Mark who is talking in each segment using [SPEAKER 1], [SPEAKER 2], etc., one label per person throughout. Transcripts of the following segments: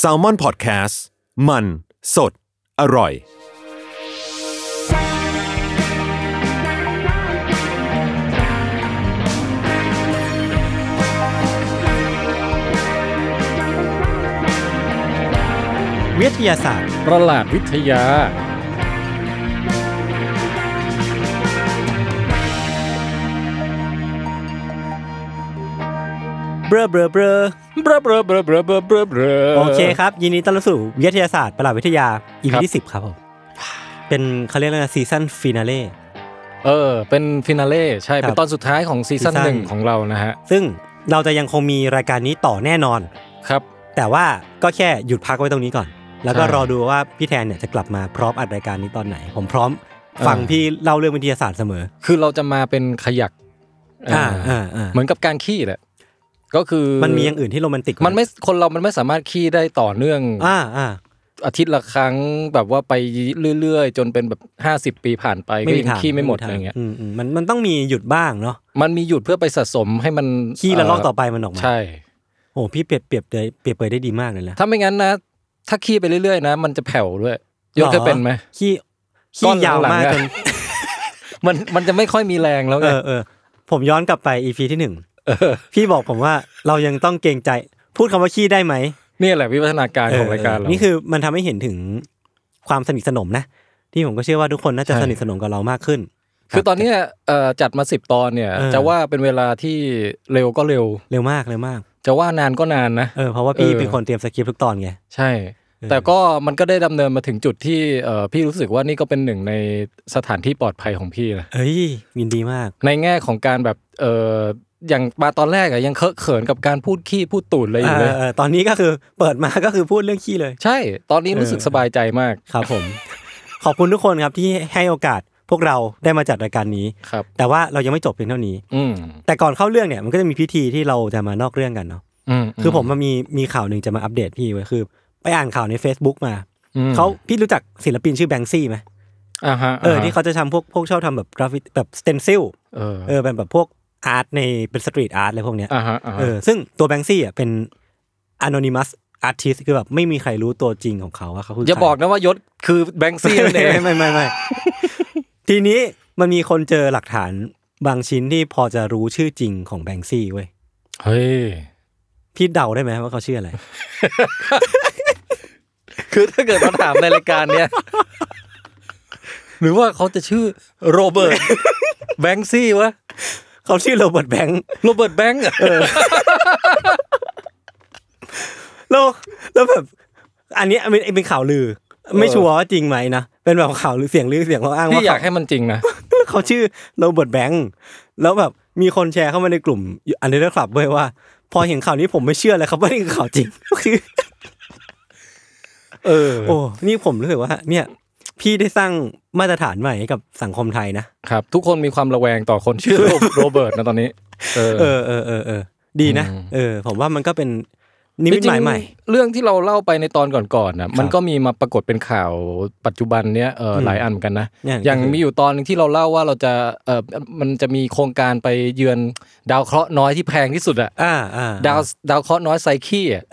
[SPEAKER 1] s a l ม o n PODCAST มันสดอร่อย
[SPEAKER 2] วิทยาศาสตร์
[SPEAKER 3] ประหลาดวิทยา
[SPEAKER 2] เบรอเบรอเบรอ
[SPEAKER 3] เบรอเบรอเบรอเบรอเบรอเบรอเบรอ
[SPEAKER 2] โอเคครับ ยินดีต้อนรับสู่วิทยาศาสตร์ประหลาดวิทยา อี
[SPEAKER 3] ครับ
[SPEAKER 2] พีที่สิบครับผม เป็นเขาเรียกอะไรซีซั่นฟินาเล่
[SPEAKER 3] เออ เป็นฟินาเล่ใช่
[SPEAKER 2] ครับ
[SPEAKER 3] เป็นตอนสุดท้ายของซีซั่น
[SPEAKER 2] ซีซั่น
[SPEAKER 3] หนึ่งของเรานะฮะ
[SPEAKER 2] ซึ่งเราจะยังคงมีรายการนี้ต่อแน่นอน
[SPEAKER 3] ครับ
[SPEAKER 2] แต่ว่าก็แค่หยุดพักไว้ตรงนี้ก่อน แล้วก็
[SPEAKER 3] ใช่
[SPEAKER 2] รอดูว่าพี่แทนเนี่ยจะกลับมาพร้อมอัดรายการนี้ตอนไหน ผมพร้อมฟัง
[SPEAKER 3] เออ
[SPEAKER 2] พี่เล่าเรื่องวิทยาศาสตร์เสมอ
[SPEAKER 3] คือเราจะมาเป็นขยัก
[SPEAKER 2] อ่าอ่าอ่า
[SPEAKER 3] เหมือนกับการขี้แหละ ก็คือ
[SPEAKER 2] มันมีอย่างอื่นที่โรแมนติกกว่า
[SPEAKER 3] มันไม่ คนเรามันไม่สามารถขี้ได้ต่อเนื่อง
[SPEAKER 2] อ่าอ่า
[SPEAKER 3] อาทิตย์ละครั้งแบบว่าไปเรื่อยๆ จนเป็นแบบห้าสิบ50 ปีผ่านไปก็
[SPEAKER 2] ไม่มี
[SPEAKER 3] ยัง
[SPEAKER 2] ทาง
[SPEAKER 3] ขี้ไม่หมด
[SPEAKER 2] ทา
[SPEAKER 3] อะไรเงี้ย
[SPEAKER 2] มอืมมันมันต้องมีหยุดบ้างเนาะ
[SPEAKER 3] มันมีหยุดเพื่อไปสะสมให้มัน
[SPEAKER 2] ขี้ระลอกต่อไปมันออกมา
[SPEAKER 3] ใช่
[SPEAKER 2] โอ้พี่เปรียบเปรียบเลยเปรียบเปรยได้ดีมากเลยนะ
[SPEAKER 3] ถ้าไม่งั้นนะ ถ้าขี้ไปเรื่อยๆนะ มันจะแผ่วด้วยยกเคยเป็นไหม
[SPEAKER 2] ขี้
[SPEAKER 3] ก้
[SPEAKER 2] ขี้
[SPEAKER 3] อน
[SPEAKER 2] ยาว
[SPEAKER 3] หลังๆ
[SPEAKER 2] มาก
[SPEAKER 3] อะ
[SPEAKER 2] จน
[SPEAKER 3] มันมันจะไม่ค่อยมีแรงแล้วไง
[SPEAKER 2] เออเออผมย้อนกลับไปอีพีที่หนึ่ง
[SPEAKER 3] เออ
[SPEAKER 2] พี่บอกผมว่าเรายังต้องเกรงใจ พูดคำว่าขี้ได้ไหม
[SPEAKER 3] นี่แหละวิวัฒนาการของ
[SPEAKER 2] เออ
[SPEAKER 3] รายการเรา
[SPEAKER 2] นี่คือมันทำให้เห็นถึงความสนิทสนมนะ ที่ผมก็เชื่อว่าทุกคนน่าจะ
[SPEAKER 3] ใช่
[SPEAKER 2] สนิทสนมกับเรามากขึ้น
[SPEAKER 3] คือตอนเนี้ยเอ่อจัดมาสิบตอนเนี่ย
[SPEAKER 2] เออ
[SPEAKER 3] จะว่าเป็นเวลาที่เร็วก็เร็ว
[SPEAKER 2] เร็วมากเร็วมาก
[SPEAKER 3] จะว่านานก็นานนะ
[SPEAKER 2] เออเพราะว่าพี่
[SPEAKER 3] เออ
[SPEAKER 2] เป็นคนเตรียมสคริปต์ทุกตอนไง
[SPEAKER 3] ใช่ แต่ก็มันก็ได้ดำเนินมาถึงจุดที่เอ่อพี่รู้สึกว่านี่ก็เป็นหนึ่งในสถานที่ปลอดภัยของพี่นะ
[SPEAKER 2] เอ้ยยินดีมาก
[SPEAKER 3] ในแง่ของการแบบเอ่ออย่างมาตอนแรกอะยังเคอะเขินกับการพูดขี้พูดตูดอะไรอยู่เลย
[SPEAKER 2] เออเออตอนนี้ก็คือเปิดมาก็คือพูดเรื่องขี้เลย
[SPEAKER 3] ใช่ ตอนนี้รู้สึกสบายใจมาก
[SPEAKER 2] ครับผม ขอบคุณทุกคนครับที่ให้โอกาสพวกเราได้มาจัดรายการนี้
[SPEAKER 3] ครับ
[SPEAKER 2] แต่ว่าเรายังไม่จบเพียงเท่านี้
[SPEAKER 3] อืม
[SPEAKER 2] แต่ก่อนเข้าเรื่องเนี่ยมันก็จะมีพิธีที่เราจะมานอกเรื่องกันเนาะ
[SPEAKER 3] อื
[SPEAKER 2] คือผมมันมีมีข่าวหนึ่งจะมาอัปเดตพี่ไว้ยคือ ไปอ่านข่าวใน Facebook มา
[SPEAKER 3] อืม
[SPEAKER 2] เขาพี่รู้จักศิลปินชื่อแบงซี่ไหม
[SPEAKER 3] อ่าฮะ
[SPEAKER 2] เออที่เขาจะทำพวกพวกชอบทำแบบกราฟิตแบบสเตนซิล
[SPEAKER 3] เออ
[SPEAKER 2] เออเป็นแบบพวกอาร์ตในเป็นสตรีทอาร์ตอะไรพวกเนี้ย
[SPEAKER 3] อ่าฮะอ่าฮะ
[SPEAKER 2] เออซึ่งตัวแบงซี่อ่ะเป็นอ n o n y m o u s artist คือแบบไม่มีใครรู้ตัวจริงของเขาว่าเขาคือ
[SPEAKER 3] อย่า
[SPEAKER 2] ใคร
[SPEAKER 3] บอกนะว่ายศคือแบงค์ซี่นั่นเอง
[SPEAKER 2] ไม่ไม่ไม่ไม่ ทีนี้มันมีคนเจอหลักฐานบางชิ้นที่พอจะรู้ชื่อจริงของแบงซี่เว้ย
[SPEAKER 3] เฮ้ย
[SPEAKER 2] พี่เดาได้ไหมว่าเขาชื่ออะไร
[SPEAKER 3] คือถ้าเกิดเราถามในรายการเนี้ย หรือว่าเขาจะชื่อโรเบิร์ตแบงค์ซี่วะ
[SPEAKER 2] เขาชื่อโรเบิร์ตแบงค์
[SPEAKER 3] โรเบิร์ตแบงค์เหรอ
[SPEAKER 2] แล้วแล้วแบบ อันเนี้ยเป็นเป็นข่าวลือ ไม่ชัวร์ว่าจริงไหมนะ เป็นแบบข่าวลือเสียงลือเสียงเขาอ้าง
[SPEAKER 3] ที่
[SPEAKER 2] ว่า
[SPEAKER 3] อยากให้มันจริงนะ
[SPEAKER 2] เขาเขาชื่อโรเบิร์ตแบงค์แล้วแบบมีคนแชร์เข้ามาในกลุ่มอันเดอร์คลับเว้ยว่า พอเห็นข่าวนี้ผมไม่เชื่อเลยครับว่านี่คือข่าวจริงคือ
[SPEAKER 3] เออ
[SPEAKER 2] โอ้ นี่ผมรู้สึกว่า เนี่ย พี่ได้สร้างมาตรฐานใหม่ให้กับสังคมไทยนะ
[SPEAKER 3] ครับ ทุกคนมีความระแวงต่อคนชื่อโรโรเบิร์ตนะตอนนี้ เออ
[SPEAKER 2] เออเออเออเออ ดีนะ
[SPEAKER 3] อืม
[SPEAKER 2] เออ ผมว่ามันก็เป็นนิมิต
[SPEAKER 3] จริ
[SPEAKER 2] ห
[SPEAKER 3] ง
[SPEAKER 2] มาย
[SPEAKER 3] ๆ
[SPEAKER 2] ใหม่
[SPEAKER 3] เรื่องที่เราเล่าไปในตอนก่อนๆนะมันก็มีมาปรากฏเป็นข่าวปัจจุบันเนี้ยเอออ
[SPEAKER 2] ม
[SPEAKER 3] หลายอันเหมือนกันนะ
[SPEAKER 2] อย่าง
[SPEAKER 3] อย่าง
[SPEAKER 2] ก็คือ
[SPEAKER 3] มีอยู่ตอนหนึงที่เราเล่าว่าเราจะเออมันจะมีโครงการไปเยือนดาวเคราะห์น้อยที่แพงที่สุดอะ
[SPEAKER 2] อ่าอ่า
[SPEAKER 3] ดาวดาวเคราะห์น้อยไซคีอะ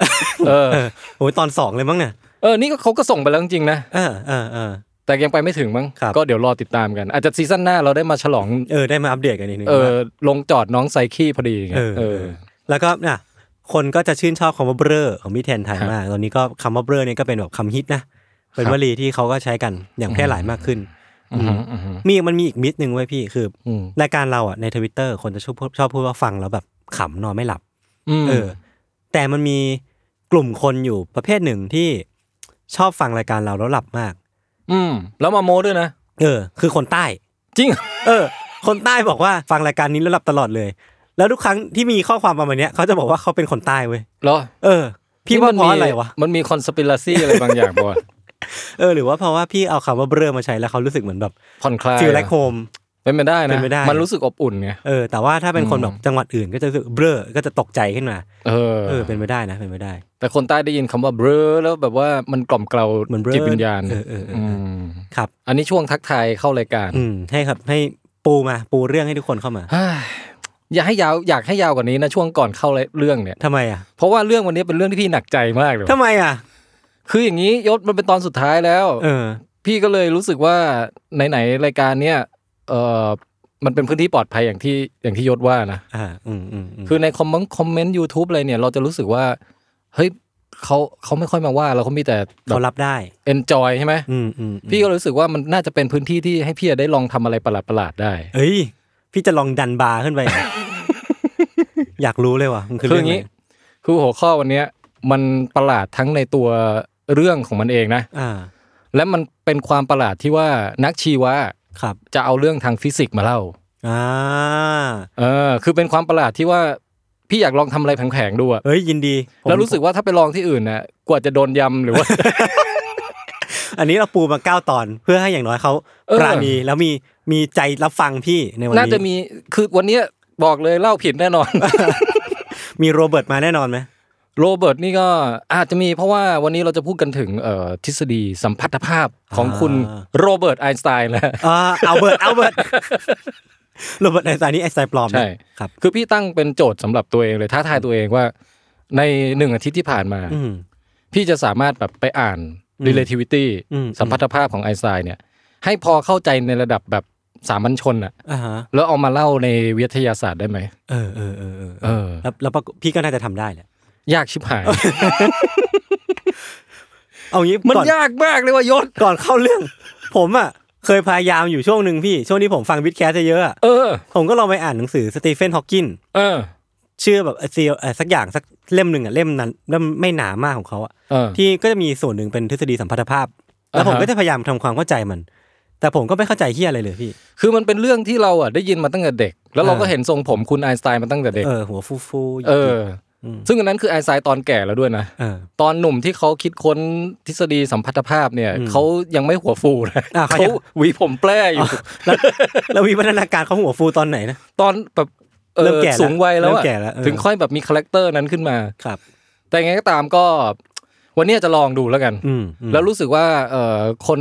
[SPEAKER 3] เออ
[SPEAKER 2] เออโอ้ยตอนสองเลยมั้งเนี่ย
[SPEAKER 3] เออนี่ก็เขาก็ส่งไปแล้วจริงๆนะ
[SPEAKER 2] เออเออเออ
[SPEAKER 3] แต่ยังไปไม่ถึงมั้ง
[SPEAKER 2] ครับ
[SPEAKER 3] ก็เดี๋ยวรอติดตามกัน อาจจะซีซั่นหน้าเราได้มาฉลอง
[SPEAKER 2] เออ ได้มาอัปเดตกันอีกหนึ่ง
[SPEAKER 3] เออ
[SPEAKER 2] ว่า
[SPEAKER 3] ลงจอดน้องไซคีพอดีไง
[SPEAKER 2] เออ
[SPEAKER 3] เออ
[SPEAKER 2] เออ แล้วก็น่ะ คนก็จะชื่นชอบคำว่าเบรอของพี่แทนไทยมาก ตอนนี้ก็คำว่าเบรอเนี่ยก็เป็นแบบคำฮิตนะ เป็น
[SPEAKER 3] ครับ
[SPEAKER 2] วลีที่เขาก็ใช้กันอย่างแพร่หลายมากขึ้น
[SPEAKER 3] อืมอืม
[SPEAKER 2] มีมันมีอีกมิตหนึ่งไว้ยพี่คือ
[SPEAKER 3] อืม
[SPEAKER 2] รายการเราอ่ะในทวิตเตอร์คนจะชอบพูดชอบพูดว่าฟังแล้วแบบขำนอนไม่หลับ
[SPEAKER 3] ม
[SPEAKER 2] เออ แต่มันมีกลุ่มคนอยู่ประเภทหนึ่งที่ชอบฟังรายการเราแล้วหลับมาก
[SPEAKER 3] อืมแล้วมาโมด้วยนะ
[SPEAKER 2] เออ คือคนใต้
[SPEAKER 3] จริง
[SPEAKER 2] เออ คนใต้บอกว่าฟังรายการนี้แล้วหลับตลอดเลย แล้วทุกครั้งที่มีข้อความประมาณเนี้ยเขาจะบอกว่าเขาเป็นคนใต้เว้ย
[SPEAKER 3] เหรอ
[SPEAKER 2] เออ พี่ว่าเพราะอะไรวะ
[SPEAKER 3] มันมีคอน spiracy อะไรบาง อย่างบ่อน
[SPEAKER 2] เออหรือว่าเพราะว่าพี่เอาคำว่าเบลอมาใช้แล้วเขารู้สึกเหมือนแบบ
[SPEAKER 3] ผ่อนคลาย
[SPEAKER 2] ฟิลไลคโฮม
[SPEAKER 3] เป็นไปได้นะ
[SPEAKER 2] เป็นไปได้
[SPEAKER 3] มันรู้สึกอบอุ่นไง
[SPEAKER 2] เออแต่ว่าถ้าเป็นคน
[SPEAKER 3] อืม
[SPEAKER 2] แบบจังหวัดอื่นก็จะรู้สึกเบลอก็จะตกใจขึ้นมา
[SPEAKER 3] เออ
[SPEAKER 2] เออเป็นไปได้นะเป็นไปได้
[SPEAKER 3] แต่คนใต้ได้ยินคำว่าเบรอแล้วแบบว่ามันกล่อมเกลา
[SPEAKER 2] เหมือนเบ้อ
[SPEAKER 3] จิตวิญญาณ
[SPEAKER 2] เออเออเอออื
[SPEAKER 3] ม
[SPEAKER 2] ครับ
[SPEAKER 3] อันนี้ช่วงทักทายเข้ารายการ
[SPEAKER 2] อืมให้ครับให้ปูมาปูเรื่องให้ทุกคนเข้ามา
[SPEAKER 3] เฮ้ย อย่าให้ยาวอยากให้ยาวกว่านี้นะช่วงก่อนเข้าเรื่องเนี่ย
[SPEAKER 2] ทำไมอ่ะ
[SPEAKER 3] เพราะว่าเรื่องวันนี้เป็นเรื่องที่พี่หนักใจมากเลย
[SPEAKER 2] ทำไมอ่ะ
[SPEAKER 3] คืออย่างนี้ยศมันเป็นตอนสุดท้ายแล้ว
[SPEAKER 2] เออ
[SPEAKER 3] พี่ก็เลยรู้สึกว่าไหนๆรายการเนี่ยเออมันเป็นพื้นที่ปลอดภัยอย่างที่อย่างที่ยศว่านะ
[SPEAKER 2] อ่า อืมอืมอืม
[SPEAKER 3] คือในคอมเมนต์คอมเมนต์ยูทูบอะไรเนี่ยเราจะรู้สึกว่าเฮ้ยเขาเขาไม่ค่อยมาว่าเราเขามีแต่แบ
[SPEAKER 2] เขา
[SPEAKER 3] บ
[SPEAKER 2] รับได้
[SPEAKER 3] เอนจอยใช่ไหม
[SPEAKER 2] อืมอืมอืม
[SPEAKER 3] พี่ก็รู้สึกว่ามันน่าจะเป็นพื้นที่ที่ให้พี่ได้ลองทำอะไรประหลาดๆได้
[SPEAKER 2] เอ้ย พี่จะลองดันบาร์ขึ้นไป อยากรู้เลยว่ะมันคื
[SPEAKER 3] คื
[SPEAKER 2] อ
[SPEAKER 3] อ
[SPEAKER 2] เรื่
[SPEAKER 3] อ
[SPEAKER 2] อย่าง
[SPEAKER 3] ง
[SPEAKER 2] อะไร
[SPEAKER 3] นี้คือหัวข้อวันเนี้ยมันประหลาดทั้งในตัวเรื่องของมันเองนะ
[SPEAKER 2] อ่า
[SPEAKER 3] และมันเป็นความประหลาดที่ว่านักชีวะ
[SPEAKER 2] ครับ
[SPEAKER 3] จะเอาเรื่องทางฟิสิกส์มาเล่า
[SPEAKER 2] อ่า
[SPEAKER 3] เออ คือเป็นความประหลาดที่ว่าพี่อยากลองทำอะไรแผลงๆดูอะ
[SPEAKER 2] เอ้ยยินดีผม
[SPEAKER 3] แล้วรู้สึกว่าถ้าไปลองที่อื่นนะกว่าจะโดนยำหรือว่า
[SPEAKER 2] อันนี้เราปูมาเก้าตอน เพื่อให้อย่างน้อยเขา
[SPEAKER 3] เออ
[SPEAKER 2] ปราณีแล้วมีมีใจรับฟังพี่ในวันนี้
[SPEAKER 3] น่าจะมีคือวันเนี้ยบอกเลยเล่าผิดแน่นอน
[SPEAKER 2] มีโรเบิร์ตมาแน่นอนไหม
[SPEAKER 3] โรเบิร์ตนี่ก็อาจจะมีเพราะว่าวันนี้เราจะพูดกันถึงเอ่อทฤษฎีสัมพัทธภาพของคุณโรเบิร์ตไอน์สไตน์นะ
[SPEAKER 2] อ่าเอาเบิร์ ตเอาเบิร์ตโรเบิร์ตในสายนี้ไอสไตล์ปลอมนะ
[SPEAKER 3] ใช่
[SPEAKER 2] ครับ
[SPEAKER 3] คือพี่ตั้งเป็นโจทย์สำหรับตัวเองเลยท้าทายตัวเองว่า ในหนึ่งอาทิตย์ที่ผ่านมา
[SPEAKER 2] อืม
[SPEAKER 3] พี่จะสามารถแบบไปอ่าน relativity
[SPEAKER 2] อืม
[SPEAKER 3] สัมพัทธภาพของไอน์สไตน์เนี่ยให้พอเข้าใจในระดับแบบสามัญชนอะ
[SPEAKER 2] อ่าฮะ
[SPEAKER 3] แล้วเอามาเล่าในวิทยาศาสตร์ได้ไหม
[SPEAKER 2] เออเออเออเออ
[SPEAKER 3] เออ
[SPEAKER 2] แล้วแล้วปรากฏพี่ก็น่าจะทำได้แหละ
[SPEAKER 3] ยากชิบหาย
[SPEAKER 2] เอางี้
[SPEAKER 3] มัน
[SPEAKER 2] ก่อน
[SPEAKER 3] ยากมากเลยว่ายศ
[SPEAKER 2] ก่อนเข้าเรื่อง ผมอ่ะเคยพยายามอยู่ช่วงหนึ่งพี่ ช่วงที่ผมฟังวิดแคสเยอะๆอะ
[SPEAKER 3] เออ
[SPEAKER 2] ผมก็ลองไปอ่านหนังสือสตีเฟนฮอว์กิน
[SPEAKER 3] เออ
[SPEAKER 2] ชื่อแบบเซียสักอย่างสักเล่มหนึ่งอ่ะเล่มนั้นเล่มไม่หนามากของเขาอ่ะ
[SPEAKER 3] เออ
[SPEAKER 2] ที่ก็จะมีส่วนหนึ่งเป็นทฤษฎีสัมพัทธภาพ แล้
[SPEAKER 3] อ่า
[SPEAKER 2] ว
[SPEAKER 3] ฮะ
[SPEAKER 2] ผมก็จะพยายามทำความเข้าใจมัน แต่ผมก็ไม่เข้าใจเฮียอะไรเลยพี่
[SPEAKER 3] คือมันเป็นเรื่องที่เราอ่ะได้ยินมาตั้งแต่เด็ก แล้วเราก็เห็นทรงผมคุณไอน์สไตน์มาตั้งแต่เด็ก
[SPEAKER 2] เออ หัวฟูฟูๆ
[SPEAKER 3] เออ
[SPEAKER 2] ม
[SPEAKER 3] ซึ่งอันนั้นคือไอน์สไตน์ตอนแก่แล้วด้วยนะ
[SPEAKER 2] เออ
[SPEAKER 3] ตอนหนุ่มที่เขาคิดค้นทฤษฎีสัมพัทธภาพเนี่ย
[SPEAKER 2] อืม
[SPEAKER 3] เขายังไม่หัวฟูนะ
[SPEAKER 2] อ่าเขา
[SPEAKER 3] เขา
[SPEAKER 2] ยัง
[SPEAKER 3] หวีผมแปรอยู่
[SPEAKER 2] แล้วแล้ววิวัฒนาการเขาหัวฟูตอนไหนนะ
[SPEAKER 3] ตอนแบบออ
[SPEAKER 2] เริ่มแก่แล้ว
[SPEAKER 3] สูงวัยแล้ว
[SPEAKER 2] เริ่
[SPEAKER 3] อะ
[SPEAKER 2] มแก่แล้วเออ
[SPEAKER 3] ถึงค่อยแบบมีคาแรคเตอร์นั้นขึ้นมา
[SPEAKER 2] ครับ
[SPEAKER 3] แต่ยังไงก็ตามก็ วันนี้จะลองดูแล้วกัน
[SPEAKER 2] อืมอืม
[SPEAKER 3] แล้วรู้สึกว่าเอ่อคน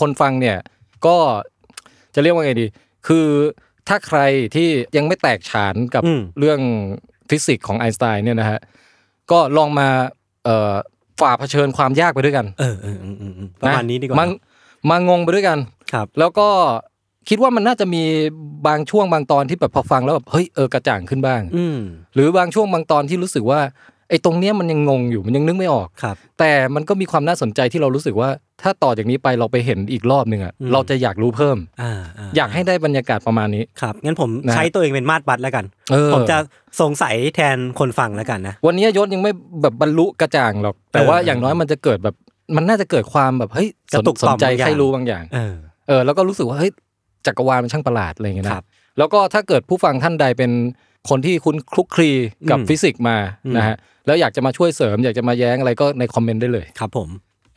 [SPEAKER 3] คนฟังเนี่ย ก็จะเรียกว่าไงดี คือถ้าใครที่ยังไม่แตกฉานกับ
[SPEAKER 2] อืม
[SPEAKER 3] เรื่องฟิสิกส์ของไอน์สไตน์เนี่ยนะฮะก็ลองมาเอ่อฝ่าเผชิญความยากไปด้วยกัน
[SPEAKER 2] เออเอออืมอืมอืมประมาณนี้ดีกว่า
[SPEAKER 3] มัมางงไปด้วยกัน
[SPEAKER 2] ครับ
[SPEAKER 3] แล้วก็คิดว่ามันน่าจะมีบางช่วงบางตอนที่แบบพอฟังแล้วแบบเฮ้ยเออกระจ่างขึ้นบ้าง
[SPEAKER 2] อืม
[SPEAKER 3] หรือบางช่วงบางตอนที่รู้สึกว่าไอ้ตรงเนี้ยมันยังงงอยู่มันยังนึกไม่ออก
[SPEAKER 2] ครับ
[SPEAKER 3] แต่มันก็มีความน่าสนใจที่เรารู้สึกว่า ถ้าต่อจากนี้ไปเราไปเห็นอีกรอบหนึ่งอ่ะ
[SPEAKER 2] อืม
[SPEAKER 3] เราจะอยากรู้เพิ่ม
[SPEAKER 2] อ่าอ่า
[SPEAKER 3] อยากให้ได้บรรยากาศประมาณนี้
[SPEAKER 2] ครับงั้นผม
[SPEAKER 3] นะ
[SPEAKER 2] ใช้ตัวเองเป็นมาตรวัดแล้วกัน
[SPEAKER 3] เออ
[SPEAKER 2] ผมจะสงสัยแทนคนฟังแล้วกันนะ
[SPEAKER 3] วันนี้ยศยังไม่แบบบรรลุกระจ่างหรอก แต่
[SPEAKER 2] เออ
[SPEAKER 3] ว่าอย่างน้อยมันจะเกิดแบบมันน่าจะเกิดความแบบเฮ้ยสน
[SPEAKER 2] กระตุก
[SPEAKER 3] ส
[SPEAKER 2] ต่
[SPEAKER 3] น
[SPEAKER 2] อม
[SPEAKER 3] ใจ
[SPEAKER 2] บางอย่าง
[SPEAKER 3] ใครรู้บางอย่าง
[SPEAKER 2] เออ
[SPEAKER 3] เออแล้วก็รู้สึกว่าเฮ้ยจักรวาลมันช่างประหลาดอะไรอย่างเงี้ย
[SPEAKER 2] ครั
[SPEAKER 3] นะ
[SPEAKER 2] บ
[SPEAKER 3] แล้วก็ถ้าเกิดผู้ฟังท่านใดเป็นคนที่คุ้นคลุกคลีกับ
[SPEAKER 2] อืม
[SPEAKER 3] ฟิสิกส์มา
[SPEAKER 2] อืม
[SPEAKER 3] นะฮะแล้วอยากจะมาช่วยเสริม อยากจะมาแย้งอะไรก็ในคอมเมนต์ได้เลย
[SPEAKER 2] ครับผม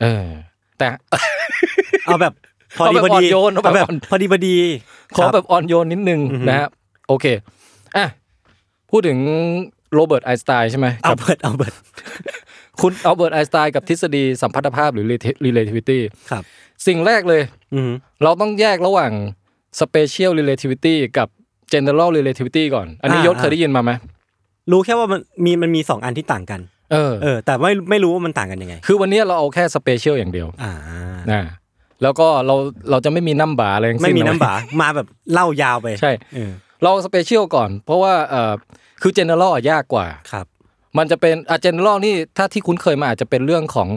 [SPEAKER 3] เออแต่
[SPEAKER 2] เอาแบบพอดีพ
[SPEAKER 3] เอาแบบ
[SPEAKER 2] อ
[SPEAKER 3] อ่
[SPEAKER 2] ดี
[SPEAKER 3] อนโยนเอาแบบ
[SPEAKER 2] เอาแบบ
[SPEAKER 3] อ่อน
[SPEAKER 2] พอดีพอดี
[SPEAKER 3] ขอ
[SPEAKER 2] ครับ
[SPEAKER 3] แบบอ่อนโยนนิดนึง
[SPEAKER 2] อือฮึ
[SPEAKER 3] นะฮะโอเคอ่ะพูดถึงโรเบิร์ตไอน์สไตน์ใช่ไหม
[SPEAKER 2] เอา
[SPEAKER 3] กับ
[SPEAKER 2] เบิร์ตเอาเบิร์ต
[SPEAKER 3] คุณเอาเบิร์ตไอน์สไตน์กับทฤษฎีสัมพัทธภาพหรือ relati- relativity
[SPEAKER 2] ครับ
[SPEAKER 3] สิ่งแรกเลย
[SPEAKER 2] อืม
[SPEAKER 3] เราต้องแยกระหว่าง spatial relativity กับ general relativity ก่อน อันนี้ยศเคยได้ยินมาไหม
[SPEAKER 2] รู้แค่ว่ามันมีมันมีสองอันที่ต่างกัน
[SPEAKER 3] เออ
[SPEAKER 2] เออ แต่ไม่ไม่รู้ว่ามันต่างกันยังไง
[SPEAKER 3] คือวันนี้เราเอาแค่สเปเชียลอย่างเดียว
[SPEAKER 2] อ่า
[SPEAKER 3] นะแล้วก็เราเราจะไม่มีน้ำบาอะไรทั้ง
[SPEAKER 2] ไม่
[SPEAKER 3] สิ้น
[SPEAKER 2] มี
[SPEAKER 3] นะ
[SPEAKER 2] น้ำบามาแบบเล่ายาวไป
[SPEAKER 3] ใช่
[SPEAKER 2] เออ
[SPEAKER 3] เราสเปเชียลก่อน เพราะว่าเออคือเจเนอเรลยากกว่า
[SPEAKER 2] ครับ
[SPEAKER 3] มันจะเป็นอ่ะเจเนอเรลนี่ถ้าที่คุ้นเคยมาอาจจะเป็นเรื่องของ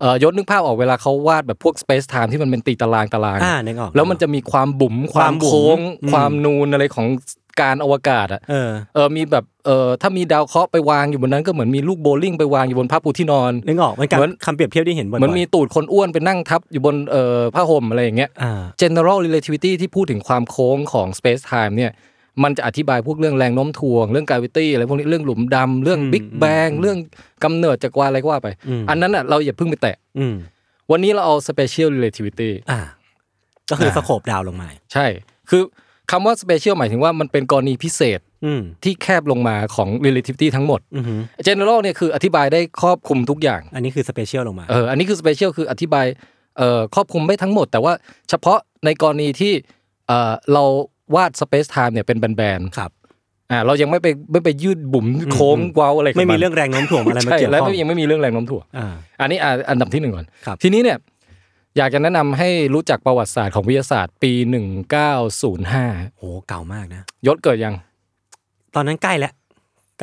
[SPEAKER 3] เอ่อยศนึกภาพออกเวลาเขาวาดแบบพวก Space Time ที่มันเป็นตีตารางตาราง
[SPEAKER 2] อ่านึกออก
[SPEAKER 3] แล้วมันจะมีความบุ๋มความ
[SPEAKER 2] ความบุ๋ม
[SPEAKER 3] โค้ง
[SPEAKER 2] อืม
[SPEAKER 3] ความนูนอะไรของการอวกาศอ่ะ
[SPEAKER 2] เออ
[SPEAKER 3] เออมีแบบเออถ้ามีดาวเคราะห์ไปวางอยู่บนนั้นก็เหมือนมีลูกโบว์ลิ่งไปวางอยู่บนผ้าปูที่นอน
[SPEAKER 2] นึกออกมันกับ
[SPEAKER 3] เหมือน
[SPEAKER 2] คำเปรียบเทียบที่เห็นบ่อย
[SPEAKER 3] เหมือนมีตูดคนอ้วนไปนั่งทับอยู่บนเอ่อผ้าห่มอะไรอย่างเงี้ย
[SPEAKER 2] อ่า
[SPEAKER 3] general relativity ที่พูดถึงความโค้งของ space time เนี่ย มันจะอธิบายพวกเรื่องแรงโน้มถ่วง เรื่อง gravity อะไรพวกนี้ เรื่องหลุมดำ เรื่อง
[SPEAKER 2] อืม
[SPEAKER 3] big bang เรื่องกำเนิดจักรวาลอะไรก็ว่าไป
[SPEAKER 2] อืม
[SPEAKER 3] อันนั้นอ่ะเราอย่าเพิ่งไปแตะ
[SPEAKER 2] อืม
[SPEAKER 3] วันนี้เราเอา spatial relativity
[SPEAKER 2] อ่า ก็คือ
[SPEAKER 3] นะ
[SPEAKER 2] สโคปดาวลงมา
[SPEAKER 3] ใช่ คือคำว่า spatial หมายถึงว่ามันเป็นกรณีพิเศษ
[SPEAKER 2] อืม
[SPEAKER 3] ที่แคบลงมาของ relativity ทั้งหมด
[SPEAKER 2] อือหือ
[SPEAKER 3] general เนี่ยคืออธิบายได้ครอบคลุมทุกอย่าง
[SPEAKER 2] อันนี้คือสเปเชียลลงมา
[SPEAKER 3] เออ อันนี้คือสเปเชียลคืออธิบายเอ่อครอบคลุมไม่ทั้งหมด แต่ว่าเฉพาะในกรณีที่เอ่อเราวาด Space Time เนี่ยเป็นแบน
[SPEAKER 2] ครับ
[SPEAKER 3] อ่าเรายังไม่ไปไม่ไปยืดบุ๋มโค้งเว้าอะไรกับ
[SPEAKER 2] ไม่มี
[SPEAKER 3] น
[SPEAKER 2] เรื่องแรงโน้มถ่วงอะไรมา
[SPEAKER 3] ใช่
[SPEAKER 2] เกี่ยว
[SPEAKER 3] แล้ว
[SPEAKER 2] ข้อง
[SPEAKER 3] ยังไม่มีเรื่องแรงโน้มถ่วง
[SPEAKER 2] อ่า
[SPEAKER 3] อันนี้อ่ะอันดับที่หนึ่งก่อน
[SPEAKER 2] ครับ
[SPEAKER 3] ทีนี้เนี่ยอยากจะแนะนำให้รู้จักประวัติศาสตร์ของวิทยาศาสตร์ปี 1905
[SPEAKER 2] โหเก่ามากนะ
[SPEAKER 3] ยศเกิดยัง
[SPEAKER 2] ตอนนั้นใกล้แล้ว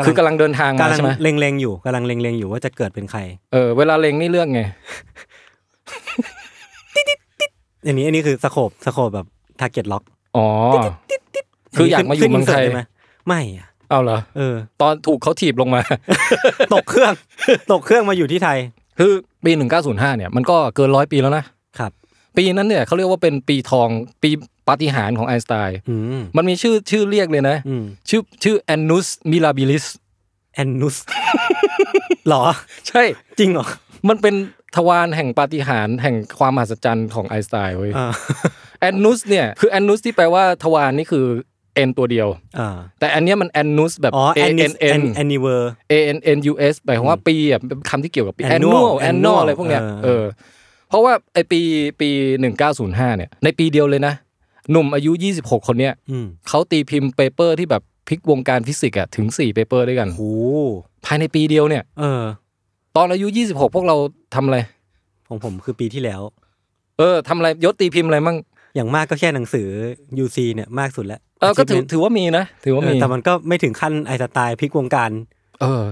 [SPEAKER 3] คือกำลังเดินทางมาก
[SPEAKER 2] ำลัง
[SPEAKER 3] ใช่ไหม
[SPEAKER 2] เล็งๆอยู่กำลังเล็งๆอยู่ว่าจะเกิดเป็นใคร
[SPEAKER 3] เออเวลาเลงนี่เรื่องไง
[SPEAKER 2] อันนี้อันนี้คือสโคบสโคบแบบทาร์เก็ตล็อก
[SPEAKER 3] อ๋อ คืออยากมาอยู่เมืองไทย
[SPEAKER 2] ไหมไม่อะ
[SPEAKER 3] เอาเหรอ
[SPEAKER 2] เออ
[SPEAKER 3] ตอนถูกเขาถีบลงมา
[SPEAKER 2] ตกเครื่อง ตกเครื่องมาอยู่ที่ไทย
[SPEAKER 3] คือปี 1905 เนี่ยมันก็เกินร้อยปีแล้วนะ
[SPEAKER 2] ครับ
[SPEAKER 3] ปีนั้นเนี่ยเขาเรียกว่าเป็นปีทองปีปาฏิหาริย์ของไอน์สไตน์
[SPEAKER 2] อืม
[SPEAKER 3] มันมีชื่อชื่อเรียกเลยนะ
[SPEAKER 2] อืม
[SPEAKER 3] ชื่อชื่อ annus mirabilis
[SPEAKER 2] แอนนุส หรอ
[SPEAKER 3] ใช่
[SPEAKER 2] จริงเหรอ
[SPEAKER 3] มันเป็นทวารแห่งปาฏิหาริย์แห่งความมหัศจรรย์ของไอน์สไตน์เว้ย
[SPEAKER 2] อ่า
[SPEAKER 3] แอนนุสเนี่ยคือแอนนุสที่แปลว่าทวารนี่คือเอ็นตัวเดียว
[SPEAKER 2] อ่า
[SPEAKER 3] แต่อันเนี้ยมันแอนนุสแบบ
[SPEAKER 2] อ๋อ
[SPEAKER 3] A
[SPEAKER 2] แอน
[SPEAKER 3] N
[SPEAKER 2] นิส
[SPEAKER 3] N
[SPEAKER 2] แอนแอนนิเวอร์
[SPEAKER 3] A N N U S หมายความว่าปีอ่ะเป็นคำที่เกี่ยวกับปี annual
[SPEAKER 2] Annual
[SPEAKER 3] annual
[SPEAKER 2] annual
[SPEAKER 3] อะไรพวกเนี้ย
[SPEAKER 2] เออ
[SPEAKER 3] เออเพราะว่าไอปีปี 1905 เนี่ย ในปีเดียวเลยนะ หนุ่มอายุ 26 คนเนี้ย
[SPEAKER 2] อืม
[SPEAKER 3] เขาตีพิมพ์เปเปอร์ที่แบบพลิกวงการฟิสิกส์อ่ะถึง 4 เปเปอร์ด้วยกัน
[SPEAKER 2] โห
[SPEAKER 3] ภายในปีเดียวเนี่ย
[SPEAKER 2] เออ
[SPEAKER 3] ตอนอายุ 26 พวกเราทำอะไร
[SPEAKER 2] ของผมคือปีที่แล้ว
[SPEAKER 3] เออทำอะไรยศตีพิมพ์อะไรมั่ง
[SPEAKER 2] อย่างมากก็แค่หนังสือ UC เนี่ยมากสุดแล้ว
[SPEAKER 3] เออก็ถือ
[SPEAKER 2] เ
[SPEAKER 3] ถือว่ามีนะ ถือ
[SPEAKER 2] อ
[SPEAKER 3] ว่า
[SPEAKER 2] อ
[SPEAKER 3] มี
[SPEAKER 2] แต่มันก็ไม่ถึงขั้นไอน์สไตล์พลิกวงการ
[SPEAKER 3] เออ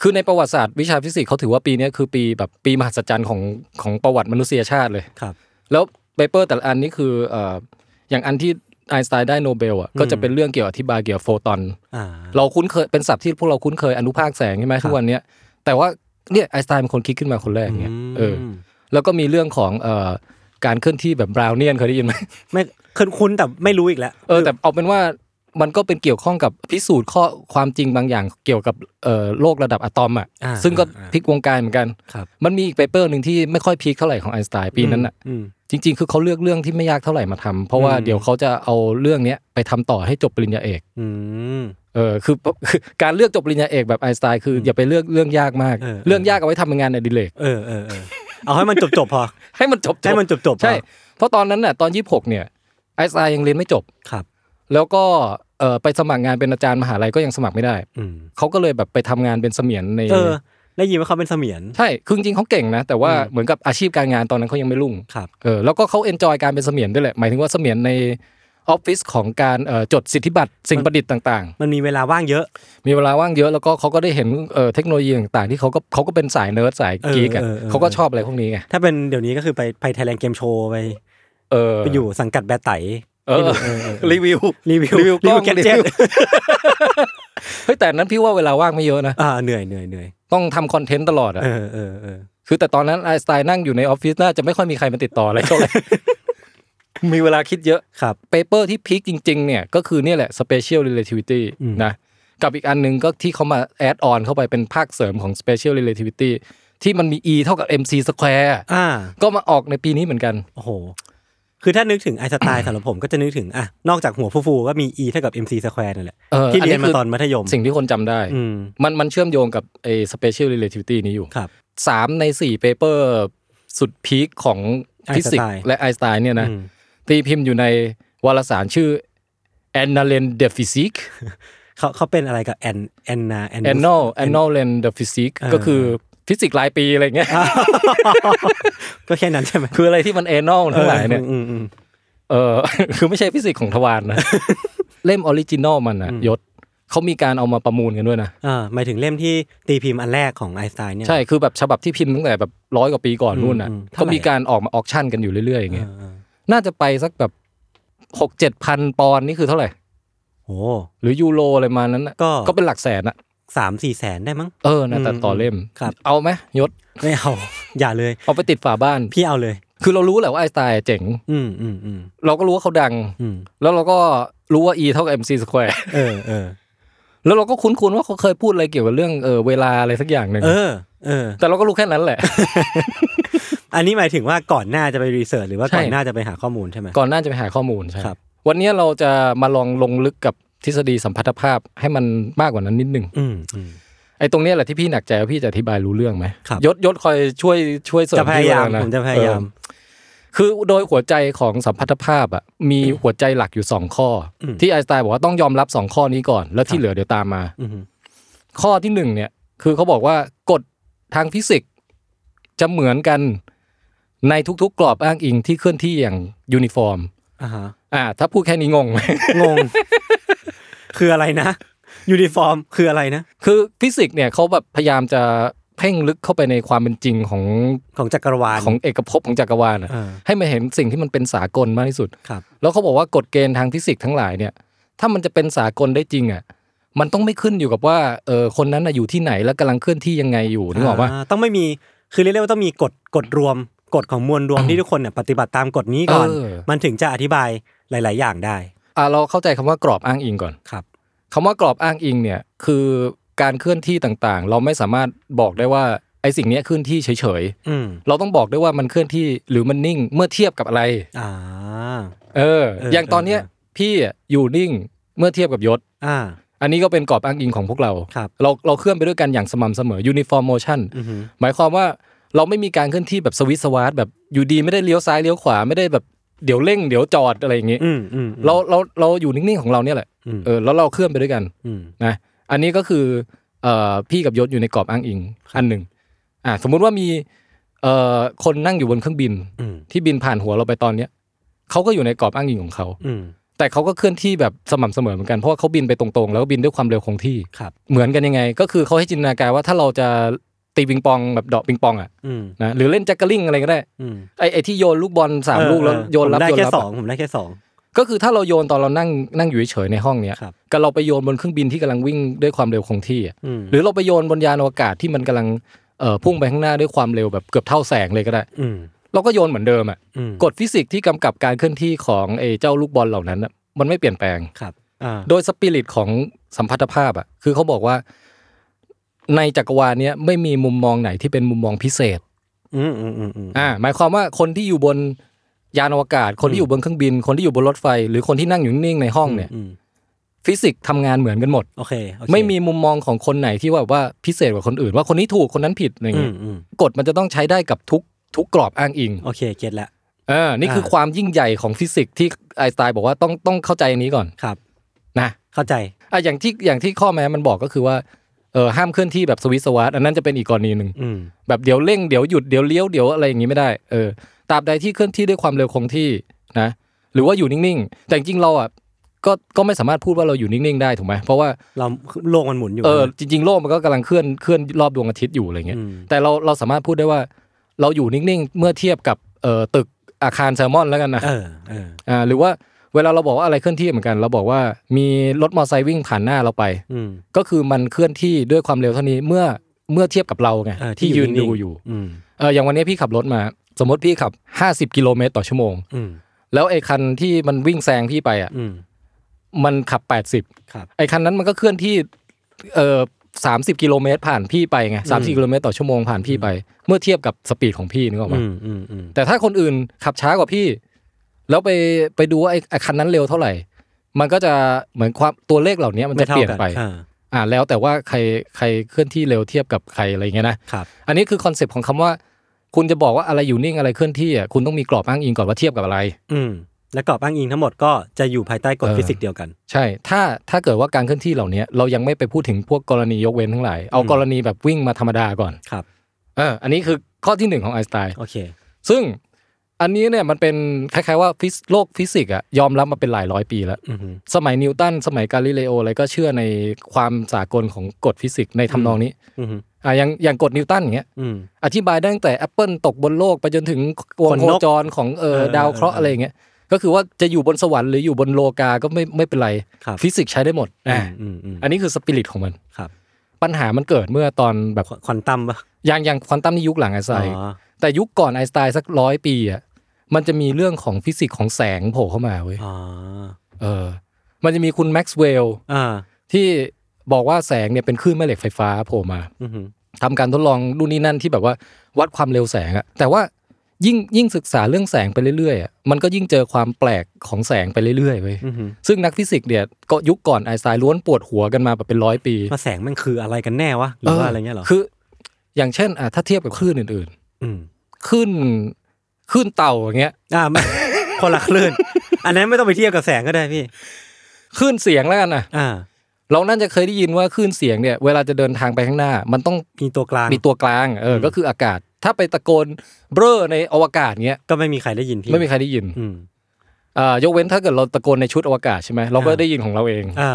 [SPEAKER 3] คือในประวัติศาสตร์วิชาฟิสิกส์เขาถือว่าปีเนี้ยคือปีแบบปีมหัศจรรย์ของของประวัติมนุษยชาติเลย
[SPEAKER 2] ครับ
[SPEAKER 3] แล้วเปเปอร์แต่ละอันนี่คือเอ่ออย่างอันที่ไอน์สไตน์ได้โนเบลอ่ะ
[SPEAKER 2] อืม
[SPEAKER 3] ก็จะเป็นเรื่องเกี่ยวอธิบายเกี่ยวกับโฟตอน
[SPEAKER 2] อ่า
[SPEAKER 3] เราคุ้นเคยเป็นศัพท์ที่พวกเราคุ้นเคยอนุภาคแสงใช่ไหมทุกวันเนี้ย แต่ว่าเนี่ยไอน์สไตน์เป็นคนคิดขึ้นมาคนแรกเนี่ยเอออ
[SPEAKER 2] ม
[SPEAKER 3] แล้วก็มีเรื่องของเอ่อการเคลื่อนที่แบบบราวเนียนเคยได้ยินไหม
[SPEAKER 2] ไม่คุ้นคุ้นแต่ไม่รู้อีกแล้ว
[SPEAKER 3] เออแต่เอาเป็นว่ามันก็เป็นเกี่ยวข้องกับพิสูจน์ข้อความจริงบางอย่างเกี่ยวกับเอ่อโลกระดับอะตอมอ่ะ
[SPEAKER 2] า
[SPEAKER 3] ซึ่งก็
[SPEAKER 2] อ่า
[SPEAKER 3] พลิกวงการเหมือนกัน
[SPEAKER 2] ครับ
[SPEAKER 3] มันมีอีกเปเปอร์หนึ่งที่ไม่ค่อยพีคเท่าไหร่ของไอน์สไตน์ปีนั้นอ่ะ
[SPEAKER 2] อืม
[SPEAKER 3] จริง ๆ คือเขาเลือกเรื่องที่ไม่ยากเท่าไหร่มาทำเพราะว่า
[SPEAKER 2] อืม
[SPEAKER 3] เดี๋ยวเขาจะเอาเรื่องเนี้ยไปทำต่อให้จบปริญญาเอก
[SPEAKER 2] อืม
[SPEAKER 3] เออคือคือการเลือกจบปริญญาเอกแบบไอน์สไตน์คืออ
[SPEAKER 2] ม
[SPEAKER 3] อย่าไปเลือกเรื่องยากมาก
[SPEAKER 2] เออเออ
[SPEAKER 3] เรื่องยากเอาไว้ทำเป็นงานอดิเรก
[SPEAKER 2] เออเออเออเอาให้มันจบจบๆพอ
[SPEAKER 3] ให้มันจบๆ
[SPEAKER 2] ให้มันจบจบๆพอ
[SPEAKER 3] ใช่ เพราะตอนนั้นน่ะตอน26เนี่ยไอน์สไตน์ยังเรียนไม่จบ
[SPEAKER 2] ครับ
[SPEAKER 3] แล้วก็เออไปสมัครงานเป็นอาจารย์มหาลัยก็ยังสมัครไม่ได้
[SPEAKER 2] อืม
[SPEAKER 3] เขาก็เลยแบบไปทำงานเป็นเสมียนใน
[SPEAKER 2] เออ ได้ยินว่าเขาเป็นเสมียน
[SPEAKER 3] ใช่คือจริงๆเขาเก่งนะ แต่ว่า
[SPEAKER 2] อืม
[SPEAKER 3] เหมือนกับอาชีพการงานตอนนั้นเขายังไม่รุ่ง
[SPEAKER 2] ครับ
[SPEAKER 3] เออแล้วก็เขาเอนจอยการเป็นเสมียนด้วยแหละ หมายถึงว่าเสมียนในออฟฟิศของการเอ่อจดสิทธิบัตรสิ่งประดิษฐ์ต่าง
[SPEAKER 2] มันมีเวลาว่างเยอะ
[SPEAKER 3] ๆ มีเวลาว่างเยอะแล้วก็เขาก็ได้เห็นเอ่อเทคโนโลยีต่างๆ ที่เขาก็เขาก็เป็นสายเนิร์ดสายกีกอะเขาก็ชอบอะไรพวกนี้ไง
[SPEAKER 2] ถ้าเป็นเดี๋ยวนี้ก็คือไปไปไทยแลนด์เกมโชว์ไป
[SPEAKER 3] เออ
[SPEAKER 2] ไปอยู่สังกัดแบตไต
[SPEAKER 3] เออ
[SPEAKER 2] เออเออ
[SPEAKER 3] รีวิว
[SPEAKER 2] รีวิว
[SPEAKER 3] รีวิวกล้อง
[SPEAKER 2] แกเจ็
[SPEAKER 3] รี
[SPEAKER 2] ต
[SPEAKER 3] วิวเฮ้ยแต่นั้นพี่ว่าเวลาว่างไม่เยอะนะ
[SPEAKER 2] อ่าเหนื่อยเหนื่อยเหนื่อย
[SPEAKER 3] ต้องทำคอนเทนต์ตลอดอะ
[SPEAKER 2] เออเออเออ
[SPEAKER 3] คือแต่ตอนนั้นไอน์สไตน์นั่งอยู่ในออฟฟิศน่าจะไม่ค่อยมีใครมาติดต่ออะไรเท่าไหร่ มีเวลาคิดเยอะ
[SPEAKER 2] ครับ
[SPEAKER 3] เปเปอร์ที่พีคจริง ๆ เนี่ยก็คือเนี่ยแหละ special relativity
[SPEAKER 2] อืม
[SPEAKER 3] นะกับอีกอันหนึงก็ที่เขามาแอดออนเข้าไปเป็นภาคเสริมของ special relativity ที่มันมี e เท่ากับ mc square
[SPEAKER 2] อ่า
[SPEAKER 3] ก็มาออกในปีนี้เหมือนกัน
[SPEAKER 2] โอ้โห คือถ้านึกถึงไอน์สไตล์สำหรับผมก็จะนึกถึงอ่ะนอกจากหัวฟูๆก็มี e เท่ากับ mc สแควร์นั่นแหละ
[SPEAKER 3] เออ
[SPEAKER 2] ที่เรียน
[SPEAKER 3] อันนี้
[SPEAKER 2] มา
[SPEAKER 3] คือ
[SPEAKER 2] ตอนมัธยม
[SPEAKER 3] สิ่งที่คนจำได้
[SPEAKER 2] อืม
[SPEAKER 3] มันมันเชื่อมโยงกับไอ special relativity นี้อยู่
[SPEAKER 2] ครับ
[SPEAKER 3] 3 ใน 4 paper สุดพีคของฟิสิกส์
[SPEAKER 2] Einstein
[SPEAKER 3] และไอน์สไตน์เนี่ยนะ
[SPEAKER 2] อืม
[SPEAKER 3] ตีพิมพ์อยู่ในวารสารชื่อ Annalen der Physik
[SPEAKER 2] เขาเขาเป็นอะไรกับแอนแอนนาแอน
[SPEAKER 3] Annal Annalen der Physik
[SPEAKER 2] เออ
[SPEAKER 3] ก็คือฟิสิกส์รายปีอะไรเงี้ย
[SPEAKER 2] ก็แค่นั้นใช่ไหม
[SPEAKER 3] คืออะไรที่มัน Annal ทั้งหลายเนี่ย
[SPEAKER 2] อืมอืม
[SPEAKER 3] เออ คือไม่ใช่ฟิสิกส์ของทวารนะ เล่มออริจินอลมันนะ
[SPEAKER 2] อืม
[SPEAKER 3] ยศเขามีการเอามาประมูลกันด้วยนะ
[SPEAKER 2] อ่าหมายถึงเล่มที่ตีพิมพ์อันแรกของไอน์สไตน์เนี่ย
[SPEAKER 3] ใช่คือแบบฉบับที่พิมพ์ตั้งแต่แบบร้อยกว่าปีก่อนนู่นน่ะ
[SPEAKER 2] อืมอืมเท่า
[SPEAKER 3] ก็
[SPEAKER 2] ไหร่
[SPEAKER 3] มีการออกมาออกชั่นกันอยู่เรื่อยๆอย่างเงี้ย
[SPEAKER 2] เออ
[SPEAKER 3] น่าจะไปสักแบบหกเจ็ดพันปอนด์นี่คือเท่าไหร่
[SPEAKER 2] โอ้
[SPEAKER 3] หรือยูโรอะไรมานั้นน่ะ
[SPEAKER 2] ก็
[SPEAKER 3] ก็เป็นหลักแสนอะ
[SPEAKER 2] สามสี่แสนได้มั้ง
[SPEAKER 3] เออนะแต่ต่อเล่ม
[SPEAKER 2] ครับ
[SPEAKER 3] เอาไหมยศ
[SPEAKER 2] ไม่เอา อย่าเลย
[SPEAKER 3] เอาไปติดฝาบ้าน
[SPEAKER 2] พี่เอาเลย
[SPEAKER 3] คือเรารู้แหละว่าไอน์สไตล์เจ๋ง
[SPEAKER 2] อืมอืมอืม
[SPEAKER 3] เราก็รู้ว่าเขาดัง
[SPEAKER 2] อืม
[SPEAKER 3] แล้วเราก็รู้ว่า e เท่ากับ mc square
[SPEAKER 2] เออเออ
[SPEAKER 3] แล้วเราก็คุ้นๆว่าเขาเคยพูดอะไรเกี่ยวกับเรื่องเออเวลาอะไรสักอย่างหนึ่ง
[SPEAKER 2] เออเออ
[SPEAKER 3] แต่เราก็รู้แค่นั้นแหละ
[SPEAKER 2] อันนี้หมายถึงว่าก่อนหน้าจะไปรีเสิร์ชหรือว่า
[SPEAKER 3] ใช่
[SPEAKER 2] ก่อนหน้าจะไปหาข้อมูลใช่ไหม
[SPEAKER 3] ก่อนหน้าจะไปหาข้อมูลใช่
[SPEAKER 2] ครับ
[SPEAKER 3] วันนี้เราจะมาลองลงลึกกับทฤษฎีสัมพัทธภาพให้มันมากกว่านั้นนิดนึง
[SPEAKER 2] อืมอืม
[SPEAKER 3] ไอ้ตรงเนี้ยแหละที่พี่หนักใจว่าพี่จะอธิบายรู้เรื่องไหม
[SPEAKER 2] ครับ
[SPEAKER 3] ยศยศคอยช่วยช่วยเสริม
[SPEAKER 2] จะพยายาม
[SPEAKER 3] พี่ด้วยนะ
[SPEAKER 2] ผมจะพยายาม
[SPEAKER 3] เออ คือโดยหัวใจของสัมพัทธภาพอ่ะมีหัวใจหลักอยู่สองข้ออ
[SPEAKER 2] ม
[SPEAKER 3] ที่ไอน์สไตน์บอกว่าต้องยอมรับสองข้อนี้ก่อน แล้วที่เหลือเดี๋ยวตามมา
[SPEAKER 2] อือฮึ
[SPEAKER 3] ข้อที่หนึ่งเนี่ยคือเขาบอกว่ากฎทางฟิสิกส์จะเหมือนกันในทุกๆ กรอบอ้างอิงที่เคลื่อนที่อย่างยูนิฟอร์ม
[SPEAKER 2] อ่าฮะ
[SPEAKER 3] อ่า ถ้าพูดแค่นี้งง ไหม
[SPEAKER 2] งง คืออะไรนะยูนิฟอร์มคืออะไรนะ
[SPEAKER 3] คือฟิสิกส์เนี่ยเขาแบบพยายามจะเพ่งลึกเข้าไปในความเป็นจริงของ
[SPEAKER 2] ของจักรวาล
[SPEAKER 3] ของเอกภพของจักรวาลอะ
[SPEAKER 2] เออ
[SPEAKER 3] ให้มันเห็นสิ่งที่มันเป็นสากลมากที่สุด
[SPEAKER 2] ครับ
[SPEAKER 3] แล้วเขาบอกว่ากฎเกณฑ์ทางฟิสิกส์ทั้งหลายเนี่ย ถ้ามันจะเป็นสากลได้จริงอ่ะมันต้องไม่ขึ้นอยู่กับว่าเออคนนั้นน่ะอยู่ที่ไหนแล้วกำลังเคลื่อนที่ยังไงอยู่นึกออกปะ
[SPEAKER 2] ต้องไม่มีคือเรียกได้ว่าต้องมีกฎกฎรวมกฎของมวลรวมที่ทุกคนเนี่ยปฏิบัติตามกฎนี้ก่อน
[SPEAKER 3] เออ
[SPEAKER 2] มันถึงจะอธิบายหลาย ๆ อย่างได้
[SPEAKER 3] อ่ะเราเข้าใจคำว่ากรอบอ้างอิงก่อน
[SPEAKER 2] ครับ
[SPEAKER 3] คำว่ากรอบอ้างอิงเนี่ยคือการเคลื่อนที่ต่างๆ เราไม่สามารถบอกได้ว่าไอ้สิ่งเนี้ยเคลื่อนที่เฉย
[SPEAKER 2] อืม
[SPEAKER 3] ๆ เราต้องบอกได้ว่ามันเคลื่อนที่หรือมันนิ่งเมื่อเทียบกับอะไร
[SPEAKER 2] อ่า
[SPEAKER 3] เออ
[SPEAKER 2] เอออ
[SPEAKER 3] อย่างตอนเนี้ย
[SPEAKER 2] เออ
[SPEAKER 3] พี่อยู่นิ่งเมื่อเทียบกับยศ
[SPEAKER 2] อ่า
[SPEAKER 3] อันนี้ก็เป็นกรอบอ้างอิงของพวกเรา
[SPEAKER 2] ครับ
[SPEAKER 3] เราเราเคลื่อนไปด้วยกันอย่างสม่ำเสมอ uniform motion
[SPEAKER 2] อือฮึ
[SPEAKER 3] หมายความว่าเราไม่มีการเคลื่อนที่แบบสวิตช์สวาร์ทแบบอยู่ดีไม่ได้เลี้ยวซ้ายเลี้ยวขวาไม่ได้แบบเดี๋ยวเร่งเดี๋ยวจอดอะไรอย่างงี้
[SPEAKER 2] อืมอืมอืม
[SPEAKER 3] เราเราเราอยู่นิ่งๆของเราเนี่ยแหละ
[SPEAKER 2] อืม
[SPEAKER 3] เออแล้วเราเคลื่อนไปด้วยกัน
[SPEAKER 2] อืม
[SPEAKER 3] นะอันนี้ก็คือเอ่อพี่กับยศอยู่ในกรอบอ้างอิงอันหนึ่งอ่าสมมุติว่ามีเอ่อคนนั่งอยู่บนเครื่องบิน
[SPEAKER 2] อืม
[SPEAKER 3] ที่บินผ่านหัวเราไปตอนเนี้ยเขาก็อยู่ในกรอบอ้างอิงของเขา
[SPEAKER 2] อืม
[SPEAKER 3] แต่เขาก็เคลื่อนที่แบบสม่ำเสมอเหมือนกันเพราะว่าเขาบินไปตรงๆ แล้วก็บินด้วยความเร็วคงที่
[SPEAKER 2] ครับ
[SPEAKER 3] เหมือนกันยังไง ก็คือเขาให้จินตนาการว่าถ้าเราจะตีปิงปองแบบเดาะปิงปองอ่ะ
[SPEAKER 2] อืม
[SPEAKER 3] นะหรือเล่นแจ็คเกอร์ลิงอะไรก็ได้
[SPEAKER 2] อืม
[SPEAKER 3] ไอ้ไอ้ที่โยนลูกบอลสาม
[SPEAKER 2] เออ
[SPEAKER 3] ลูกแล้ว
[SPEAKER 2] เออ
[SPEAKER 3] โยนรับ
[SPEAKER 2] ผมได้
[SPEAKER 3] โยน
[SPEAKER 2] แค่
[SPEAKER 3] รับ
[SPEAKER 2] ส
[SPEAKER 3] อะ
[SPEAKER 2] องผมได้แค่สอง
[SPEAKER 3] ก็คือถ้าเราโยนตอนเรานั่งนั่งอยู่เฉยๆในห้องเนี้ย
[SPEAKER 2] ครับ
[SPEAKER 3] กับเราไปโยนบนเครื่องบินที่กำลังวิ่งด้วยความเร็วคงที่อะ
[SPEAKER 2] อืม
[SPEAKER 3] หรือเราไปโยนบนยานอวกาศที่มันกำลังเอ่อพุ่งไปข้างหน้าด้วยความเร็วแบบเกือบเท่าแสงเลยก็ได้
[SPEAKER 2] อืม
[SPEAKER 3] เราก็โยนเหมือนเดิมอ่ะ
[SPEAKER 2] อืม
[SPEAKER 3] กฎฟิสิกส์ที่กำกับการเคลื่อนที่ของไอ้เจ้าลูกบอลเหล่านั้นอะมันไม่เปลี่ยนแปลง
[SPEAKER 2] ครับอ่า
[SPEAKER 3] โดยสปิริตของสัมพัทธภาพอ่ะคือเขาบอกว่า ในจักรวาลเนี้ยไม่มีมุมมองไหนที่เป็นมุมมองพิเศษ
[SPEAKER 2] อืมอืมอืมอืม
[SPEAKER 3] อ่าหมายความว่าคนที่อยู่บนยานอวกาศ คนที่อยู่บนเครื่องบิน คนที่อยู่บนรถไฟ หรือคนที่นั่งอยู่นิ่งๆในห้องเนี่ย
[SPEAKER 2] อืม
[SPEAKER 3] ฟิสิกส์ทำงานเหมือนกันหมด
[SPEAKER 2] โอเคโอเค
[SPEAKER 3] ไม่มีมุมมองของคนไหนที่ว่าว่าพิเศษกว่าคนอื่น ว่าคนนี้ถูกคนนั้นผิดอะไรอย่าง
[SPEAKER 2] อื
[SPEAKER 3] เงี้
[SPEAKER 2] ม
[SPEAKER 3] ย
[SPEAKER 2] อืม
[SPEAKER 3] กฎมันจะต้องใช้ได้กับทุกทุกกรอบอ้างอิง
[SPEAKER 2] โอเคเก็ตละ
[SPEAKER 3] เออนี่คือ
[SPEAKER 2] อ่า
[SPEAKER 3] ความยิ่งใหญ่ของฟิสิกส์ที่ไอน์สไตน์บอกว่าต้องต้องเข้าใจอันนี้ก่อน
[SPEAKER 2] ครับ
[SPEAKER 3] นะ
[SPEAKER 2] เข้าใจ
[SPEAKER 3] อ่ะอย่างที่อย่างที่ข้อแม้มันบอกก็คือว่าเออห้ามเคลื่อนที่แบบสวิสวาร์ทอันนั้นจะเป็นอีกกรณีหนึ่ง
[SPEAKER 2] อืม
[SPEAKER 3] แบบเดี๋ยวเร่งเดี๋ยวหยุดเดี๋ยวเลี้ยวเดี๋ยวอะไรอย่างงี้ไม่ได้เออตราบใดที่เคลื่อนที่ด้วยความเร็วคงที่นะ หรือว่าอยู่นิ่งๆ แต่จริงๆเราอ่ะก็ก็ไม่สามารถพูดว่าเราอยู่นิ่งๆได้ถูกไหมเพราะว่า
[SPEAKER 2] เราโลกมันหมุนอยู่
[SPEAKER 3] เออจริงๆ โลกมันก็กำลังเคลื่อนเคลื่อนรอบดวงอาทิตย์อยู่อะไรเงี้ย
[SPEAKER 2] อืม
[SPEAKER 3] แต่เราเราสามารถพูดได้ว่า เราอยู่นิ่งๆ เมื่อเทียบกับเอ่อตึกอาคารแซลมอนแล้วกันนะ
[SPEAKER 2] เออเออ
[SPEAKER 3] อ่าหรือว่าเวลาเราบอกว่าอะไรเคลื่อนที่เหมือนกัน เราบอกว่ามีรถมอเตอร์ไซค์วิ่งผ่านหน้าเราไป
[SPEAKER 2] อืม
[SPEAKER 3] ก็คือมันเคลื่อนที่ด้วยความเร็วเท่านี้เมื่อเมื่อเทียบกับเราไง
[SPEAKER 2] เออที่
[SPEAKER 3] ที่
[SPEAKER 2] อยู่
[SPEAKER 3] ยืน
[SPEAKER 2] นิ่
[SPEAKER 3] ดู
[SPEAKER 2] ง
[SPEAKER 3] อยู่
[SPEAKER 2] อืม
[SPEAKER 3] เอออย่างวันนี้พี่ขับรถมา สมมติพี่ขับ 50 กิโลเมตรต่อชั่วโมง
[SPEAKER 2] อืม
[SPEAKER 3] แล้วไอ้คันที่มันวิ่งแซงพี่ไปอ่ะ
[SPEAKER 2] อืม
[SPEAKER 3] มันขับ 80
[SPEAKER 2] ครับ
[SPEAKER 3] ไอ้คันนั้นมันก็เคลื่อนที่เอ่อสามสิบกิโลเมตรผ่านพี่ไปไงสามสิบกิโลเมตรต่อชั่วโมงผ่านพี่ไป เมื่อเทียบกับสปีดของพี่นึกออก
[SPEAKER 2] อื
[SPEAKER 3] ปะ
[SPEAKER 2] มอืมอืม
[SPEAKER 3] แต่ถ้าคนอื่นขับช้ากว่าพี่ แล้วไปไปดูว่าไอ้ไอ้คันนั้นเร็วเท่าไหร่ มันก็จะเหมือนความตัวเลขเหล่านี้มันจะเปลี่ยนไป
[SPEAKER 2] ม่ท่ากัอ่า
[SPEAKER 3] อ่าแล้วแต่ว่าใครใครเคลื่อนที่เร็วเทียบกับใครอะไรเงี้ยนะครับ อันนี้คือคอนเซปต์ของคำว่า คุณจะบอกว่าอะไรอยู่นิ่งอะไรเคลื่อนที่อ่ะคุณต้องมีกรอบอ้างอิงก่อนว่าเทียบกับอะไร
[SPEAKER 2] อืมและกรอบอ้างอิงทั้งหมดก็จะอยู่ภายใต้กฎ
[SPEAKER 3] เออ
[SPEAKER 2] ฟิสิกส์เดียวกัน
[SPEAKER 3] ใช่ ถ้า ถ้าเกิดว่าการเคลื่อนที่เหล่านี้เรายังไม่ไปพูดถึงพวกกรณียกเว้นทั้งหลาย เอากรณีแบบวิ่งมาธรรมดาก่อน
[SPEAKER 2] ครับ
[SPEAKER 3] เออ อันนี้คือข้อที่หนึ่งของไอน์สไตน์
[SPEAKER 2] โอเค
[SPEAKER 3] ซึ่งอันนี้เนี่ยมันเป็นคล้ายๆว่าฟิสโลกฟิสิกส์อะยอมรับมาเป็นหลายร้อยปีแล้ว
[SPEAKER 2] อืมฮึ
[SPEAKER 3] สมัยนิวตัน สมัยกาลิเลโออะไรก็เชื่อในความสากลของกฎฟิสิกส์ในทำนองนี้
[SPEAKER 2] อืมฮึ
[SPEAKER 3] อ่ะ อย่าง อย่างกฎนิวตันอย่างเงี้ย
[SPEAKER 2] อืม
[SPEAKER 3] อธิบายได้ตั้งแต่แอปเปิลตกบนโลกไปจนถึงวง
[SPEAKER 2] ขนนก
[SPEAKER 3] โคจรของเออ
[SPEAKER 2] เออ
[SPEAKER 3] ดาวเคราะห์
[SPEAKER 2] เอ
[SPEAKER 3] อะ
[SPEAKER 2] ออ
[SPEAKER 3] ไรอย่างเงี้ย ก็คือว่าจะอยู่บนสวรรค์หรืออยู่บนโลกา ก็ไม่ไม่เป็นไร
[SPEAKER 2] ครับ
[SPEAKER 3] ฟิสิกส์ใช้ได้หมด
[SPEAKER 2] อื
[SPEAKER 3] อ่า
[SPEAKER 2] มอืมอืม
[SPEAKER 3] อันนี้คือสปิริตของมัน
[SPEAKER 2] ครับ
[SPEAKER 3] ปัญหามันเกิดเมื่อตอนแบบ
[SPEAKER 2] ควควอนตัมปะ
[SPEAKER 3] อย่างอย่างควอนตัมนี่ยุคหลังไอน์สไตน์
[SPEAKER 2] อ๋อ
[SPEAKER 3] แต่ยุคก่อนไอน์สไตน์สักร้อยปีอ่ะมันจะมีเรื่องของฟิสิกส์ของแสงโผล่เข้ามาเว้ย
[SPEAKER 2] อ๋อ
[SPEAKER 3] เออ มันจะมีคุณแม็กซ์เวลล์
[SPEAKER 2] อ่า
[SPEAKER 3] ที่บอกว่าแสงเนี่ยเป็นคลื่นแม่เหล็กไฟฟ้าโผล่มา
[SPEAKER 2] อืมฮึ
[SPEAKER 3] ทำการทดลองดูนนี่นั่นที่แบบว่าวัดความเร็วแสงอะแต่ว่ายิ่งยิ่งศึกษาเรื่องแสงไปเรื่อยๆอะมันก็ยิ่งเจอความแปลกของแสงไปเรื่อยๆเว้ย
[SPEAKER 2] อืมฮึ
[SPEAKER 3] ซึ่งนักฟิสิกส์เนี่ยก็ยุคก่อนไอน์สไตน์ล้วนปวดหัวกันมาแบบเป็นร้อยปี
[SPEAKER 2] มาแสงมันคืออะไรกันแน่วะหรือว่าอะไรเงี้ยเหรอ
[SPEAKER 3] คือ อย่างเช่นอ่ะถ้าเทียบกับคลื่นอื่น
[SPEAKER 2] อืม
[SPEAKER 3] ๆคลื่น ขึ้นเต่าอย่างเงี้ย
[SPEAKER 2] อ่าไม่ คนละคลื่น อันนั้นไม่ต้องไปเทียบกับแสงก็ได้พี่
[SPEAKER 3] ขึ้นเสียงแล้วกันนะ
[SPEAKER 2] อ่า
[SPEAKER 3] เราน่าจะเคยได้ยินว่าขึ้นเสียงเนี่ย เวลาจะเดินทางไปข้างหน้า มันต้อง
[SPEAKER 2] มีตัวกลาง
[SPEAKER 3] มีตัวกลางเออก็คืออากาศ ถ้าไปตะโกนเบ้อในอวกาศเงี้ย
[SPEAKER 2] ก็ไม่มีใครได้ยินพี่
[SPEAKER 3] ไม่มีใครได้ยิน
[SPEAKER 2] อืม
[SPEAKER 3] อ่ายกเว้นถ้าเกิดเราตะโกนในชุดอวกาศใช่ไหมเราก็
[SPEAKER 2] อ่า
[SPEAKER 3] ได้ยินของเราเอง
[SPEAKER 2] อ่า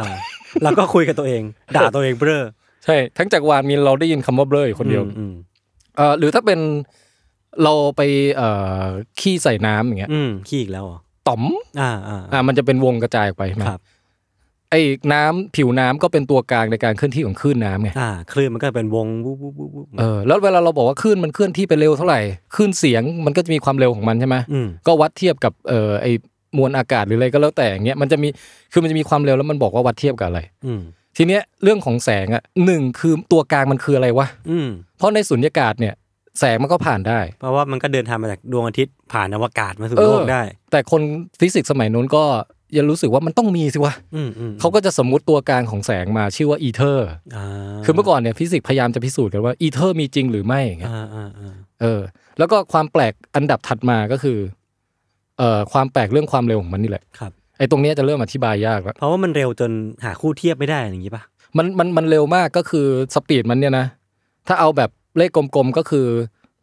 [SPEAKER 2] เราก็คุยกับตัวเอง ด่าตัวเองเบ้อ
[SPEAKER 3] ใช่ทั้งจักรวาลมีเราได้ยินคำว่าเบ้ออยู่คนเดียว
[SPEAKER 2] อืมอืม
[SPEAKER 3] เอ่อหรือถ้าเป็นเราไปเอ่อขี้ใส่น้ำอย่างเงี้ย
[SPEAKER 2] อืมขี้อีกแล้วเหรอ
[SPEAKER 3] ต่อม
[SPEAKER 2] อ่าอ่า
[SPEAKER 3] อ่ะมันจะเป็นวงกระจายออกไปใช่ไหม
[SPEAKER 2] ครับ
[SPEAKER 3] ไอ้น้ำผิวน้ำก็เป็นตัวกลางในการเคลื่อนที่ของคลื่นน้ำไง
[SPEAKER 2] อ่าคลื่นมันก็เป็นวงวุบวุบวุบวุบ
[SPEAKER 3] เออแล้วเวลาเราบอกว่าคลื่นมันเคลื่อนที่ไปเร็วเท่าไหร่คลื่นเสียงมันก็จะมีความเร็วของมันใช่ไหม
[SPEAKER 2] อืม
[SPEAKER 3] ก็วัดเทียบกับเอ่อไอ้มวลอากาศหรืออะไรก็แล้วแต่อย่างเงี้ยมันจะมีคือมันจะมีความเร็วแล้วมันบอกว่าวัดเทียบกับอะไร
[SPEAKER 2] อืม
[SPEAKER 3] ทีเนี้ยเรื่องของแสงอ่ะหนึ่งคือตัวกลางมันคืออะไรวะ
[SPEAKER 2] อืม
[SPEAKER 3] เพราะในสุญญากาศเนี่ยแสงมันก็ผ่านได้
[SPEAKER 2] เพราะว่ามันก็เดินทางมาจากดวงอาทิตย์ผ่านอวกาศมาสู่
[SPEAKER 3] เออ
[SPEAKER 2] โลกได้
[SPEAKER 3] แต่คนฟิสิกส์สมัยนู้นก็ยังรู้สึกว่ามันต้องมีสิวะ
[SPEAKER 2] อืมอืม
[SPEAKER 3] เขาก็จะสมมติตัวกลางของแสงมาชื่อว่าอีเทอร์
[SPEAKER 2] อ่า
[SPEAKER 3] คือเมื่อก่อนเนี่ยฟิสิกส์พยายามจะพิสูจน์กันว่าอีเทอร์มีจริงหรือไม่อย่างเงี้ย
[SPEAKER 2] อ่าอ่าอ่า
[SPEAKER 3] เออแล้วก็ความแปลกอันดับถัดมาก็คือเอ่อความแปลกเรื่องความเร็วของมันนี่แหละ
[SPEAKER 2] ครับ
[SPEAKER 3] ไอ้ตรงเนี้ยจะเริ่มอธิบายยากแล้ว
[SPEAKER 2] เพราะว่ามันเร็วจนหาคู่เทียบไม่ได้อย่างนี้ป่ะ
[SPEAKER 3] มันมันมันเร็วมากก็คือสปีดมันเนี่ยนะถ้าเอาแบบเลขกลมๆก็คือ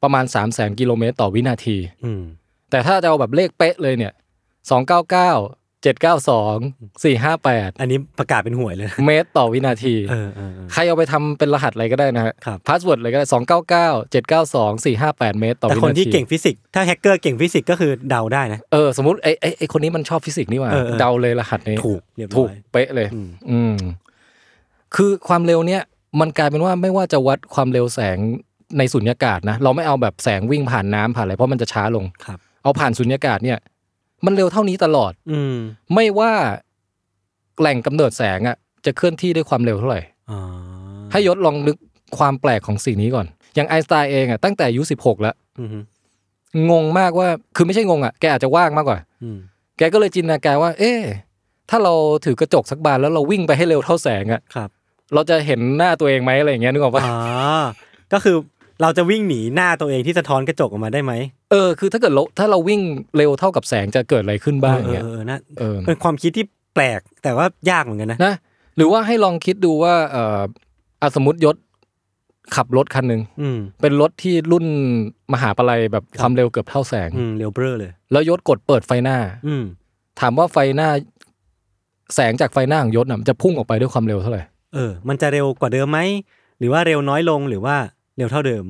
[SPEAKER 3] ประมาณ 3 0 0 0 0 0กิโลเมตรต่อวินาที
[SPEAKER 2] อืม
[SPEAKER 3] แต่ถ้าจะเอาแบบเลขเป๊ะเลยเนี่ย299 792 458
[SPEAKER 2] อันนี้ประกาศเป็นหวยเลยนะ
[SPEAKER 3] เมตรต่อวินาที
[SPEAKER 2] เออเออเออ
[SPEAKER 3] ใครเอาไปทำเป็นรหัสอะไรก็ได้นะฮะ
[SPEAKER 2] ครับ
[SPEAKER 3] พาสเวิร์ดอะไรก็ได้สองเก้าเก้าเจ็ดเก้าสองสี่ห้าแปดเมตรต่อ
[SPEAKER 2] แต่
[SPEAKER 3] วิ
[SPEAKER 2] คน
[SPEAKER 3] นา
[SPEAKER 2] ที่
[SPEAKER 3] ที
[SPEAKER 2] เก่งฟิสิกส์ถ้าแฮกเกอร์เก่งฟิสิกส์ก็คือเดาได้นะ
[SPEAKER 3] เออสมมติไอ้ไอ้ไอ้คนนี้มันชอบฟิสิกส์นี่หว่า
[SPEAKER 2] เออเออ
[SPEAKER 3] เดาเลยรหัสนี้
[SPEAKER 2] ถูกเรียบ
[SPEAKER 3] ถู
[SPEAKER 2] ร้
[SPEAKER 3] ก
[SPEAKER 2] อย
[SPEAKER 3] เป๊ะเลย
[SPEAKER 2] อืม
[SPEAKER 3] อืม คือความเร็วเนี่ย มันกลายเป็นว่าไม่ว่าจะวัดความเร็วแสงในสุญญากาศนะ เราไม่เอาแบบแสงวิ่งผ่านน้ำผ่านอะไรเพราะมันจะช้าลง
[SPEAKER 2] ครับ
[SPEAKER 3] เอาผ่านสุญญากาศเนี่ย มันเร็วเท่านี้ตลอด
[SPEAKER 2] อืม
[SPEAKER 3] ไม่ว่าแหล่งกำเนิดแสงอะจะเคลื่อนที่ด้วยความเร็วเท่าไหร่
[SPEAKER 2] อ๋อ
[SPEAKER 3] ให้ยศลองนึกความแปลกของสิ่งนี้ก่อน อย่างไอน์สไตน์เองอ่ะตั้งแต่อายุ16 แล้ว
[SPEAKER 2] อืม
[SPEAKER 3] งงมากว่าคือไม่ใช่งงอ่ะแกอาจจะว่างมากกว่า
[SPEAKER 2] อืม
[SPEAKER 3] แกก็เลยจินตนาการว่า เอ๊ะถ้าเราถือกระจกสักบานแล้วเราวิ่งไปให้เร็วเท่าแสงอ่ะ
[SPEAKER 2] ครับ
[SPEAKER 3] เราจะเห็นหน้าตัวเองไหมอะไรอย่างเงี้ยนึกออกปะ
[SPEAKER 2] อ๋อก็คือเราจะวิ่งหนีหน้าตัวเองที่สะท้อนกระจกออกมาได้ไหม
[SPEAKER 3] เออคือถ้าเกิดเราถ้าเราวิ่งเร็วเท่ากับแสงจะเกิดอะไรขึ้นบ้างอย่างเงี้ย
[SPEAKER 2] เออเออน่า
[SPEAKER 3] เออ
[SPEAKER 2] เป็นความคิดที่แปลกแต่ว่ายากเหมือนกันนะ
[SPEAKER 3] นะ หรือว่าให้ลองคิดดูว่าเอออะสมมติยศขับรถคันหนึ่ง
[SPEAKER 2] อืม
[SPEAKER 3] เป็นรถที่รุ่นมหาปลัยแบบความเร็วเกือบเท่าแสง
[SPEAKER 2] อืมเร็วเบ้อเลย
[SPEAKER 3] แล้วยศกดเปิดไฟหน้า
[SPEAKER 2] อืม
[SPEAKER 3] ถามว่าไฟหน้า แสงจากไฟหน้าของยศน่ะมันจะพุ่งออกไปด้วยความเร็วเท่าไหร่
[SPEAKER 2] เออ มันจะเร็วกว่าเดิมไหม หรือว่าเร็วน้อยลงหรือว่าเร็วเท่าเดิม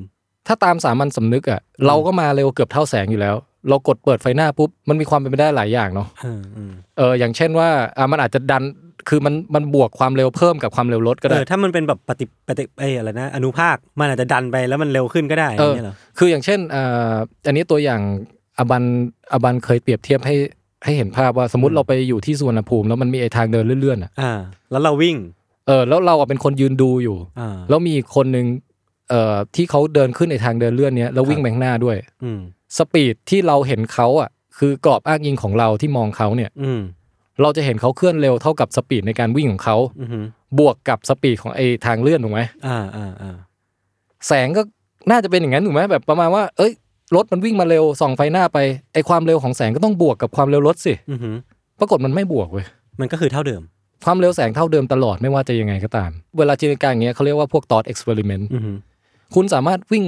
[SPEAKER 3] ถ้าตามสามัญสำนึกอ่ะเราก็มาเร็วเกือบเท่าแสงอยู่แล้ว เรากดเปิดไฟหน้าปุ๊บมันมีความเป็นไปได้หลายอย่างเนาะ
[SPEAKER 2] เออเออ
[SPEAKER 3] เอออย่างเช่นว่าอ่ะมันอาจจะดันคือมันมันบวกความเร็วเพิ่มกับความเร็วลดก็
[SPEAKER 2] เอ
[SPEAKER 3] ได้
[SPEAKER 2] อถ้ามันเป็นแบบปฏิปฏิเอออะไรนะ อนุภาค มันอาจจะดันไปแล้วมันเร็วขึ้นก็ได้อ
[SPEAKER 3] เออ
[SPEAKER 2] ย่างเงี้ยเหรอ
[SPEAKER 3] คืออย่างเช่นอ่าอันนี้ตัวอย่างอบันอบันเคยเปรียบเทียบให้ให้เห็นภาพว่าสมมติเราไปอยู่ที่สุวรรณภูมิแล้วมันมีไอทางเดินเลื่อนๆอ่ะ
[SPEAKER 2] อ่า แล้วเราวิ่ง
[SPEAKER 3] เออแล้วเราอ่ะเป็นคนยืนดูอยู่
[SPEAKER 2] อ่า
[SPEAKER 3] แล้วมีอีกคนหนึ่งเอ่อที่เขาเดินขึ้นในทางเดินเลื่อนเนี้ยแล้ววิ่งไปข้างหน้าด้วย
[SPEAKER 2] อืม
[SPEAKER 3] สปีดที่เราเห็นเขาอ่ะ คือกรอบอ้างอิงของเราที่มองเขาเนี่ย
[SPEAKER 2] อืม
[SPEAKER 3] เราจะเห็นเขาเคลื่อนเร็วเท่ากับสปีดในการวิ่งของเขา
[SPEAKER 2] อืม
[SPEAKER 3] บวกกับสปีดของไอทางเลื่อนถูกไหม
[SPEAKER 2] อ่าอ่าอ่า
[SPEAKER 3] แสงก็น่าจะเป็นอย่างนั้นถูกไหมแบบประมาณว่า เอ้ยรถมันวิ่งมาเร็วส่องไฟหน้าไปไอความเร็วของแสงก็ต้องบวกกับความเร็วรถสิ
[SPEAKER 2] อืม
[SPEAKER 3] ปรากฏมันไม่บวกเว้ย
[SPEAKER 2] มันก็คือเท่าเดิม
[SPEAKER 3] ความเร็วแสงเท่าเดิมตลอดไม่ว่าจะยังไงก็ตาม เวลาจินตนาการอย่างเงี้ยเขาเรียกว่าพวกตอดเอ็กซ์เพร์เมนต์
[SPEAKER 2] อืม
[SPEAKER 3] คุณสามารถวิ่ง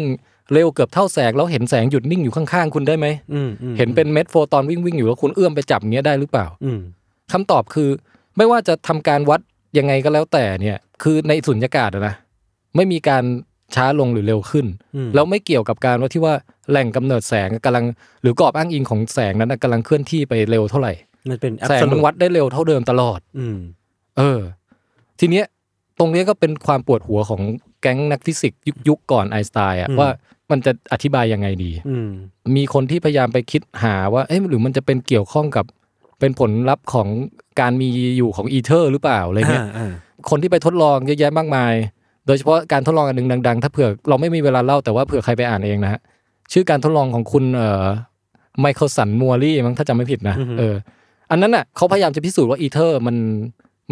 [SPEAKER 3] เร็วเกือบเท่าแสงแล้วเห็นแสงหยุดนิ่งอยู่ข้างๆคุณได้ไหม
[SPEAKER 2] อืมอืม
[SPEAKER 3] เห็นเป็นเม็ดโฟตอนวิ่งวิ่งๆอยู่แล้วคุณเอื้อมไปจับอย่างเงี้ยได้หรือเปล่า
[SPEAKER 2] อืม
[SPEAKER 3] คำตอบคือไม่ว่าจะทำการวัดยังไงก็แล้วแต่เนี่ย คือในสุญญากาศอะนะไม่มีการช้าลงหรือเร็วขึ้น
[SPEAKER 2] อืม
[SPEAKER 3] แล้วไม่เกี่ยวกับการว่าที่ว่าแหล่งกำเนิดแสงกำลัง หรือกรอบอ้างอิงของแสงนั้นนะกำลังเคลื่อนที่ไปเร็วเท่าไหร่
[SPEAKER 2] มันเป็น
[SPEAKER 3] แสงมัน
[SPEAKER 2] absolute
[SPEAKER 3] วัดได้เร็วเท่าเดิมตลอด
[SPEAKER 2] อืม
[SPEAKER 3] เออ ทีเนี้ยตรงเนี้ยก็เป็นความปวดหัวของแก๊งนักฟิสิกส์ยุคยุคก่อนไอน์สไตน์อะ
[SPEAKER 2] อืม
[SPEAKER 3] ว่ามันจะอธิบายยังไงดี
[SPEAKER 2] อืม
[SPEAKER 3] มีคนที่พยายามไปคิดหาว่า เอ๊ะหรือมันจะเป็นเกี่ยวข้องกับเป็นผลลัพธ์ของการมีอยู่ของอีเทอร์หรือเปล่าอะไรเงี้ย
[SPEAKER 2] อ่า
[SPEAKER 3] คนที่ไปทดลองเยอะแยะมากมาย โดยเฉพาะการทดลองอันหนึ่งดัง ๆ ถ้าเผื่อเราไม่มีเวลาเล่าแต่ว่าเผื่อใครไปอ่านเองนะฮะ ชื่อการทดลองของคุณเอ่อไมเคิลสันมัวรี่มั้งถ้าจำไม่ผิดนะ
[SPEAKER 2] อือฮึ
[SPEAKER 3] เออ อันนั้นน่ะเขาพยายามจะพิสูจน์ว่าอีเทอร์มัน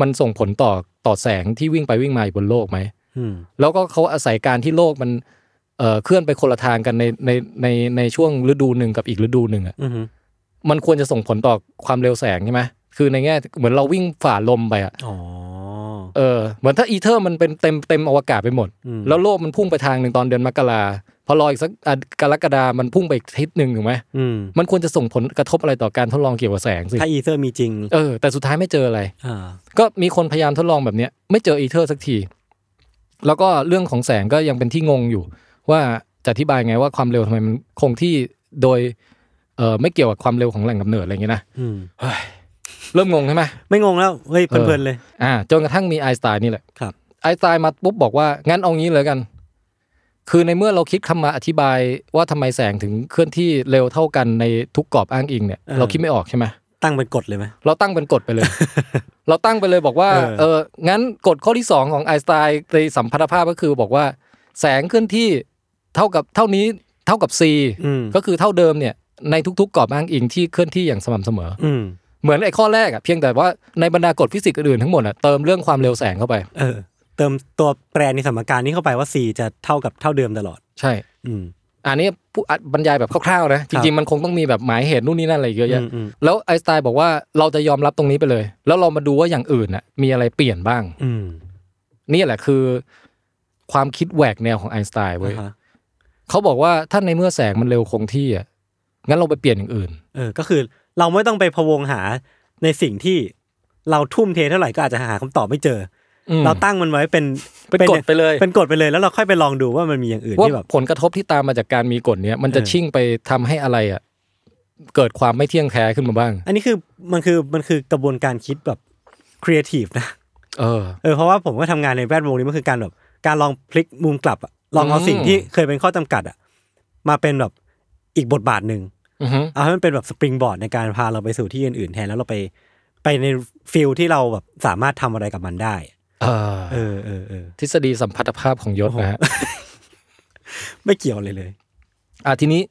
[SPEAKER 3] มันส่งผลต่อต่อแสงที่วิ่งไปวิ่งมาอยู่บนโลกไหม
[SPEAKER 2] อืม
[SPEAKER 3] แล้วก็เขาอาศัยการที่โลกมันเอ อ่อเคลื่อนไปคนละทางกันในในในในช่วงฤดูหนึ่งกับอีกฤดูหนึ่งอ่ะ
[SPEAKER 2] อือหือ
[SPEAKER 3] มันควรจะส่งผลต่อความเร็วแสงใช่ไหมคือในแง่เหมือนเราวิ่งฝ่าลมไปอ่ะ
[SPEAKER 2] อ๋อ
[SPEAKER 3] เออเหมือนถ้าอีเทอร์มันเป็นเต็มเต็มอวกาศไปหมด
[SPEAKER 2] อืม
[SPEAKER 3] แล้วโลกมันพุ่งไปทางหนึ่งตอนเดือนมกราพอรออีกสักอ่ะกรกฎามันพุ่งไปอีกทิศหนึ่งถูกไหม
[SPEAKER 2] อืม
[SPEAKER 3] มันควรจะส่งผลกระทบอะไรต่อการทดลองเกี่ยวกับแสงสิ
[SPEAKER 2] ถ้าอีเซอร์มีจริง
[SPEAKER 3] เออแต่สุดท้ายไม่เจออะไร
[SPEAKER 2] อ่า
[SPEAKER 3] ก็มีคนพยายามทดลองแบบเนี้ยไม่เจออีเทอร์สักที แล้วก็เรื่องของแสงก็ยังเป็นที่งงอยู่ ว่าจะอธิบายไงว่าความเร็วทำไมมันคงที่โดยเออไม่เกี่ยวกับความเร็วของแหล่งกำเนิดอะไรอย่างเงี้ยนะ
[SPEAKER 2] อืม
[SPEAKER 3] เริ่มงงใช่ไหม
[SPEAKER 2] ไม่งงแล้ว เฮ้ย
[SPEAKER 3] เออ
[SPEAKER 2] เพลินๆเลย
[SPEAKER 3] อ่าจนกระทั่งมีไอน์สไตน์นี่แหละ
[SPEAKER 2] ครับ
[SPEAKER 3] ไอน์สไตน์มาปุ๊บบอกว่า งั้นเอางี้เลยกัน คือในเมื่อเราคิดคำมาอธิบายว่าทำไมแสงถึงเคลื่อนที่เร็วเท่ากันในทุกกรอบอ้างอิงเนี่ยเราคิดไม่ออกใช่ไหม
[SPEAKER 2] ตั้งเป็นกฎเลยไหม
[SPEAKER 3] เราตั้งเป็นกฎไป เลย เราตั้งไปเลยบอกว่า
[SPEAKER 2] เออ
[SPEAKER 3] เออ งั้นกฎข้อที่ 2 ของไอน์สไตน์ในสัมพัทธภาพก็คือบอกว่า แสงเคลื่อนที่เท่ากับเท่านี้เท่ากับ c
[SPEAKER 2] อืม
[SPEAKER 3] ก็คือเท่าเดิมเนี่ยในทุกๆกรอบอ้างอิงที่เคลื่อนที่อย่างสม่ำเสมอ
[SPEAKER 2] อืม
[SPEAKER 3] เหมือนไอ้ข้อแรกอะเพียงแต่ว่าในบรรดากฎฟิสิกส์อื่นๆทั้งหมดอะเติมเรื่องความเร็วแสงเข้าไป
[SPEAKER 2] เออ เติมตัวแปรในสมการนี้เข้าไปว่า C จะเท่ากับเท่าเดิมตลอด
[SPEAKER 3] ใช่
[SPEAKER 2] อืม
[SPEAKER 3] อันนี้ผู้อ่ะบรรยายแบบคร่าวๆนะจริงๆมันคงต้องมีแบบหมายเหตุนู่นนี่นั่นอะไรเยอะแยะ
[SPEAKER 2] อืมอืม
[SPEAKER 3] แล้วไอน์สไตน์บอกว่าเราจะยอมรับตรงนี้ไปเลย แล้วเรามาดูว่าอย่างอื่นน่ะมีอะไรเปลี่ยนบ้าง
[SPEAKER 2] อืม
[SPEAKER 3] นี่แหละคือความคิดแหวกแนวของไอน์สไตน์เว้ย
[SPEAKER 2] อ่าฮะ
[SPEAKER 3] เขาบอกว่าถ้าในเมื่อแสงมันเร็วคงที่อ่ะงั้นเราไปเปลี่ยนอย่างอื่น
[SPEAKER 2] เออ ก็คือเราไม่ต้องไปพะวงหาในสิ่งที่เราทุ่มเทเท่าไหร่ก็อาจจะหาคำตอบไม่เจอ
[SPEAKER 3] อื
[SPEAKER 2] อ
[SPEAKER 3] ม
[SPEAKER 2] เราตั้งมันไว้เป็น
[SPEAKER 3] เป็นกฎไปเลย
[SPEAKER 2] เป็นกฎไปเลยแล้วเราค่อยไปลองดูว่ามันมีอย่างอื่น
[SPEAKER 3] ว่า
[SPEAKER 2] ที่แบบ
[SPEAKER 3] ผลกระทบที่ตามมาจากการมีกฎเนี้ยมันจะ
[SPEAKER 2] เออ
[SPEAKER 3] ชิ่งไปทำให้อะไรอ่ะเกิดความไม่เที่ยงแท้ขึ้นมาบ้าง
[SPEAKER 2] อันนี้คือมันคือมันคือกระบวนการคิดแบบครีเอทีฟนะ
[SPEAKER 3] เออ
[SPEAKER 2] เออเพราะว่าผมก็ทำงานในแวดวงนี้มันคือการแบบการลองพลิกมุมกลับอะลองเอา
[SPEAKER 3] อืม
[SPEAKER 2] สิ่งที่เคยเป็นข้อจำกัดอะมาเป็นแบบอีกบทบาทหนึ่ง
[SPEAKER 3] อือฮึ
[SPEAKER 2] เอาให้มันเป็นแบบสปริงบอร์ดในการพาเราไปสู่ที่อื่นๆแทนแล้วเราไปไปในฟิลที่เราแบบสามารถทำอะไรกับมันได้
[SPEAKER 3] เออ
[SPEAKER 2] เออเออเออ
[SPEAKER 3] ทฤษฎีสัมพัทธภาพของยศนะฮะ
[SPEAKER 2] ไม่เกี่ยวเลยเลย
[SPEAKER 3] อ่ะทีนี้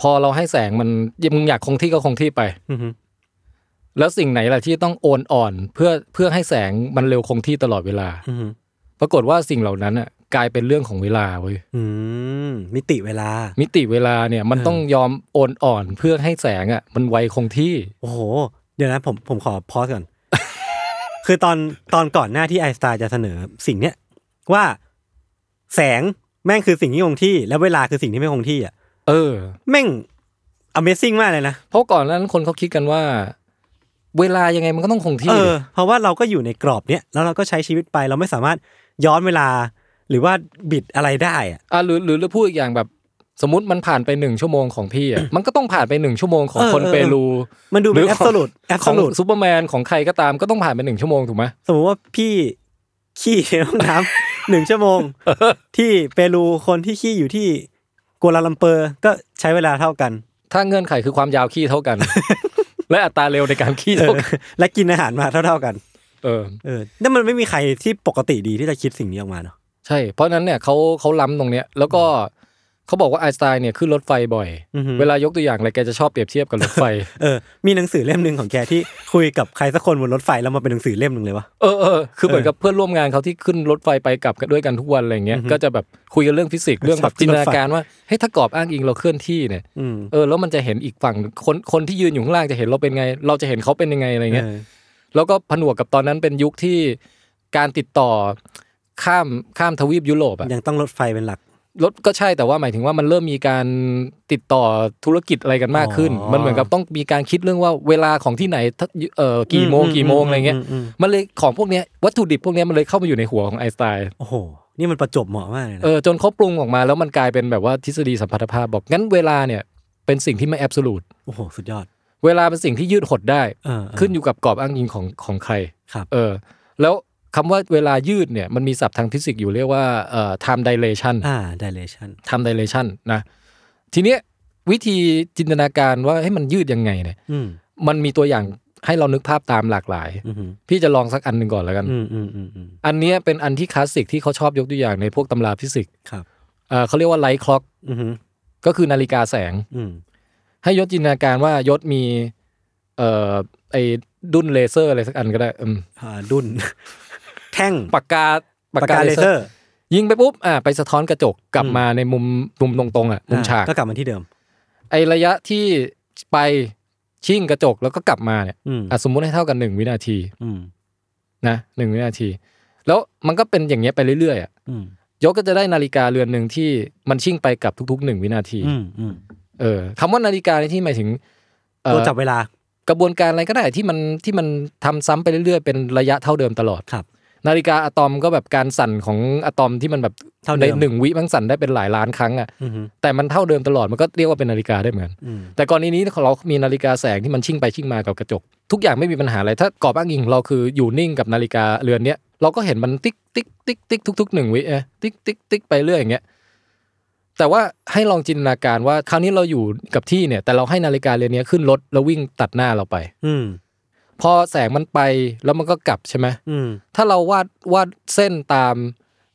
[SPEAKER 3] พอเราให้แสงมันมึงอยากคงที่ก็คงที่ไป
[SPEAKER 2] อือฮึ
[SPEAKER 3] แล้วสิ่งไหนล่ะที่ต้องโอนอ่อนเพื่อเพื่อให้แสงมันเร็วคงที่ตลอดเวลา
[SPEAKER 2] อือฮึ
[SPEAKER 3] ปรากฏว่าสิ่งเหล่านั้นอ่ะกลายเป็นเรื่องของเวลาเว้ย
[SPEAKER 2] อืมมิติเวลา
[SPEAKER 3] มิติเวลาเนี่ยมัน
[SPEAKER 2] เออ
[SPEAKER 3] ต้องยอมโอนอ่อนเพื่อให้แสงอ่ะมันไวคงที่
[SPEAKER 2] โอ้โห เดี๋ยวนะผมผมขอพอสก่อน คือตอนตอนก่อนหน้าที่ไอน์สไตน์จะเสนอสิ่งเนี้ยว่าแสงแม่งคือสิ่งที่คงที่ และเวลาคือสิ่งที่ไม่คงที่อ่ะ
[SPEAKER 3] เออ
[SPEAKER 2] แม่ง Amazing มากเลยนะ
[SPEAKER 3] เพราะก่อนนั้นคนเขาคิดกันว่า เวลายังไงมันก็ต้องคง
[SPEAKER 2] เอ
[SPEAKER 3] ที่
[SPEAKER 2] อเพราะว่าเราก็อยู่ในกรอบเนี้ยแล้วเราก็ใช้ชีวิตไปเราไม่สามารถย้อนเวลา หรือว่าบิดอะไรได้อ่ะ
[SPEAKER 3] อ่ะหรือหรือหรือพูดอีกอย่างแบบ สมมติมันผ่านไปหนึ่งชั่วโมงของพี่อ่ะ มันก็ต้องผ่านไปหนึ่งชั่วโมงของ
[SPEAKER 2] เออ
[SPEAKER 3] คน
[SPEAKER 2] เออ
[SPEAKER 3] เปรู
[SPEAKER 2] มันดู
[SPEAKER 3] ห
[SPEAKER 2] เป็
[SPEAKER 3] รื
[SPEAKER 2] นแอบ
[SPEAKER 3] ของ
[SPEAKER 2] ส u t ดแอบ
[SPEAKER 3] ข
[SPEAKER 2] ส
[SPEAKER 3] อง
[SPEAKER 2] ลุด
[SPEAKER 3] ซูเปอร์แมนของใครก็ตามก็ต้องผ่านไปหนึ่งชั่วโมงถูกไหม
[SPEAKER 2] สมมติว่าพี่ขี้ในห้องน้ำ หนึ่งชั่วโม ง ที่เปรูคนที่ขี้อยู่ที่กัวลาลัมเปอร์ก็ใช้เวลาเท่ากัน
[SPEAKER 3] ถ้าเงื่อนไขคือความยาวขี้เท่า กัน และอัตราเร็วในการขี้เท่ากัน
[SPEAKER 2] เออ และกินอาหารมาเท่าๆกัน
[SPEAKER 3] เออ
[SPEAKER 2] เออนั่นมันไม่มีใครที่ปกติดีที่จะคิดสิ่งนี้ออกมาเนาะ
[SPEAKER 3] ใช่ เพราะฉะนั้นเนี่ยเขาเขาล้ำตรงเนี้ย แล้วก็เขาบอกว่าไอน์สไตน์เนี่ยขึ้นรถไฟบ่อย
[SPEAKER 2] อือหือ
[SPEAKER 3] เวลายกตัวอย่างอะไรแกจะชอบเปรียบเทียบกับรถไฟ
[SPEAKER 2] เออ มีหนังสือเล่มหนึ่งของแกที่คุยกับใครสักคนบนรถไฟแล้วมาเป็นหนังสือเล่มหนึ่งเลยวะ
[SPEAKER 3] เออเออคือเหมือนกับเพื่อนร่วมงานเขาที่ขึ้นรถไฟไปกลับกันด้วยกันทุกวันอะไรเงี้ย
[SPEAKER 2] อือฮึ
[SPEAKER 3] ก็จะแบบคุยกันเรื่องฟิสิกส์เรื่องแบบ
[SPEAKER 2] ชอบขึ้
[SPEAKER 3] จิ
[SPEAKER 2] น
[SPEAKER 3] น
[SPEAKER 2] ร
[SPEAKER 3] ต
[SPEAKER 2] ถไฟ
[SPEAKER 3] นาการว่าเฮ้ยถ้ากรอบอ้างอิงเราเคลื่อนที่เนี่ย
[SPEAKER 2] อืม
[SPEAKER 3] เออแล้วมันจะเห็นอีกฝั่งคนคนที่ยืนอยู่ข้างล่างจะเห็นเราเป็นไง เราจะเห็นเขาเป็นยังไงอะไรเงี้ย
[SPEAKER 2] เออ
[SPEAKER 3] แล้วก็ผนวกกับตอนนั้นเป็นยุคที่การติดต่อข้ามข้ามทวีปยุโรปอะ
[SPEAKER 2] ยังต้องรถไฟเป็นหลัก
[SPEAKER 3] รถก็ใช่แต่ว่าหมายถึงว่ามันเริ่มมีการติดต่อธุรกิจอะไรกันมากขึ้น
[SPEAKER 2] อ๋อ
[SPEAKER 3] มันเหมือนกับต้องมีการคิดเรื่องว่าเวลาของที่ไหนถ้าเอ่อกี่โมงกี่โมงอะไรเงี้ย
[SPEAKER 2] ม
[SPEAKER 3] มันเลยของพวกเนี้ยวัตถุดิบพวกเนี้ยมันเลยเข้ามาอยู่ในหัวของไอน์สไตน์
[SPEAKER 2] โอ้โห นี่มันประจวบเหมาะมากเลยนะ
[SPEAKER 3] เออจนเขาปรุงออกมาแล้วมันกลายเป็นแบบว่าทฤษฎีสัมพัทธภาพบอกงั้นเวลาเนี่ยเป็นสิ่งที่ไม่แอบสูต
[SPEAKER 2] โอ้โห สุดยอด
[SPEAKER 3] เวลาเป็นสิ่งที่ยืดหดได้
[SPEAKER 2] เออเออ
[SPEAKER 3] ขึ้นอยู่กับกรอบอ้างอิงของของใคร
[SPEAKER 2] ครับ
[SPEAKER 3] เออแล้วคำว่าเวลายืดเนี่ยมันมีศัพท์ทางฟิสิกส์อยู่เรียกว่าเอ่อ time dilation
[SPEAKER 2] อ่า dilation
[SPEAKER 3] ทำ dilation นะ ทีเนี้ยวิธีจินตนาการว่าให้ยมันยืดยังไงเนี่ย
[SPEAKER 2] อืม
[SPEAKER 3] มันมีตัวอย่างให้เรานึกภาพตามหลากหลาย
[SPEAKER 2] อืม
[SPEAKER 3] พี่จะลองสักอันหนึ่งก่อนแล้วกัน
[SPEAKER 2] อืมอืมอืมอืม
[SPEAKER 3] อันเนี้ยเป็นอันที่คลาสสิกที่เขาชอบยกตัวอย่างในพวกตำราฟิสิกส์
[SPEAKER 2] ครับ
[SPEAKER 3] เอ่อเขาเรียกว่าไลท์คล็อก
[SPEAKER 2] อืม
[SPEAKER 3] ก็คือนาฬิกาแสง
[SPEAKER 2] อืม
[SPEAKER 3] ให้ยศจินตนาการว่ายศมีเอ่อไอ้ดุนเลเซอร์อะไรสักอันก็ได้อืม
[SPEAKER 2] อ่าดุน แท่ง
[SPEAKER 3] ปากกา
[SPEAKER 2] ปากกาเลเซอร์
[SPEAKER 3] ยิงไปปุ๊บอ่ะไปสะท้อนกระจกกลับ
[SPEAKER 2] อืม
[SPEAKER 3] มาในมุมมุมตรงๆอ่ะมุมฉาก
[SPEAKER 2] ก็กลับมาที่เดิม
[SPEAKER 3] ไอระยะที่ไปชิ่งกระจกแล้วก็กลับมาเนี่ย
[SPEAKER 2] อืม
[SPEAKER 3] อ่ะสมมุติให้เท่ากันหนึ่งวินาที
[SPEAKER 2] อืม
[SPEAKER 3] นะหนึ่งวินาที แล้วมันก็เป็นอย่างเงี้ยไปเรื่อยๆอ่ะ
[SPEAKER 2] อืม
[SPEAKER 3] ยกก็จะได้นาฬิกาเรือนหนึ่งที่มันชิ่งไปกลับทุกๆหนึ่งวินาที
[SPEAKER 2] อืมอืม
[SPEAKER 3] เออคำว่านาฬิกาในที่หมายถึงเอ่อ
[SPEAKER 2] ตัวจับเวลา
[SPEAKER 3] กระบวนการอะไรก็ได้ที่มันที่มันทำซ้ำไปเรื่อยๆ เป็นระยะเท่าเดิมตลอด
[SPEAKER 2] ครับ
[SPEAKER 3] นาฬิกาอะตอมก็แบบการสั่นของอะตอมที่มันแบบ
[SPEAKER 2] เท่าเดิ
[SPEAKER 3] ใน
[SPEAKER 2] ม
[SPEAKER 3] หนึ่งวิมันสั่นได้เป็นหลายล้านครั้งอ่ะ
[SPEAKER 2] อืม
[SPEAKER 3] แต่มันเท่าเดิมตลอดมันก็เรียกว่าเป็นนาฬิกาได้เหมือนกัน
[SPEAKER 2] อืม
[SPEAKER 3] แต่กรณีนี้เรา มีนาฬิกาแสงที่มันชิ่งไปชิ่งมากับกระจก ทุกอย่างไม่มีปัญหาอะไร ถ้ากรอบอ้างอิงเราคืออยู่นิ่งกับนาฬิกาเรือนเนี้ยเราก็เห็นมันติ๊กติ๊กติ๊กติ๊กทุกๆหนึ่งวิเอ๊ะติ๊กติ๊กติ๊กไปเรื่อยอย่างเงี้ย แต่ว่าให้ลองจินตนาการว่าคราวนี้เราอยู่กับที่เนี่ย แต่เราให้นาฬิกาเรือนเนี้ยขึ้นรถแล้ววิ่งตัดหน้าเราไป
[SPEAKER 2] อืม
[SPEAKER 3] พอแสงมันไปแล้วมันก็กลับใช่ไหม
[SPEAKER 2] อืม
[SPEAKER 3] ถ้าเราวาดวาดเส้นตาม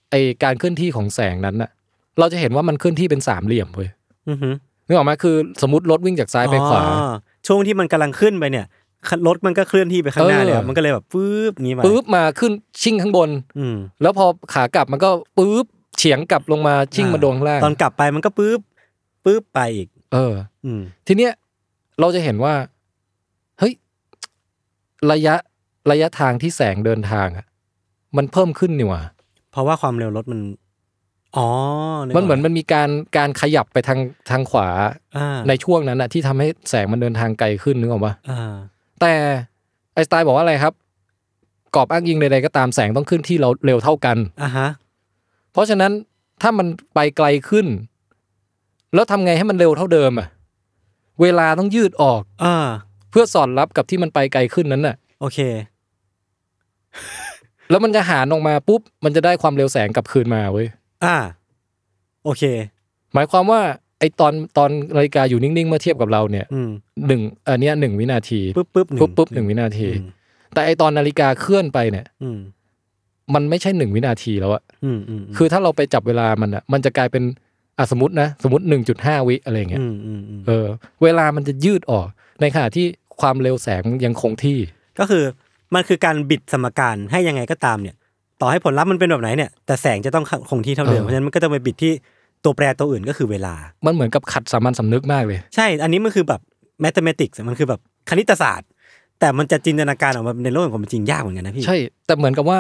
[SPEAKER 3] ไอการเคลื่อนที่ของแสงนั้นน่ะ เราจะเห็นว่ามันเคลื่อนที่เป็นสามเหลี่ยมเว้ย
[SPEAKER 2] อืม
[SPEAKER 3] นึกออกไหมคือสมมติรถวิ่งจากซ้ายไปขวา
[SPEAKER 2] อ๋อช่วงที่มันกำลังขึ้นไปเนี่ยรถมันก็เคลื่อนที่ไปข้างหน้า
[SPEAKER 3] เออ
[SPEAKER 2] เลยครับมันก็เลยแบบปื๊บงี้ไป
[SPEAKER 3] ปุ๊บมาขึ้นชิ่งข้างบน
[SPEAKER 2] อืม
[SPEAKER 3] แล้วพอขากลับมันก็ปุ๊บเฉียงกลับลงมาชิ่ง
[SPEAKER 2] อ่าม
[SPEAKER 3] มาโดนข้างล่าง
[SPEAKER 2] ตอนกลับไปมันก็ปื๊บปื๊บไปอีก
[SPEAKER 3] เออ
[SPEAKER 2] อืม
[SPEAKER 3] ทีเนี้ยเราจะเห็นว่าเฮ้ยระยะระยะทางที่แสงเดินทางอ่ะ มันเพิ่มขึ้นนี่หว่า
[SPEAKER 2] เพราะว่าความเร็วรถมัน อ๋อนึกก
[SPEAKER 3] มันเหมือนมันมีการการขยับไปทางทางขวา
[SPEAKER 2] อ่า
[SPEAKER 3] ในช่วงนั้นอะที่ทำให้แสงมันเดินทางไกลขึ้นนึกออกปะ
[SPEAKER 2] อ่า
[SPEAKER 3] แต่ไอน์สไตล์บอกว่าอะไรครับกรอบอ้างยิงใดๆก็ตามแสงต้องขึ้นที่เราเร็วเท่ากัน
[SPEAKER 2] อ่าฮะ
[SPEAKER 3] เพราะฉะนั้นถ้ามันไปไกลขึ้น แล้วทำไงให้มันเร็วเท่าเดิมอ่ะ เวลาต้องยืดออก
[SPEAKER 2] อ่า
[SPEAKER 3] เพื่อสอดรับกับที่มันไปไกลขึ้นนั้นน่ะ
[SPEAKER 2] โอเค
[SPEAKER 3] แล้วมันจะหารออกมาปุ๊บ มันจะได้ความเร็วแสงกลับคืนมาเว้ย
[SPEAKER 2] อ่า โอเค
[SPEAKER 3] หมายความว่าไอตอนตอนนาฬิกาอยู่นิ่งๆเมื่อเทียบกับเราเนี่ย
[SPEAKER 2] อืม
[SPEAKER 3] หนึ่งอันเนี้ยหนึ่งวินาที
[SPEAKER 2] ปึ๊บปึ๊บหนึ่ง
[SPEAKER 3] ปุ๊บปุ๊บหนึ่งวินาที
[SPEAKER 2] อืม
[SPEAKER 3] แต่ไอตอนนาฬิกาเคลื่อนไปเนี่ย
[SPEAKER 2] อืม
[SPEAKER 3] มันไม่ใช่หนึ่งวินาทีแล้วอะ
[SPEAKER 2] อืมอืม
[SPEAKER 3] คือถ้าเราไปจับเวลามันอะมันจะกลายเป็นอ่ะสมมตินะสมมติหนึ่งจุดห้าวิอะไรอย่างเงี้ย
[SPEAKER 2] อืมอืมอืม
[SPEAKER 3] เออเวลามันจะยืดออก ในขณะที่ความเร็วแสงยังคงที่
[SPEAKER 2] ก็คือ มันคือการบิดสมการให้ยังไงก็ตามเนี่ย ต่อให้ผลลัพธ์มันเป็นแบบไหนเนี่ย แต่แสงจะต้องคงที่เท่าเดิม
[SPEAKER 3] เออ
[SPEAKER 2] เพราะฉะนั้นมันก็จะไปบิดที่ตัวแปรตัวอื่นก็คือเวลา
[SPEAKER 3] มันเหมือนกับขัดสามัญสำนึกมากเลย
[SPEAKER 2] ใช่ อันนี้มันคือแบบ mathematics มันคือแบบคณิตศาสตร์ แต่มันจะจินตนาการออกมาในโลกของความเป็นจริงยากเหมือนกันนะพี่
[SPEAKER 3] ใช่ แต่เหมือนกับว่า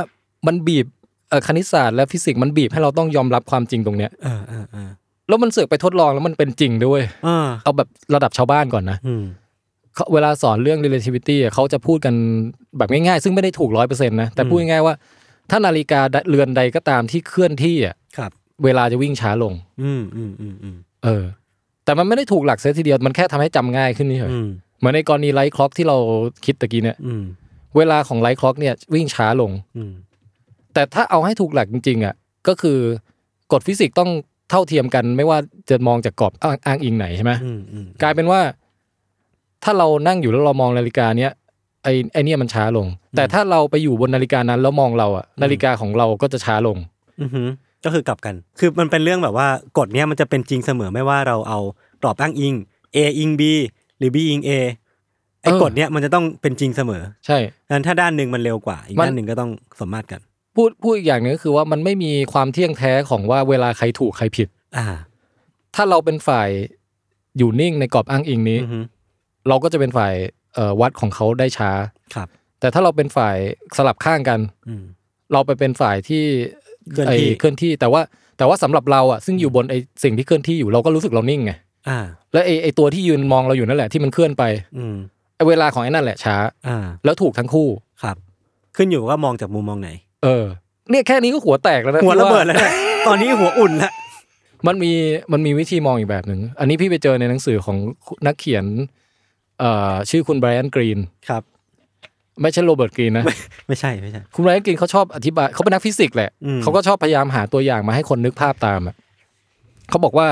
[SPEAKER 3] มันบีบเอ่อคณิตศาสตร์และฟิสิกส์มันบีบให้เราต้องยอมรับความจริงตรงเนี้ย
[SPEAKER 2] เออเออเออ
[SPEAKER 3] แล้วมันเสือกไปทดลองแล้วมันเป็นจริงด้วย
[SPEAKER 2] อ่า
[SPEAKER 3] เอาแบบระดับชาวบ้านก่อนนะ
[SPEAKER 2] อืม
[SPEAKER 3] เขาเวลาสอนเรื่อง relativity อ่ะเขาจะพูดกันแบบง่ายๆ ซึ่งไม่ได้ถูกร้อยเปอร์เซ็นต์นะ แต่พูดง่ายๆว่า ถ้านาฬิกาเรือนใดก็ตามที่เคลื่อนที่อ่ะ
[SPEAKER 2] ครับ
[SPEAKER 3] เวลาจะวิ่งช้าลง
[SPEAKER 2] อืมอืมอืมอืม
[SPEAKER 3] เออ แต่มันไม่ได้ถูกหลักเสียทีเดียวมันแค่ทำให้จำง่ายขึ้นนี่เฉย
[SPEAKER 2] อืม
[SPEAKER 3] เหมือนในกรณีไลท์คล็อกที่เราคิดตะกี้เนี่ย
[SPEAKER 2] อืม
[SPEAKER 3] เวลาของไลท์คล็อกเนี่ยวิ่งช้าลง
[SPEAKER 2] อืม
[SPEAKER 3] แต่ถ้าเอาให้ถูกหลักจริงๆอ่ะก็คือกฎฟิสิกส์ต้องเท่าเทียมกัน ไม่ว่าจะมองจากกรอบอ้างอ้างอิงไหนใช่ไหม
[SPEAKER 2] อืมอืม
[SPEAKER 3] กลายเป็นว่า ถ้าเรานั่งอยู่แล้วเรามองนาฬิกาเนี้ยไอไอเนี่ยมันช้าลง แต่ถ้าเราไปอยู่บนนาฬิกานั้นแล้วมองเราอ่ะนาฬิกาของเราก็จะช้าลง
[SPEAKER 2] อือหือก็คือกลับกัน คือมันเป็นเรื่องแบบว่ากฎเนี้ยมันจะเป็นจริงเสมอไม่ว่าเราเอากรอบอ้างอิง A อิง B หรือ B อิง A ไอ้
[SPEAKER 3] เออ
[SPEAKER 2] กฎเนี้ยมันจะต้องเป็นจริงเสมอ
[SPEAKER 3] ใช่
[SPEAKER 2] งั้นถ้าด้านหนึ่งมันเร็วกว่า อีก
[SPEAKER 3] มัน
[SPEAKER 2] ด้านหนึ่งก็ต้องสมมาตรกัน
[SPEAKER 3] พูดพูดอีกอย่างหนึงก็คือว่ามันไม่มีความเที่ยงแท้ของว่าเวลาใครถูกใครผิด
[SPEAKER 2] อ่า
[SPEAKER 3] ถ้าเราเป็นฝ่ายอยู่นิ่งในกรอบอ้างอิงนี้
[SPEAKER 2] อือหือ
[SPEAKER 3] เราก็จะเป็นฝ่ายเอ่อวัดของเขาได้ช้า
[SPEAKER 2] ครับ
[SPEAKER 3] แต่ถ้าเราเป็นฝ่ายสลับข้างกัน
[SPEAKER 2] อืม
[SPEAKER 3] เราไปเป็นฝ่ายที่
[SPEAKER 2] เคลื่อนที่
[SPEAKER 3] ไเคลื่อนที่ แต่ว่าแต่ว่าสำหรับเราอ่ะซึ่งอยู่บนไอสิ่งที่เคลื่อนที่อยู่เราก็รู้สึกเรานิ่งไง
[SPEAKER 2] อ่า
[SPEAKER 3] และไอไอตัวที่ยืนมองเราอยู่นั่นแหละที่มันเคลื่อนไป
[SPEAKER 2] อืม
[SPEAKER 3] ไอเวลาของไอ้นั่นแหละช้า
[SPEAKER 2] อ่า
[SPEAKER 3] แล้วถูกทั้งคู่
[SPEAKER 2] ครับ ขึ้นอยู่ว่ามองจากมุมมองไหน
[SPEAKER 3] เออ เนี่ยแค่นี้ก็หัวแตกแล้วนะ
[SPEAKER 2] หัว
[SPEAKER 3] พี่า
[SPEAKER 2] ระเบิดแล้วเนี่ยตอนนี้หัวอุ่นละ
[SPEAKER 3] มันมีมันมีวิธีมองอีกแบบหนึ่งอันนี้พี่ไปเจอในหนังสือของนักเขียนเอ่อชื่อคุณไบรอันกรีน
[SPEAKER 2] ครับ
[SPEAKER 3] ไม่ใช่โรเบิร์ตกรีนนะ
[SPEAKER 2] ไม่ใช่ไม่ใช่
[SPEAKER 3] คุณไรอันกรีนเขาชอบอธิบายเขาเป็นนักฟิสิกส์แหละ
[SPEAKER 2] อืม
[SPEAKER 3] เขาก็ชอบพยายามหาตัวอย่างมาให้คนนึกภาพตามอ่ะเขาบอกว่า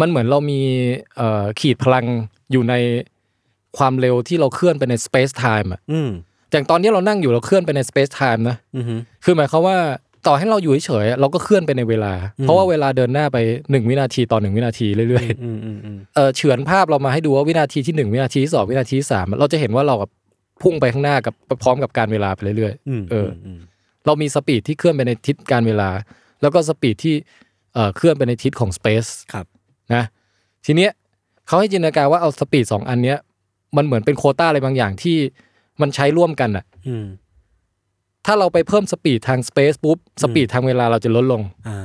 [SPEAKER 3] มันเหมือนเรามีเอ่อขีดพลังอยู่ในความเร็วที่เราเคลื่อนไปใน space time อ่ะ
[SPEAKER 2] อืม
[SPEAKER 3] อย่างตอนนี้เรานั่งอยู่เราเคลื่อนไปใน space time นะ
[SPEAKER 2] อือหือ
[SPEAKER 3] คือหมายความว่าต่อให้เราอยู่เฉยๆอ่ะเราก็เคลื่อนไปในเวลา
[SPEAKER 2] อืม
[SPEAKER 3] เพราะว่าเวลาเดินหน้าไป 1 วินาทีต่อ 1 วินาทีเรื่อย
[SPEAKER 2] อืมอืมอืม
[SPEAKER 3] ๆเออเฉือนภาพเรามาให้ดูว่าวินาทีที่ 1 วินาทีที่สองวินาทีที่สามเราจะเห็นว่าเราแบบพุ่งไปข้างหน้ากับพร้อมกับการเวลาไปเรื่อยๆ
[SPEAKER 2] อืม
[SPEAKER 3] เออ
[SPEAKER 2] มม
[SPEAKER 3] เรามีสปีดที่เคลื่อนไปในทิศการเวลา แล้วก็สปีดที่เอ่อเคลื่อนไปในทิศของ Space
[SPEAKER 2] ครับ
[SPEAKER 3] นะทีเนี้ยเขาให้จินตนาการว่าเอาสปีดสองอันเนี้ยมันเหมือนเป็นโควต้าอะไรบางอย่างที่มันใช้ร่วมกันอะ
[SPEAKER 2] อืม
[SPEAKER 3] ถ้าเราไปเพิ่มสปีดทางสเปซปุ๊บสปีดทางเวลาเราจะลดลง
[SPEAKER 2] อ่า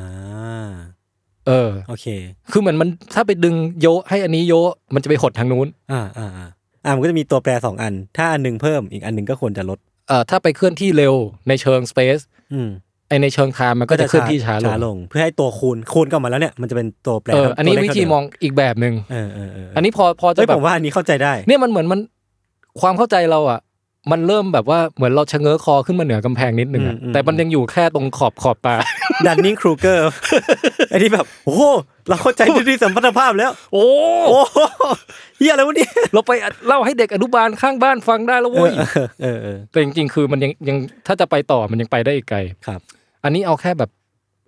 [SPEAKER 3] เออ
[SPEAKER 2] โอเค
[SPEAKER 3] คือเหมือนมันถ้าไปดึงโยะให้อันนี้โยะมันจะไปหดทางนู้น
[SPEAKER 2] อ่าอ่าอ่าอ่ามันก็จะมีตัวแปรสองอัน ถ้าอันหนึงเพิ่มอีกอันหนึงก็ควรจะลด
[SPEAKER 3] เอ่อถ้าไปเคลื่อนที่เร็วในเชิงสเปซ
[SPEAKER 2] อืม
[SPEAKER 3] ไอในเชิงไทม์มันก็จะเคลื่อนที่ช้าลง
[SPEAKER 2] ลง เพื่อให้ตัวคูณคูณกันมาแล้วเนี่ยมันจะเป็นตัวแปร
[SPEAKER 3] เอออันนี้
[SPEAKER 2] ตัเล
[SPEAKER 3] วิ
[SPEAKER 2] ข
[SPEAKER 3] ธี
[SPEAKER 2] เท่าเดิ
[SPEAKER 3] มองอีกแบบหนึ่ง
[SPEAKER 2] เออเออเออ
[SPEAKER 3] อั
[SPEAKER 2] อั
[SPEAKER 3] นนี้พอพอจะ
[SPEAKER 2] เฮ้ย
[SPEAKER 3] แบ
[SPEAKER 2] ผ
[SPEAKER 3] บ
[SPEAKER 2] มว่าอันนี้เข้าใจได้
[SPEAKER 3] เนี่ยมันเหมือนมันความเข้าใจเราอ่ะ มันเริ่มแบบว่าเหมือนเราชะเง้อคอขึ้นมาเหนือกำแพงนิดนึงอะ
[SPEAKER 2] อืมอืม
[SPEAKER 3] แต่มันยังอยู่แค่ตรงขอบขอบตา
[SPEAKER 2] ดันนิงครูเกอร์ อันนี้แบบโอ้โหเราเข้าใจทฤษฎีสัมพัทธภาพแล้ว
[SPEAKER 3] โอ้
[SPEAKER 2] โอ้โหเฮียอะไรวะเนี่ย
[SPEAKER 3] เราไปเล่าให้เด็กอนุบาลข้างบ้านฟังได้แล้ว
[SPEAKER 2] เอ
[SPEAKER 3] เว้ย
[SPEAKER 2] อเออเออ
[SPEAKER 3] แต่จริงๆ คือมันยังยังถ้าจะไปต่อมันยังไปได้อีกไกล
[SPEAKER 2] ครับ
[SPEAKER 3] อันนี้เอาแค่แบบ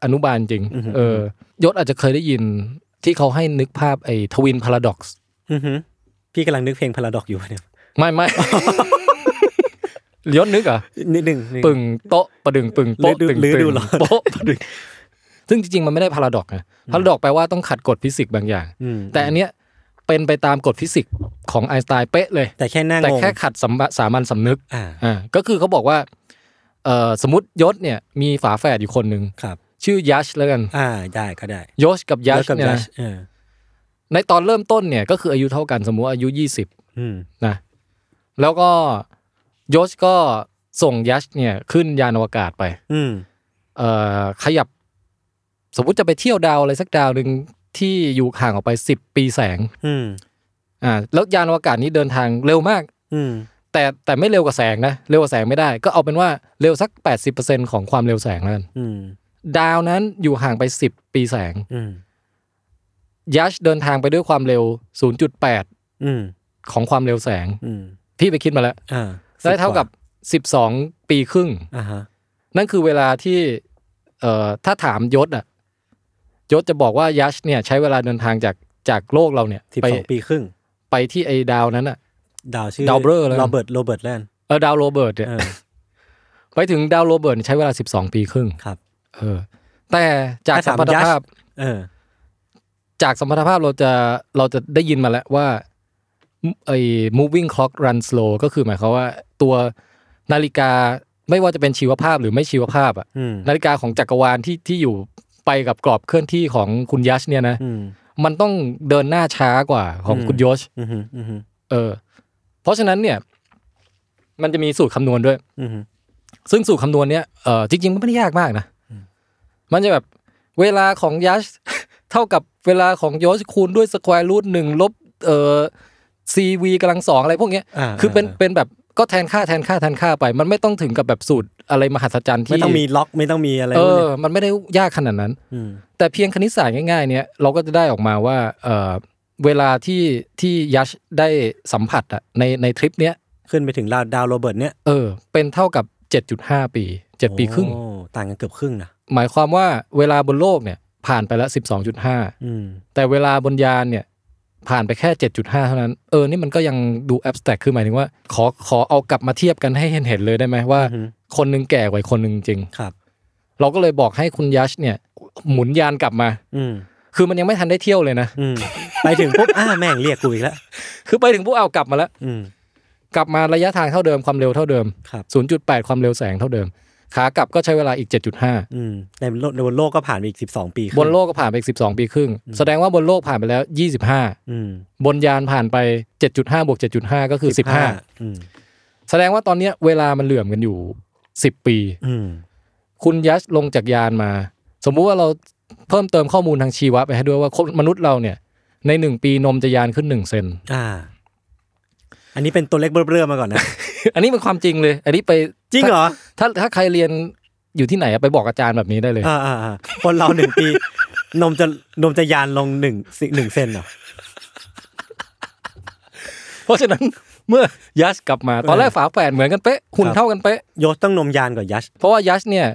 [SPEAKER 3] อนุบาลจริง
[SPEAKER 2] อือหือ
[SPEAKER 3] เออยศอาจจะเคยได้ยินที่เขาให้นึกภาพไอ้ทวินพาราด็อกซ์
[SPEAKER 2] อือหือพี่กำลังนึกเพลงพาราดอกอยู่เนี่ย
[SPEAKER 3] ไม่ ไม่ ยศนึกเหรอ่ะ
[SPEAKER 2] นิดหนึ่งนิดหนึ่
[SPEAKER 3] ปึ่งโต๊ะประดึงปึ่งโต๊ะ
[SPEAKER 2] ฤดู
[SPEAKER 3] ตึง
[SPEAKER 2] ฤ
[SPEAKER 3] ตึ
[SPEAKER 2] ดู
[SPEAKER 3] ง
[SPEAKER 2] ร้อน
[SPEAKER 3] โต๊ะประดึง ซึ่งจริงๆ มันไม่ได้พาราด็อกนะพาราด็อกแปลว่าต้องขัดกฎฟิสิกส์บางอย่าง
[SPEAKER 2] อืม
[SPEAKER 3] แต่อันเนี้ยเป็นไปตามกฎฟิสิกส์ของไอน์สไตน์เป๊ะเลย
[SPEAKER 2] แต่แค่หน้าง
[SPEAKER 3] แต่
[SPEAKER 2] ง
[SPEAKER 3] แค่ขัดสัมบะสามัญสำนึก
[SPEAKER 2] อ่า
[SPEAKER 3] อ่าก็คือเขาบอกว่าเอ่อสมมติยศเนี่ยมีฝาแฝดอยู่คนหนึ่ง
[SPEAKER 2] ครับ
[SPEAKER 3] ชื่อยัชแล้วกัน
[SPEAKER 2] อ่าได้ก็ได้
[SPEAKER 3] ยชกับยัช
[SPEAKER 2] แล้วกับ
[SPEAKER 3] เนี่ย
[SPEAKER 2] ยั
[SPEAKER 3] นะ
[SPEAKER 2] ชเออ
[SPEAKER 3] ในตอนเริ่มต้นเนี่ยก็คืออายุเท่ากันสมมติอายุ 20
[SPEAKER 2] อืม
[SPEAKER 3] นะแล้วก็ยชก็ส่งยัชเนี่ยขึ้นยานอวกาศไป
[SPEAKER 2] อืม
[SPEAKER 3] เอ่อขยับ สมมติจะไปเที่ยวดาวอะไรสักดาวหนึ่งที่อยู่ห่างออกไป 10 ปีแสง
[SPEAKER 2] อืม
[SPEAKER 3] อ่าแล้วยานอวกาศนี้เดินทางเร็วมาก
[SPEAKER 2] อืม
[SPEAKER 3] แต่แต่ไม่เร็วกว่าแสงนะเร็วกว่าแสงไม่ได้ ก็เอาเป็นว่าเร็วสัก 80%ของความเร็วแสงแล้วกัน
[SPEAKER 2] อืม
[SPEAKER 3] ดาวนั้นอยู่ห่างไป 10 ปีแสง
[SPEAKER 2] อืม
[SPEAKER 3] ยัชเดินทางไปด้วยความเร็ว 0.8
[SPEAKER 2] อืม
[SPEAKER 3] ของความเร็วแสง
[SPEAKER 2] อืม
[SPEAKER 3] พี่ไปคิดมาแล้ว
[SPEAKER 2] อ่า
[SPEAKER 3] ได้เท่ากับ 12 ปีครึ่ง
[SPEAKER 2] อ่าฮะ
[SPEAKER 3] นั่นคือเวลาที่เอ่อถ้าถามยศอ่ะยศจะบอกว่ายัชเนี่ยใช้เวลาเดินทางจากจากโลกเราเนี่ย
[SPEAKER 2] สิบ
[SPEAKER 3] ไป
[SPEAKER 2] สองปีครึ่ง
[SPEAKER 3] ไปที่ไอ้ดาวนั้นอ่ะ
[SPEAKER 2] ดาวชื่อ
[SPEAKER 3] ดาวเบอร์แล้วกัน
[SPEAKER 2] โรเบิร์ตโรเบิร์ตแลนด์
[SPEAKER 3] เออดาวโรเบิร์ตเนี่ย
[SPEAKER 2] เออ
[SPEAKER 3] ไปถึงดาวโรเบิร์ตใช้เวลา 12 ปีครึ่ง
[SPEAKER 2] ครับ
[SPEAKER 3] เออแต่จาก
[SPEAKER 2] ถ้า
[SPEAKER 3] สั
[SPEAKER 2] ถาม
[SPEAKER 3] มพัทธ
[SPEAKER 2] ยัช
[SPEAKER 3] ภาพ
[SPEAKER 2] เออ
[SPEAKER 3] จากสมรรถภาพเราจะเราจะได้ยินมาแล้วว่าไอ้ moving clock run slow ก็คือหมายความว่าตัวนาฬิกาไม่ว่าจะเป็นชีวภาพหรือไม่ชีวภาพอะ
[SPEAKER 2] อืม
[SPEAKER 3] นาฬิกาของจักรวาลที่ที่อยู่ไปกับกรอบเคลื่อนที่ของคุณยัชเนี่ยนะ
[SPEAKER 2] อืม
[SPEAKER 3] มันต้องเดินหน้าช้ากว่าของ
[SPEAKER 2] อืม
[SPEAKER 3] คุณยช
[SPEAKER 2] อืมอืมอืม
[SPEAKER 3] เออ เพราะฉะนั้นเนี่ยมันจะมีสูตรคำนวณด้วย
[SPEAKER 2] อืม
[SPEAKER 3] ซึ่งสูตรคำนวณเนี่ยเออจริงๆมันไม่ได้ยากมากนะ มันจะแบบเวลาของยัช เท่ากับเวลาของยชคูณด้วยสแควร์รูทหนึ่งลบเออซีวีกำลังสองอะไรพวกเนี้ย
[SPEAKER 2] อ่า
[SPEAKER 3] คือเป็นเป็นแบบก็แทนค่าแทนค่าแทนค่าไป มันไม่ต้องถึงกับแบบสูตรอะไรมหัศจรรย์ที่
[SPEAKER 2] ไม่ต้องมีล็อกไม่ต้องมีอะไร
[SPEAKER 3] เอ
[SPEAKER 2] พวก
[SPEAKER 3] อ
[SPEAKER 2] นี้ย
[SPEAKER 3] มันไม่ได้ยากขนาดนั้น
[SPEAKER 2] ม
[SPEAKER 3] แต่เพียงคณิตศาสตร์ง่ายๆเนี่ยเราก็จะได้ออกมาว่าเออเวลาที่ที่ยัชได้สัมผัสอะในในทริปเนี้ย
[SPEAKER 2] ขึ้นไปถึงดาวดาวโรเบิร์ตเนี่ย
[SPEAKER 3] เออเป็นเท่ากับ 7.5 ปี 7 ปีครึ่ง
[SPEAKER 2] โอ้ต่างกันเกือบครึ่งนะ
[SPEAKER 3] หมายความว่าเวลาบนโลกเนี่ยผ่านไปแล้ว 12.5
[SPEAKER 2] อืม
[SPEAKER 3] แต่เวลาบนยานเนี่ยผ่านไปแค่ 7.5 เท่านั้น เออ นี่มันก็ยังดูแอบสแต็กคือหมายถึงว่า ขอขอเอากลับมาเทียบกันให้เห็นเห็นๆเลยได้ไหมว่า
[SPEAKER 2] อือฮึ
[SPEAKER 3] คนหนึงแก่กว่าคนหนึงจริง
[SPEAKER 2] ครับ
[SPEAKER 3] เราก็เลยบอกให้คุณยัชเนี่ยหมุนยานกลับมา
[SPEAKER 2] อืม
[SPEAKER 3] คือมันยังไม่ทันได้เที่ยวเลยนะ
[SPEAKER 2] อืมไปถึงปุ๊บอ้าแม่งเรียกกูอีกแล้ว
[SPEAKER 3] คือไปถึงพวกเอากลับมาแล้ว
[SPEAKER 2] อืม
[SPEAKER 3] กลับมาระยะทางเท่าเดิมความเร็วเท่าเดิม
[SPEAKER 2] ครับ
[SPEAKER 3] 0.8 ความเร็วแสงเท่าเดิม ขากลับก็ใช้เวลาอีก 7.5
[SPEAKER 2] อืมในโลกในบนโลกก็ผ่านไปอีกสิบสองปีครึ่ง
[SPEAKER 3] บนโลกก็ผ่านไปอีก12 ปีครึ่ง แสดงว่าบนโลกผ่านไปแล้ว 25
[SPEAKER 2] อืม
[SPEAKER 3] บนยานผ่านไป 7.5บวก7.5 ก็คือ
[SPEAKER 2] อืม
[SPEAKER 3] 15 แสดงว่าตอนเนี้ยเวลามันเหลื่อมกันอยู่ 10 ปี
[SPEAKER 2] อืม
[SPEAKER 3] คุณยัชลงจากยานมา สมมุติว่าเราเพิ่มเติมข้อมูลทางชีวะไปให้ด้วยว่าคนมนุษย์เราเนี่ย ใน 1 ปีนมจะยานขึ้น 1 เซน
[SPEAKER 2] อ่า อันนี้เป็นตัวเล็กเบ้อๆมาก่ อนนะ
[SPEAKER 3] อันนี้เป็นความจริงเลย อันนี้ไป
[SPEAKER 2] จริงเหรอ
[SPEAKER 3] ถ้าถ้าใครเรียนอยู่ที่ไหนอะไปบอกอาจารย์แบบนี้ได้เลย
[SPEAKER 2] อ่าอ่าอ่าคนเราหนึ่งปี นมจะนมจะยานลงหนึ่งสิหนึ่งเซนเหรอ
[SPEAKER 3] เพราะฉะนั้น เมื่อยัชกลับมาตอนแรกฝาแฝดเหมือนกันเป๊ะหุ่น
[SPEAKER 2] ครับ
[SPEAKER 3] เท่ากันเป๊ะ
[SPEAKER 2] โยชต้องนมยานกว่ายัช
[SPEAKER 3] เพราะว่ายัชเนี่ย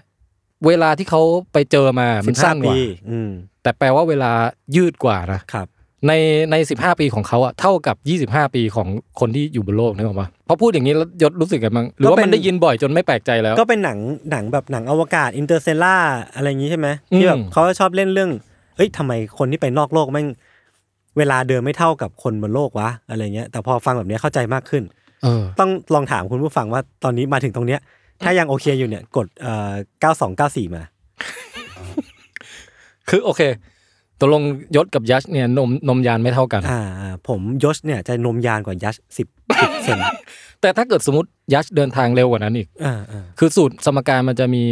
[SPEAKER 3] เวลาที่เขาไปเจอมา
[SPEAKER 2] สิ
[SPEAKER 3] มัน
[SPEAKER 2] บห้า
[SPEAKER 3] สั้นก
[SPEAKER 2] ปี
[SPEAKER 3] ว่า
[SPEAKER 2] อืม
[SPEAKER 3] แต่แปลว่าเวลายืดกว่านะ
[SPEAKER 2] ครับ
[SPEAKER 3] ในใน 15 ปีของเขาอะเท่ากับ 25 ปีของคนที่อยู่บนโลกนึกออกปะพอพูดอย่างนี้แล้วยศรู้สึกไงบ้างหรือว่า
[SPEAKER 2] ก็เป็
[SPEAKER 3] มัน นได้ยินบ่อยจนไม่แปลกใจแล้ว
[SPEAKER 2] ก็เป็นหนังหนังแบบหนังอวกาศอินเตอร์เซล่าอะไรอย่างนี้ใช่ไหม
[SPEAKER 3] อืม
[SPEAKER 2] ที่แบบเขาชอบเล่นเรื่องเอ้ยทำไมคนที่ไปนอกโลกแม่งเวลาเดินไม่เท่ากับคนบนโลกวะอะไรเงี้ยแต่พอฟังแบบเนี้ยเข้าใจมากขึ้น
[SPEAKER 3] เออ
[SPEAKER 2] ต้องลองถามคุณผู้ฟังว่าตอนนี้มาถึงตรงเนี้ย ถ้ายังโอเคอยู่เนี่ยกดเอ่อ9294 มา
[SPEAKER 3] คือโอเคตกลงยศกับยัชเนี่ยนมนมยานไม่เท่ากัน
[SPEAKER 2] อ่าผมยศเนี่ยจะนมยานกว่ายัชสิบสิบเซ น
[SPEAKER 3] แต่ถ้าเกิดสมมติยัชเดินทางเร็วกว่านั้นอีก
[SPEAKER 2] อ่าอ่า
[SPEAKER 3] คือสูตรสมการมันจะมี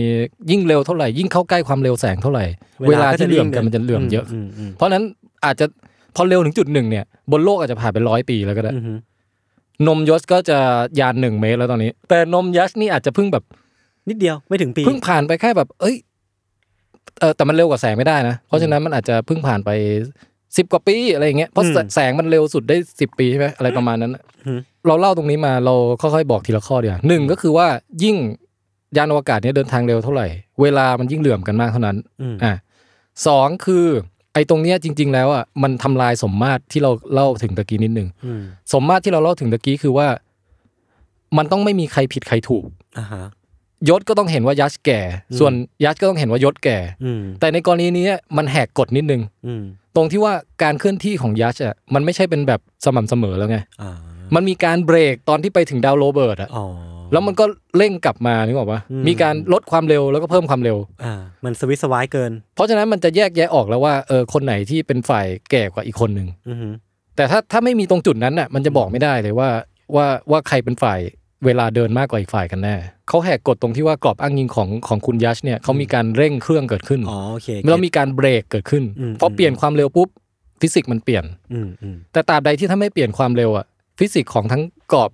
[SPEAKER 3] ยิ่งเร็วเท่าไหร่ ยิ่งเข้าใกล้ความเร็วแสงเท่าไหร่ เวลาที่เหลื่อมกันมันจะเหลื่อมเยอะ
[SPEAKER 2] มอืม
[SPEAKER 3] เพราะฉะนั้นอาจจะพอเร็วถึงจุดหนึ่งเนี่ยบนโลกอาจจะผ่านไปร้อยปีแล้วก็ได้
[SPEAKER 2] อืมอืม
[SPEAKER 3] นมยศก็จะยานหนึ่งเมตรแล้วตอนนี้ แต่นมยัชนี่อาจจะเพิ่งแบบ
[SPEAKER 2] นิดเดียวไม่ถึงปี
[SPEAKER 3] เพิ่งผ่านไปแค่แบบ เอ้ยเออแต่มันเร็วกว่าแสงไม่ได้นะ เพราะฉะนั้นมันอาจจะเพิ่งผ่านไปสิบกว่าปีอะไรอย่างเงี้ยเพราะแสแสงมันเร็วสุดได้สิบปีใช่ไหมอะไรประมาณนั้นน่ะเราเล่าตรงนี้มาเราค่อยๆบอกทีละข้อเดียวาหนึ่งก็คือว่ายิ่งยานอวกาศเนี่ยเดินทางเร็วเท่าไหร่ เวลามันยิ่งเหลื่อมกันมากเท่านั้น
[SPEAKER 2] อืม
[SPEAKER 3] อ่ะสองคือไอ้ตรงเนี้ยจริง ๆ แล้วอ่ะมันทำลายสมมาตรที่เราเล่าถึงตะกี้นิดนึง
[SPEAKER 2] อืม
[SPEAKER 3] สมมาตรที่เราเล่าถึงตะกี้คือว่า มันต้องไม่มีใครผิดใครถูก
[SPEAKER 2] อ่าฮะ
[SPEAKER 3] ยศก็ต้องเห็นว่ายัชแก่
[SPEAKER 2] อืม
[SPEAKER 3] ส่วนยัชก็ต้องเห็นว่ายศแก่
[SPEAKER 2] อืม
[SPEAKER 3] แต่ในกรณีนี้มันแหกกฎนิดนึง
[SPEAKER 2] อืม
[SPEAKER 3] ตรงที่ว่าการเคลื่อนที่ของยัชอ่ะมันไม่ใช่เป็นแบบสม่ำเสมอแล้วไง
[SPEAKER 2] อ่า
[SPEAKER 3] มันมีการเบรกตอนที่ไปถึงดาวโรเบิร์ตอ่ะ
[SPEAKER 2] อ๋อ
[SPEAKER 3] แล้วมันก็เร่งกลับมานึกออกปะ
[SPEAKER 2] อืม
[SPEAKER 3] มีการลดความเร็วแล้วก็เพิ่มความเร็ว
[SPEAKER 2] อ่ามันสวิตสวายเกิน
[SPEAKER 3] เพราะฉะนั้นมันจะแยกแยะออกแล้วว่าเออคนไหนที่เป็นฝ่ายแก่กว่าอีกคนหนึ่ง
[SPEAKER 2] อือหือ
[SPEAKER 3] แต่ถ้าถ้าไม่มีตรงจุดนั้นน่ะมันจะบอกไม่ได้เลยว่าว่าว่าใครเป็นฝ่ายเวลาเดินมากกว่าอีกฝ่ายกันแน่เขาแหกกฎตรงที่ว่ากรอบอ้างยิงของของคุณยัชเนี่ยเขามีการเร่งเครื่องเกิดขึ้น
[SPEAKER 2] อ๋อโอเค
[SPEAKER 3] แล้วมีการเบรกเกิดขึ้น
[SPEAKER 2] อืม
[SPEAKER 3] พอเปลี่ยนความเร็วปุ๊บฟิสิกส์มันเปลี่ยน
[SPEAKER 2] อืมอืม
[SPEAKER 3] แต่ตราบใดที่ถ้าไม่เปลี่ยนความเร็วอะฟิสิกส์ของทั้งกรอบ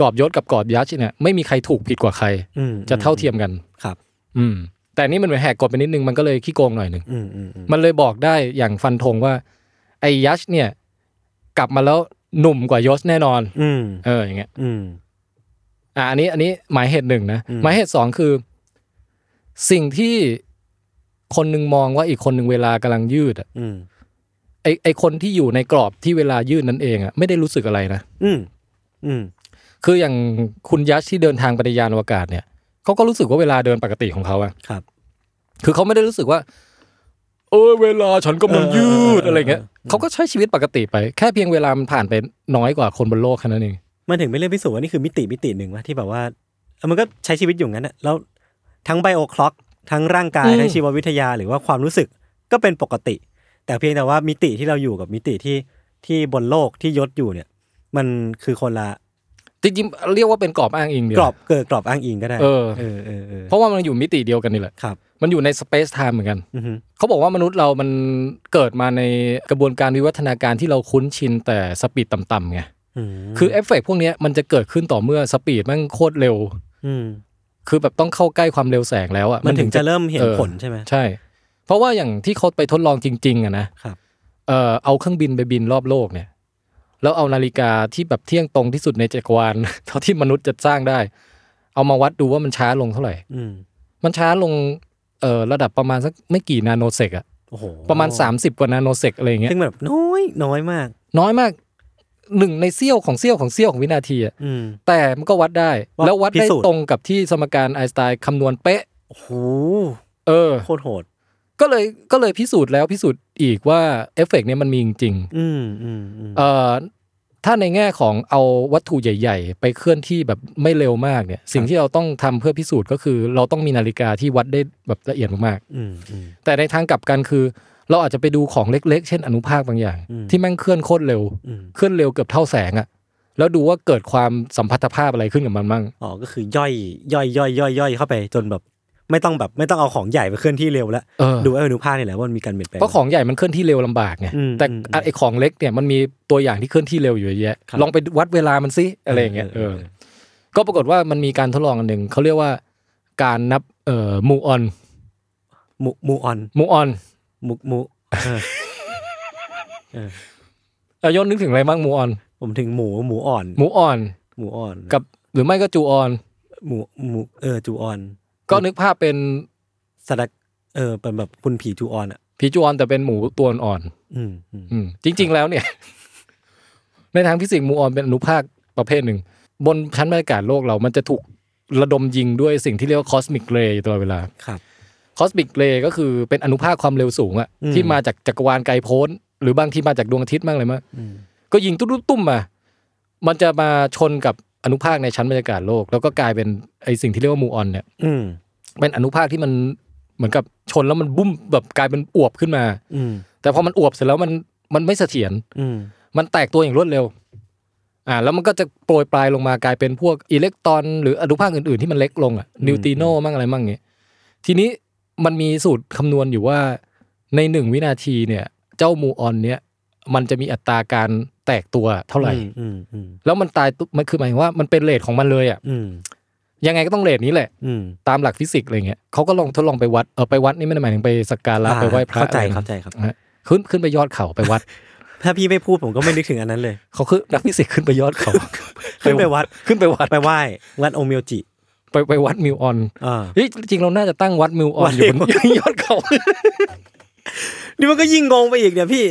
[SPEAKER 3] กรอบยศกับกรอบยัชเนี่ยไม่มีใครถูกผิดกว่าใคร
[SPEAKER 2] อืม
[SPEAKER 3] จะเท่าเทียมกัน
[SPEAKER 2] ครับ
[SPEAKER 3] อืม แต่นี่มันเหมือนแหกกฎไปนิดนึงมันก็เลยขี้โกงหน่อยหนึ่ง
[SPEAKER 2] อืมอืมอืม
[SPEAKER 3] มันเลยบอกได้อย่างฟันธงว่า ไอ้ยัชเนี่ย กลับมาแล้วหนุ่มกว่ายศแน่นอน
[SPEAKER 2] อืม
[SPEAKER 3] เอออย่างเงี้ย
[SPEAKER 2] อืม
[SPEAKER 3] อ่ะอันนี้อันนี้หมายเหตุหนึ่งนะ
[SPEAKER 2] อืม
[SPEAKER 3] หมายเหตุสองคือ สิ่งที่คนหนึ่งมองว่าอีกคนหนึ่งเวลากำลังยืดอะ
[SPEAKER 2] อืม
[SPEAKER 3] ไอไอคนที่อยู่ในกรอบที่เวลายืดนั่นเองอะไม่ได้รู้สึกอะไรนะ
[SPEAKER 2] อืมอืม
[SPEAKER 3] คืออย่างคุณยัชที่เดินทางไปในยานอวกาศเนี่ยเขาก็รู้สึกว่าเวลาเดินปกติของเขาอะ
[SPEAKER 2] ครับ
[SPEAKER 3] คือเขาไม่ได้รู้สึกว่า เออเวลาฉันกำลังยืดอะไรเงี้ยเขาก็ใช้ชีวิตปกติไป แค่เพียงเวลามันผ่านไปน้อยกว่าคนบนโลกแค่นั้นเอง
[SPEAKER 2] มันถึงไม่เรื่องพิสูจน์ว่านี่คือมิติมิติหนึ่งว่าที่แบบว่าเออมันก็ใช้ชีวิตอยู่งั้นอะแล้วทั้งไบโอคล็อก ทั้งร่างกาย
[SPEAKER 3] อืม
[SPEAKER 2] ทั้งชีววิทยาหรือว่าความรู้สึกก็เป็นปกติ แต่เพียงแต่ว่ามิติที่เราอยู่กับมิติที่ที่บนโลกที่ยศอยู่เนี่ย มันคือคนละ
[SPEAKER 3] จริงๆเรียกว่าเป็นกรอบอ้างอิงเดีย
[SPEAKER 2] ก
[SPEAKER 3] ว
[SPEAKER 2] รอบเกิดกรอบอ้างอิงก็ได้
[SPEAKER 3] เออ
[SPEAKER 2] เออเออเออ
[SPEAKER 3] เพราะว่ามันอยู่มิติเดียวกันนี่แหละ
[SPEAKER 2] ครับ
[SPEAKER 3] มันอยู่ในสเปซไทม์เหมือนกัน
[SPEAKER 2] อือฮึ
[SPEAKER 3] เขาบอกว่ามนุษย์เรามันเกิดมาในกระบวนการวิวัฒนาการที่เราคุ้นชินแต่สปีดต่ำๆไง
[SPEAKER 2] ม
[SPEAKER 3] คือเอฟเฟกต์พวกเนี้ยมันจะเกิดขึ้นต่อเมื่อสปีดแมันโคตรเร็ว
[SPEAKER 2] ม
[SPEAKER 3] คือแบบต้องเข้าใกล้ความเร็วแสงแล้วอ่ะ
[SPEAKER 2] มันถึงจะเริ่มเห็น
[SPEAKER 3] ออ
[SPEAKER 2] ผลใช่ไหม
[SPEAKER 3] ใช่ เพราะว่าอย่างที่เขาไปทดลองจริงๆอะนะครับ เออเอาเครื่องบินไปบินรอบโลกเนี่ย แล้วเอานาฬิกาที่แบบเที่ยงตรงที่สุดในจักรวาล เท่าที่มนุษย์จะสร้างได้ เอามาวัดดูว่ามันช้าลงเท่าไหร่
[SPEAKER 2] อืม
[SPEAKER 3] มันช้าลงเอ่อระดับประมาณสักไม่กี่นาโนเซกอะ
[SPEAKER 2] โอ้โห
[SPEAKER 3] ประมาณ 30 กว่านาโนเซกอะไรอย่างเงี้ย
[SPEAKER 2] ซึ่งแบบน้อยน้อยมาก
[SPEAKER 3] น้อยมากหนึ่งในเสี้ยวของเสี้ยวของเสี้ยวของวินาทีอะ
[SPEAKER 2] อืม
[SPEAKER 3] แต่มันก็วัดได้
[SPEAKER 2] ว่า
[SPEAKER 3] แล้ววัดได้
[SPEAKER 2] พิสูจน์
[SPEAKER 3] ตรงกับที่สมการไอน์สไตน์คำนวณเป๊ะ
[SPEAKER 2] โอ้โห
[SPEAKER 3] เออ
[SPEAKER 2] โคตรโหด
[SPEAKER 3] ก็เลยก็เลยพิสูจน์แล้วพิสูจน์อีกว่าเอฟเฟกต์เนี่ยมันมีจริง
[SPEAKER 2] อืมอืมอืม
[SPEAKER 3] ๆเอ่อถ้าในแง่ของเอาวัตถุใหญ่ ๆ ไปเคลื่อนที่แบบไม่เร็วมากเนี่ยสิ่งที่เราต้องทำเพื่อพิสูจน์ก็คือ เราต้องมีนาฬิกาที่วัดได้แบบละเอียดมากๆ
[SPEAKER 2] อืมอืม
[SPEAKER 3] แต่ในทางกลับกันคือ เราอาจจะไปดูของเล็ก ๆ เช่นอนุภาคบางอย่าง
[SPEAKER 2] อืม
[SPEAKER 3] ที่แม่งเคลื่อนโคตรเร็ว
[SPEAKER 2] อืม
[SPEAKER 3] เคลื่อนเร็วเกือบเท่าแสงอะแล้วดูว่าเกิดความสัมพัทธภาพอะไรขึ้นกับมันมั่ง
[SPEAKER 2] อ๋อก็คือย่อยย่อยย่อยย่อยย่อยเข้าไปจนแบบ ไม่ต้องแบบไม่ต้องเอาของใหญ่ไปเคลื่อนที่เร็วแล้ว
[SPEAKER 3] เออ
[SPEAKER 2] ดูไอ้อนุภาคนี่แหละว่ามันมีการเปลี่ยนแปลง
[SPEAKER 3] เพราะของใหญ่มันเคลื่อนที่เร็วลำบากไง
[SPEAKER 2] อืม
[SPEAKER 3] แต่
[SPEAKER 2] อืม
[SPEAKER 3] อ่ะไอของเล็กเนี่ยมันมีตัวอย่างที่เคลื่อนที่เร็วอยู่เยอะแยะ
[SPEAKER 2] ครับ
[SPEAKER 3] ลองไปวัดเวลามันสิอะไรอย่างเงี้ยเออก็ปรากฏว่ามันมีการทดลองอันหนึ่งเขาเรียกว่าการนับเอ่อมูออน
[SPEAKER 2] มูมูออน
[SPEAKER 3] มูออน
[SPEAKER 2] มูมูเออ
[SPEAKER 3] ายศนึกถึงอะไรบ้างมูออน
[SPEAKER 2] ผมถึงหมูหมูอ่อน
[SPEAKER 3] มูออน
[SPEAKER 2] หมูอ่อน
[SPEAKER 3] กับหรือไม่ก็จูออน
[SPEAKER 2] หมูหมูเออจูออน
[SPEAKER 3] ก็นึกภาพเป็น
[SPEAKER 2] สระเออเป็นแบบคุณผีจูออนอ่ะ
[SPEAKER 3] ผีจูออนแต่เป็นหมูตัวอ่อน
[SPEAKER 2] อืมอืม
[SPEAKER 3] ๆอืมจริง ๆ แล้วเนี่ย ในทางฟิสิกส์หมูอ่อนเป็นอนุภาคประเภทหนึ่ง บนชั้นบรรยากาศโลกเรามันจะถูกระดมยิงด้วยสิ่งที่เรียกว่าคอสมิกเรย์อยู่ตลอดเวลา
[SPEAKER 2] ครับ
[SPEAKER 3] คอสมิกเรย์ก็คือเป็นอนุภาคความเร็วสูงอะ
[SPEAKER 2] อืม
[SPEAKER 3] ที่มาจากจักรวาลไกลโพ้น หรือบางที่มาจากดวงอาทิตย์บ้างอะไรมั้ง
[SPEAKER 2] อืม
[SPEAKER 3] ก็ยิงตุ้มตุ้มๆมา มันจะมาชนกับอนุภาคในชั้นบรรยากาศโลก แล้วก็กลายเป็นไอสิ่งที่เรียกว่ามูออนเนี่ย
[SPEAKER 2] อืม
[SPEAKER 3] เป็นอนุภาคที่มันเหมือนกับชนแล้วมันบุ้มแบบกลายเป็นอวบขึ้นมา
[SPEAKER 2] อืม
[SPEAKER 3] แต่พอมันอวบเสร็จแล้วมันมันไม่เสถียร
[SPEAKER 2] อืม
[SPEAKER 3] มันแตกตัวอย่างรวดเร็ว อ่า แล้วมันก็จะโปรยปลายลงมากลายเป็นพวกอิเล็กตรอนหรืออนุภาคอื่นๆที่มันเล็กลงอ่ะนิวตริโนมั่งอะไรมั่งเงี้ยทีนี้มันมีสูตรคำนวณอยู่ว่าในหนึ่งวินาทีเนี่ย เจ้ามูออนเนี่ย มันจะมีอัตราการแตกตัวเท่าไหร่
[SPEAKER 2] อืมอืม
[SPEAKER 3] แล้วมันตายตุ๊มันคือหมายถึงว่ามันเป็นเลทของมันเลยอ่ะ
[SPEAKER 2] อืม
[SPEAKER 3] ยังไงก็ต้องเลทนี้แหละ
[SPEAKER 2] อืม
[SPEAKER 3] ตามหลักฟิสิกส์อะไรเงี้ยเขาก็ลองทดลองไปวัด เออไปวัดนี่ไม่ได้หมายถึงไปสักการะไปไหว้พระ
[SPEAKER 2] เข้าใจ
[SPEAKER 3] อะไรนะ
[SPEAKER 2] เข้าใจครับ
[SPEAKER 3] ฮะขึ้นขึ้นไปยอดเขาไปวัด
[SPEAKER 2] ถ้าพี่ไม่พูดผมก็ไม่นึกถึงอันนั้นเลย
[SPEAKER 3] เขาคือนักฟิสิกส์ขึ้นไปยอ ดเขา
[SPEAKER 2] ขึ้นไปวัด
[SPEAKER 3] ขึ้นไปวัด
[SPEAKER 2] ไปไหว้วัดโอเมลจิ
[SPEAKER 3] ไปไปวัดมิวออน
[SPEAKER 2] อ่า
[SPEAKER 3] เฮ้ยจริงเราน่าจะตั้งวัดมิวออนอยู่บน
[SPEAKER 2] วัดมิวออน
[SPEAKER 3] ยอดเขา
[SPEAKER 2] นี่มันก็ยิ่งงงไปอีกเนี่ยพี่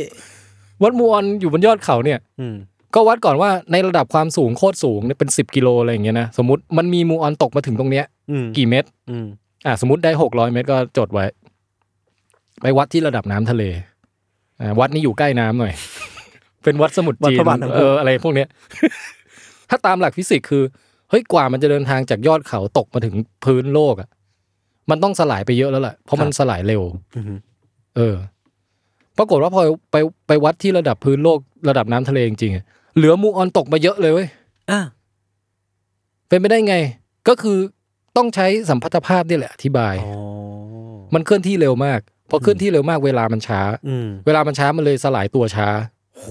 [SPEAKER 3] วัดมิวออนอยู่บนยอดเขาเนี่ย
[SPEAKER 2] อืม
[SPEAKER 3] ก็วัดก่อนว่าในระดับความสูงโคตรสูงเนี่ยเป็น 10 กิโลอะไรอย่างเงี้ยนะสมมติมันมีมูออนตกมาถึงตรงเนี้ย
[SPEAKER 2] อืม
[SPEAKER 3] กี่เมตร
[SPEAKER 2] อืม
[SPEAKER 3] อ่ะสมมติได้600เมตรก็จดไว้ ไปวัดที่ระดับน้ำทะเลอ่าวัดนี้อยู่ใกล้น้ำหน่อย เป็นวัดสมุทรจีน
[SPEAKER 2] วัดพระบาทน้ำพุ
[SPEAKER 3] เอออะไรพวกเนี้ย ถ้าตามหลักฟิสิกส์คือเฮ้ยกว่ามันจะเดินทางจากยอดเขาตกมาถึงพื้นโลกอ่ะมันต้องสลายไปเยอะแล้วล่ะเพราะมันสลายเร็ว
[SPEAKER 2] อืม
[SPEAKER 3] เออ ปรากฏว่าพอไปไปวัดที่ระดับพื้นโลกระดับน้ำทะเลจริงๆอะเหลือมูออนตกมาเยอะเลยเว้ย
[SPEAKER 2] อ่ะ
[SPEAKER 3] เป็นไปได้ไง ก็คือต้องใช้สัมพัทธภาพนี่แหละอธิบาย
[SPEAKER 2] อ๋อ
[SPEAKER 3] มันเคลื่อนที่เร็วมาก พอเคลื่อนที่เร็วมากเวลามันช้า
[SPEAKER 2] อืม
[SPEAKER 3] เวลามันช้ามันเลยสลายตัวช้า
[SPEAKER 2] โห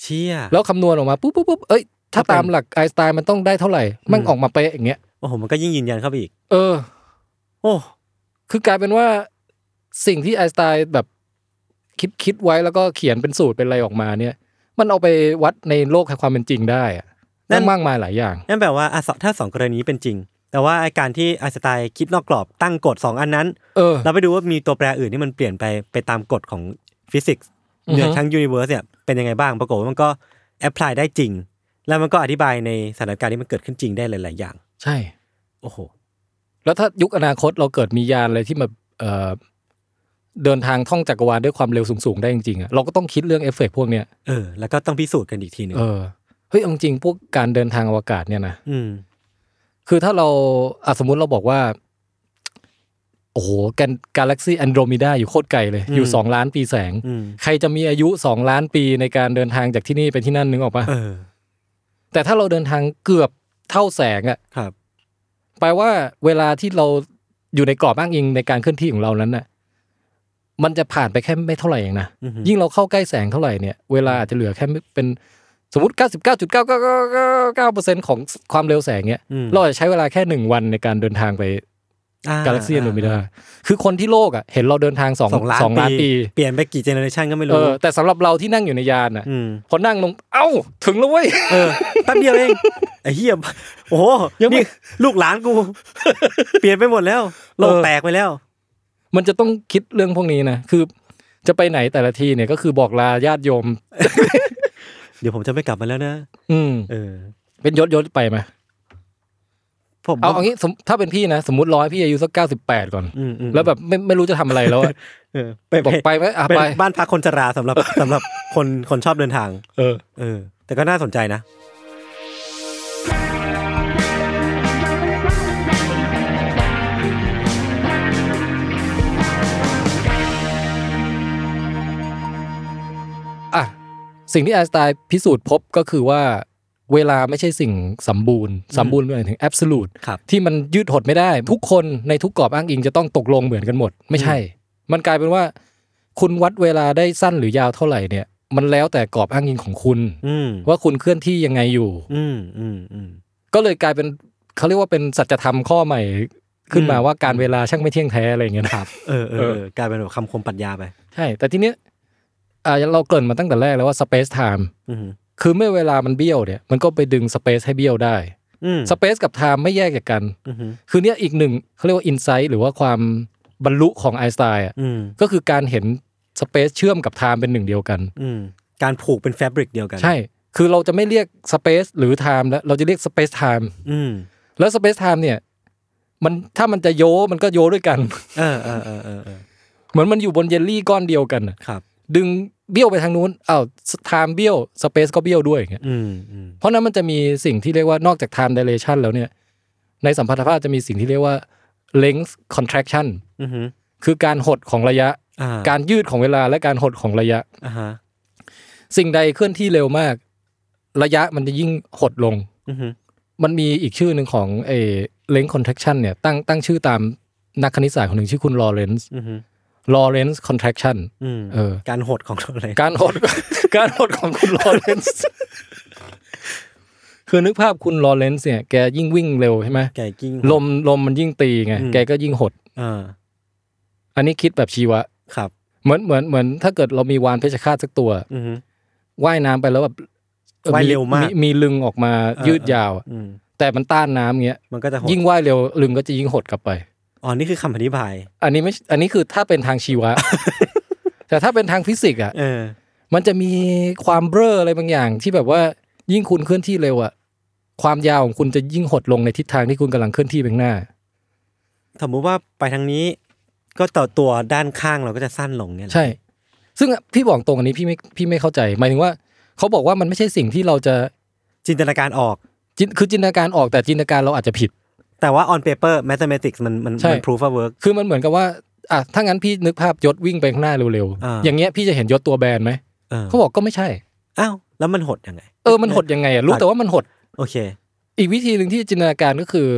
[SPEAKER 2] เชี่ย
[SPEAKER 3] แล้วคำนวณออกมาปุ๊บปุ๊บปุ๊บเอ้ย ถ้า
[SPEAKER 2] ก็เป็น
[SPEAKER 3] ตามหลักไอน์สไตน์มันต้องได้เท่าไหร่ มัน
[SPEAKER 2] อืม
[SPEAKER 3] ออกมาเป๊ะอย่างเงี้ย
[SPEAKER 2] โอ้โหมันก็ยิ่งยืนยันเข้าไปอีก
[SPEAKER 3] เออ
[SPEAKER 2] โอ้
[SPEAKER 3] คือกลายเป็นว่าสิ่งที่ไอน์สไตน์แบบคิดคิดไว้แล้วก็เขียนเป็นสูตรเป็นอะไรออกมาเนี่ย มันเอาไปวัดในโลกแห่งความเป็นจริงได้อะ
[SPEAKER 2] นั่น
[SPEAKER 3] มากมายหลายอย่าง
[SPEAKER 2] นั่นแปลว่าอ่ะสถ้าสองกรณีนี้เป็นจริง แต่ว่าไอาการที่ไอน์สไตล์คิดนอกกรอบตั้งกฎสองอันนั้น
[SPEAKER 3] เออ
[SPEAKER 2] เราไปดูว่ามีตัวแปรอื่นที่มันเปลี่ยนไปไปตามกฎของฟิสิกส์
[SPEAKER 3] อือฮึ
[SPEAKER 2] เหนือชั้งยูนิเวอร์สเนี่ยเป็นยังไงบ้างปรากฏว่ามันก็แอพพลายได้จริง แล้วมันก็อธิบายในสถานการณ์ที่มันเกิดขึ้นจริงได้หลาย ๆ อย่าง
[SPEAKER 3] ใช่
[SPEAKER 2] โอ้โห
[SPEAKER 3] แล้วถ้ายุคอนาคตเราเกิดมียานอะไรที่แบบเอ่อเดินทางท่องจักรวาลด้วยความเร็วสูงๆ ได้จริงๆอะเราก็ต้องคิดเรื่องเอฟเฟกต์พวกเนี้ย
[SPEAKER 2] เออ แล้วก็ต้องพิสูจน์กันอีกทีหนึ่ง
[SPEAKER 3] เออเฮ้ยเอาจริงๆพวกการเดินทางอวกาศเนี่ยนะ
[SPEAKER 2] อืม
[SPEAKER 3] คือถ้าเราอะสมมุติเราบอกว่า โอ้โหกันกาแล็กซี่แอนโดรมดาอยู่โคตรไกลเลย
[SPEAKER 2] อืม
[SPEAKER 3] อยู่สองล้านปีแสง
[SPEAKER 2] อืม
[SPEAKER 3] ใครจะมีอายุสองล้านปีในการเดินทางจากที่นี่ไปที่นั่นนึกออกปะ
[SPEAKER 2] เออ
[SPEAKER 3] แต่ถ้าเราเดินทางเกือบเท่าแสงอะ
[SPEAKER 2] ครับ
[SPEAKER 3] แปลว่าเวลาที่เราอยู่ในกรอบอ้างอิงในการเคลื่อนที่ของเรานั้นน่ะ มันจะผ่านไปแค่ไม่เท่าไหร่เองนะ
[SPEAKER 2] อือฮึ
[SPEAKER 3] ยิ่งเราเข้าใกล้แสงเท่าไหร่เนี่ย เวลาอาจจะเหลือแค่ไม่เป็นสมมติ 99.999%ของความเร็วแสงเนี่ย
[SPEAKER 2] อืม
[SPEAKER 3] เราอาจจะใช้เวลาแค่หนึ่งวันในการเดินทางไป
[SPEAKER 2] อ่
[SPEAKER 3] กาแล็กซีแอนโดรเมดาคือคนที่โลกอ่ะเห็นเราเดินทางสอง
[SPEAKER 2] สองล้าน
[SPEAKER 3] สองล้านปี
[SPEAKER 2] เปลี่ยนไปกี่เจเนอเรชันก็ไม่
[SPEAKER 3] เอ
[SPEAKER 2] รู้
[SPEAKER 3] อแต่สำหรับเราที่นั่งอยู่ในยานอ่ะ
[SPEAKER 2] ืม
[SPEAKER 3] พอนั่งลงเอ้า ถึงแล้วเว้ย
[SPEAKER 2] เออแป๊บเดียวเองไอ้เหี้ยโอ้โห
[SPEAKER 3] ยังไม่
[SPEAKER 2] นี่ลูกหลานกู เปลี่ยนไปหมดแล้ว โลก
[SPEAKER 3] เออ
[SPEAKER 2] แตกไปแล้ว
[SPEAKER 3] มันจะต้องคิดเรื่องพวกนี้นะคือ จะไปไหนแต่ละทีเนี่ยก็คือบอกลาญาติโยม
[SPEAKER 2] เดี๋ยวผมจะไม่กลับมาแล้วนะ
[SPEAKER 3] อืม
[SPEAKER 2] เออ
[SPEAKER 3] เป็นยศยศไปไหม
[SPEAKER 2] ผม
[SPEAKER 3] เอาเอางี้สมถ้าเป็นพี่นะ สมมติร้อยพี่อายุสักเก้าสิบแปดก่อน
[SPEAKER 2] อืมอืม
[SPEAKER 3] แล้วแบบไม่ไม่รู้จะทำอะไรแล้วอะ
[SPEAKER 2] เออไป
[SPEAKER 3] บอก
[SPEAKER 2] ไป
[SPEAKER 3] ไปไหมอ่ะ
[SPEAKER 2] เป็น
[SPEAKER 3] ไป
[SPEAKER 2] บ้านพักคนชราสำ หรับสำหรับคนคนชอบเดินทาง
[SPEAKER 3] เออ
[SPEAKER 2] เออ แต่ก็น่าสนใจนะ
[SPEAKER 3] อ่ะ สิ่งที่ไอน์สไตน์พิสูจน์พบก็คือว่า เวลาไม่ใช่สิ่งสมบูรณ์ สมบูรณ์หมายถึงแอบส u t ู
[SPEAKER 2] ครับ
[SPEAKER 3] ที่มันยืดหดไม่ได้ ทุกคนในทุกกรอบอ้างอิงจะต้องตกลงเหมือนกันหมด ไม่ใช่ มันกลายเป็นว่า คุณวัดเวลาได้สั้นหรือยาวเท่าไหร่เนี่ย มันแล้วแต่กรอบอ้างอิงของคุณ
[SPEAKER 2] อืม
[SPEAKER 3] ว่าคุณเคลื่อนที่ยังไงอยู่
[SPEAKER 2] อืมอืมอืม
[SPEAKER 3] ก็เลยกลายเป็นเขาเรียกว่าเป็นสัจธรรมข้อใหม่ขึ้นมา
[SPEAKER 2] อืม
[SPEAKER 3] ว่าการเวลาช่างไม่เที่ยงแท้อะไรอย่างเงี้ยนะ
[SPEAKER 2] เออเออเออกลายเป็นแบบคำคมปรัญญาไป
[SPEAKER 3] ใช่ แต่ทีเนี้ยอ่าเราเกรินมาตั้งแต่แรกแล้วว่า Space Time
[SPEAKER 2] อืม
[SPEAKER 3] คือเมื่อเวลามันเบี้ยวเนี่ย มันก็ไปดึง Space ให้เบี้ยวได้
[SPEAKER 2] อืม
[SPEAKER 3] Space กับ Time ไม่แยกจากกัน
[SPEAKER 2] อืม
[SPEAKER 3] คือเนี่ยอีกหนึ่งเขาเรียกว่า Insight หรือว่าความ บรรลุของไอน์สไตน์อ่ะ
[SPEAKER 2] อืม
[SPEAKER 3] ก็คือการเห็นสเปซเชื่อมกับไทม์เป็นหนึ่งเดียวกัน
[SPEAKER 2] อืม การผูกเป็นแฟบริกเดียวกัน
[SPEAKER 3] ใช่ คือเราจะไม่เรียกสเปซหรือไทม์แล้วเราจะเรียกสเปซไทม์
[SPEAKER 2] อืม
[SPEAKER 3] แล้วสเปซไทม์เนี่ยมันถ้ามันจะโยมันก็โยด้วยกัน
[SPEAKER 2] เออเออเออเออเออ
[SPEAKER 3] เหมือนมันอยู่บนเยลลี่ก้อนเดียวกันน่ะ
[SPEAKER 2] ครับ
[SPEAKER 3] ดึงเบี้ยวไปทางนู้นอ้าวไทม์เบี้ยวสเปซก็เบี้ยวด้วยอย่างเงี้ย
[SPEAKER 2] อืมอืม
[SPEAKER 3] เพราะนั้นมันจะมีสิ่งที่เรียกว่านอกจาก time dilation แล้วเนี่ยในสัมพัทธภาพจะมีสิ่งที่เรียกว่า length contraction
[SPEAKER 2] อือหือ
[SPEAKER 3] คือการหดของระยะ
[SPEAKER 2] อ่า
[SPEAKER 3] การยืดของเวลาและการหดของระยะ
[SPEAKER 2] อ่าฮะ
[SPEAKER 3] สิ่งใดเคลื่อนที่เร็วมาก ระยะมันจะยิ่งหดลง
[SPEAKER 2] อือหือ
[SPEAKER 3] มันมีอีกชื่อหนึ่งของเอเลนส์คอนแทคชันเนี่ยตั้งตั้งชื่อตามนักคณิตศาสตร์คนหนึ่งชื่อคุณลอเรนซ์
[SPEAKER 2] อือหือ
[SPEAKER 3] ลอเรนซ์คอนแทคชัน
[SPEAKER 2] อืม
[SPEAKER 3] เออ
[SPEAKER 2] การหดของเราเลย
[SPEAKER 3] การหด การหดของคุณลอเรนซ์คือนึกภาพคุณลอเรนซ์เนี่ยแกยิ่งวิ่งเร็วใช่ไหม
[SPEAKER 2] ไก่กิ้ง
[SPEAKER 3] ลมลมมันยิ่งตีไง
[SPEAKER 2] อืม
[SPEAKER 3] แกก็ยิ่งหด
[SPEAKER 2] เออ
[SPEAKER 3] อันนี้คิดแบบชีวะ
[SPEAKER 2] ครับ
[SPEAKER 3] เหมือนเหมือนเหมือนถ้าเกิดเรามีวานเพชฌฆาตสักตัว
[SPEAKER 2] อือหือ
[SPEAKER 3] ว่ายน้ำไปแล้วแบบอ่อ
[SPEAKER 2] ว่ายเร็วมาก
[SPEAKER 3] มีลึงออกมา
[SPEAKER 2] เออ
[SPEAKER 3] ยืดยาวอะ
[SPEAKER 2] อืม
[SPEAKER 3] แต่มันต้านน้ำเงี้ย
[SPEAKER 2] มันก็จะหด
[SPEAKER 3] ยิ่งว่ายเร็วลึงก็จะยิ่งหดกลับไป
[SPEAKER 2] อ๋อนี่คือคำอธิบาย
[SPEAKER 3] อันนี้ไม่ อันนี้คือถ้าเป็นทางชี วะ แต่ถ้าเป็นทางฟิสิกส์อ่ะ
[SPEAKER 2] เออ
[SPEAKER 3] มันจะมีความเบ้ออะไรบางอย่างที่แบบว่ายิ่งคุณเคลื่อนที่เร็วอ่ะ ความยาวของคุณจะยิ่งหดลงในทิศทางที่คุณกำลังเคลื่อนที่ไปข้างหน้า
[SPEAKER 2] สมมุติว่าไปทางนี้ ก็ต่อตัวด้านข้างเราก็จะสั้นลงเนี่ยแหละ
[SPEAKER 3] ใช่ ซึ่งพี่บอกตรงอันนี้พี่ไม่ พี่ไม่เข้าใจ หมายถึงว่า เขาบอกว่ามันไม่ใช่สิ่งที่เราจะ
[SPEAKER 2] จินตนาการออก
[SPEAKER 3] จินคือจินตนาการออกแต่จินตนาการเราอาจจะผิด แต่
[SPEAKER 2] แต่
[SPEAKER 3] ว่า
[SPEAKER 2] ว่า on paper mathematics มันมัน
[SPEAKER 3] ใช่
[SPEAKER 2] มัน proof of work
[SPEAKER 3] คือมันเหมือนกับว่า อ่ะ ถ้างั้นพี่นึกภาพยศวิ่งไปข้างหน้าเร็ว
[SPEAKER 2] อ่า
[SPEAKER 3] ๆ อย่างเงี้ยพี่จะเห็นยศตัวแบนไหม
[SPEAKER 2] เออ
[SPEAKER 3] เขาบอกก็ไม่ใช่
[SPEAKER 2] อ้าว แล้วมันหดยังไง
[SPEAKER 3] เออ มันหดยังไงอ่ะ รู้แต่ว่ามันหด
[SPEAKER 2] โอเค
[SPEAKER 3] อีกวิธีหนึ่งที่จินตนาการก็คือ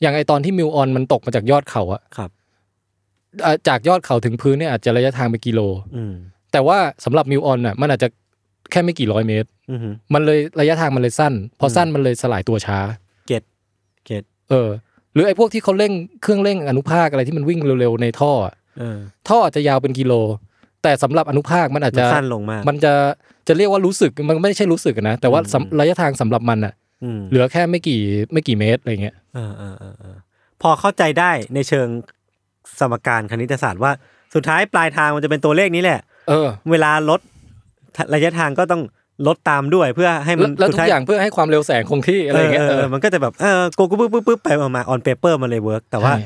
[SPEAKER 3] อย่างไอตอนที่มิวออนมันตกมาจากยอดเขาอะ
[SPEAKER 2] ครับ
[SPEAKER 3] อ่ะจากยอดเขาถึงพื้นเนี่ยอาจจะระยะทางไปนกิโล
[SPEAKER 2] อืม
[SPEAKER 3] แต่ว่าสำหรับมิวออนน่ะมันอาจจะแค่ไม่กี่ร้อยเมตร
[SPEAKER 2] อือหือ
[SPEAKER 3] มันเลยระยะทางมันเลยสั้น พอสั้นมันเลยสลายตัวช้า
[SPEAKER 2] get get
[SPEAKER 3] เออ หรือไอพวกที่เขาเร่งเครื่องเร่งอนุภาคอะไรที่มันวิ่งเร็วๆในท่ออะ
[SPEAKER 2] เออ
[SPEAKER 3] ท่ออาจจะยาวเป็นกิโล แต่สำหรับอนุภาคมันอาจ
[SPEAKER 2] มัน
[SPEAKER 3] จะ
[SPEAKER 2] สั้นลงมาก
[SPEAKER 3] มันจะจะเรียกว่ารู้สึกมันไม่ใช่รู้สึกอะนะแต่ว่าสำระยะทางสำหรับมันอะ
[SPEAKER 2] อืม
[SPEAKER 3] เหลือแค่ไม่กี่ไม่กี่เมตรอะไรเงี้ย
[SPEAKER 2] เออเออเออเออพอเข้าใจได้ในเชิงสมการคณิตศาสตร์ว่าสุดท้ายปลายทางมันจะเป็นตัวเลขนี้แหละ
[SPEAKER 3] เออ
[SPEAKER 2] เวลาลดระยะทางก็ต้องลดตามด้วยเพื่อให้มัน
[SPEAKER 3] แล้วทุ
[SPEAKER 2] สุด
[SPEAKER 3] ก
[SPEAKER 2] ท้
[SPEAKER 3] อย่างเพื่อให้ความเร็วแสงคงที่อะไรเงี้ย
[SPEAKER 2] เออเออเออมันก็จะแบบเออโกกูปุ๊บปุ๊บปุ๊บไปมาออนเปเปอร์มันเลยเวิร์กแต่ว่า
[SPEAKER 3] ใช่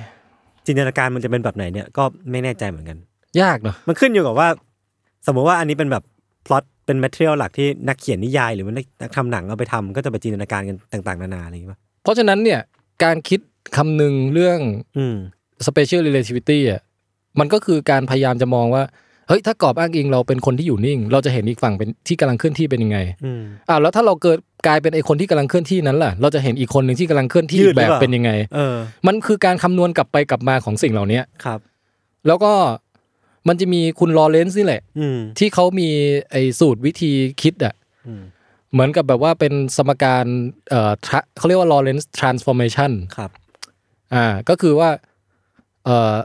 [SPEAKER 2] จินตนาการมันจะเป็นแบบไหนเนี่ยก็ไม่แน่ใจเหมือนกัน
[SPEAKER 3] ยากเนอะ
[SPEAKER 2] มันขึ้นอยู่กับว่า สมมติว่าอันนี้เป็นแบบพล็อตเป็นแมทเทียลหลักที่นักเขียนนิยาย หรือว่านักทำหนังเอาไปทำก็จะไปจินตนาการกันต่างๆ นานาอะไรอย่างเงี้ยป่ะ
[SPEAKER 3] เพราะฉะนั้นเนี่ยการคิดคำนึงเรื่อง
[SPEAKER 2] อืม
[SPEAKER 3] special relativity อ่ะมันก็คือการพยายามจะมองว่า เฮ้ยถ้ากรอบอ้างอิงเราเป็นคนที่อยู่นิ่ง เราจะเห็นอีกฝั่งเป็นที่กำลังเคลื่อนที่เป็นยังไง
[SPEAKER 2] อืม
[SPEAKER 3] อ้าวแล้วถ้าเราเกิดกลายเป็นไอคนที่กำลังเคลื่อนที่นั้นล่ะ เราจะเห็นอีกคนหนึ่งที่กำลังเคลื่อนที่
[SPEAKER 2] ยื
[SPEAKER 3] อี
[SPEAKER 2] ด
[SPEAKER 3] ก
[SPEAKER 2] หรื
[SPEAKER 3] แบ
[SPEAKER 2] อบเปล่า
[SPEAKER 3] เป็นยังไง
[SPEAKER 2] เออ
[SPEAKER 3] มันคือการคำนวณกลับไปกลับมาของสิ่งเหล่านี้
[SPEAKER 2] ครับ
[SPEAKER 3] แล้วก็มันจะมีคุณลอเรนซ์นี่แหละ
[SPEAKER 2] อืม
[SPEAKER 3] ที่เขามีไอสูตรวิธีคิดอ่ะ
[SPEAKER 2] อืม
[SPEAKER 3] เหมือนกับแบบว่าเป็นสมการเอ่อ tra- เขาเรียกว่า Lorentz transformation
[SPEAKER 2] ครับ
[SPEAKER 3] อ่า ก็คือว่าเอ่อ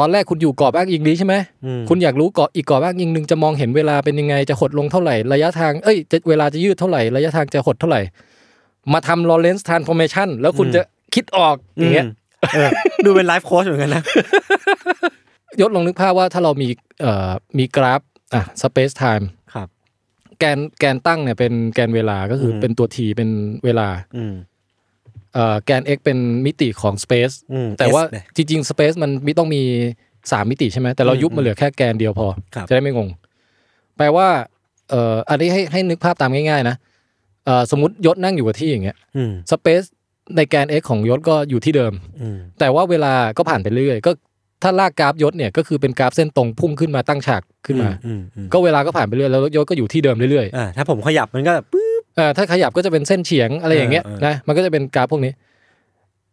[SPEAKER 3] ตอนแรกคุณอยู่กรอบอ้างอิงนี้ใช่ไหม
[SPEAKER 2] อืม
[SPEAKER 3] คุณอยากรู้กรอบอีกกรอบอ้างอิงหนึ่งจะมองเห็นเวลาเป็นยังไง จะหดลงเท่าไหร่ ระยะทาง เอ้ยจะเวลาจะยืดเท่าไหร่ ระยะทางจะหดเท่าไหร่ มาทำ Lorentz transformation แล้วคุณจะคิดออกอย่างเงี้ย
[SPEAKER 2] มเออดูเป็นไลฟ์โค้ชเหมือนกันนะ
[SPEAKER 3] ยศลองนึกภาพว่าถ้าเรามีเอ่อมีกราฟอ่ะ space time
[SPEAKER 2] ครับ
[SPEAKER 3] แกนแกนตั้งเนี่ยเป็นแกนเวลา ก็คืออ
[SPEAKER 2] ม
[SPEAKER 3] เป็นตัว t เป็นเวลา
[SPEAKER 2] อืม
[SPEAKER 3] เอ่อแกน x เป็นมิติของ space
[SPEAKER 2] อืม
[SPEAKER 3] แต่ว่า
[SPEAKER 2] S เนี่ย
[SPEAKER 3] จริง ๆ space มันมีต้องมี 3 มิติใช่ไหมแต่เรา
[SPEAKER 2] อืม
[SPEAKER 3] ยุบมาเหลือแค่แกนเดียวพอ
[SPEAKER 2] ครับ
[SPEAKER 3] จะได้ไม่งง แปลว่าเอ่ออันนี้ให้ให้นึกภาพตามง่าย ๆ นะเอ่อสมมติยศนั่งอยู่กับที่อย่างเงี้ย
[SPEAKER 2] อืม
[SPEAKER 3] space ในแกน x ของยศก็อยู่ที่เดิม
[SPEAKER 2] อืม
[SPEAKER 3] แต่ว่าเวลาก็ผ่านไปเรื่อยก็ถ้าลากกราฟยศเนี่ยก็คือเป็นกราฟเส้นตรงพุ่งขึ้นมาตั้งฉากขึ้นมา
[SPEAKER 2] อืมอืม
[SPEAKER 3] ก็เวลาก็ผ่านไปเรื่อยแล้วยศก็อยู่ที่เดิมเรื่อยๆ
[SPEAKER 2] อ่าถ้าผมขยับมันก็ปึ๊บ
[SPEAKER 3] เอ่อถ้าขยับก็จะเป็นเส้นเฉียงอะไรอย่างเงี้ย
[SPEAKER 2] เออเออ
[SPEAKER 3] นะมันก็จะเป็นกราฟพวกนี้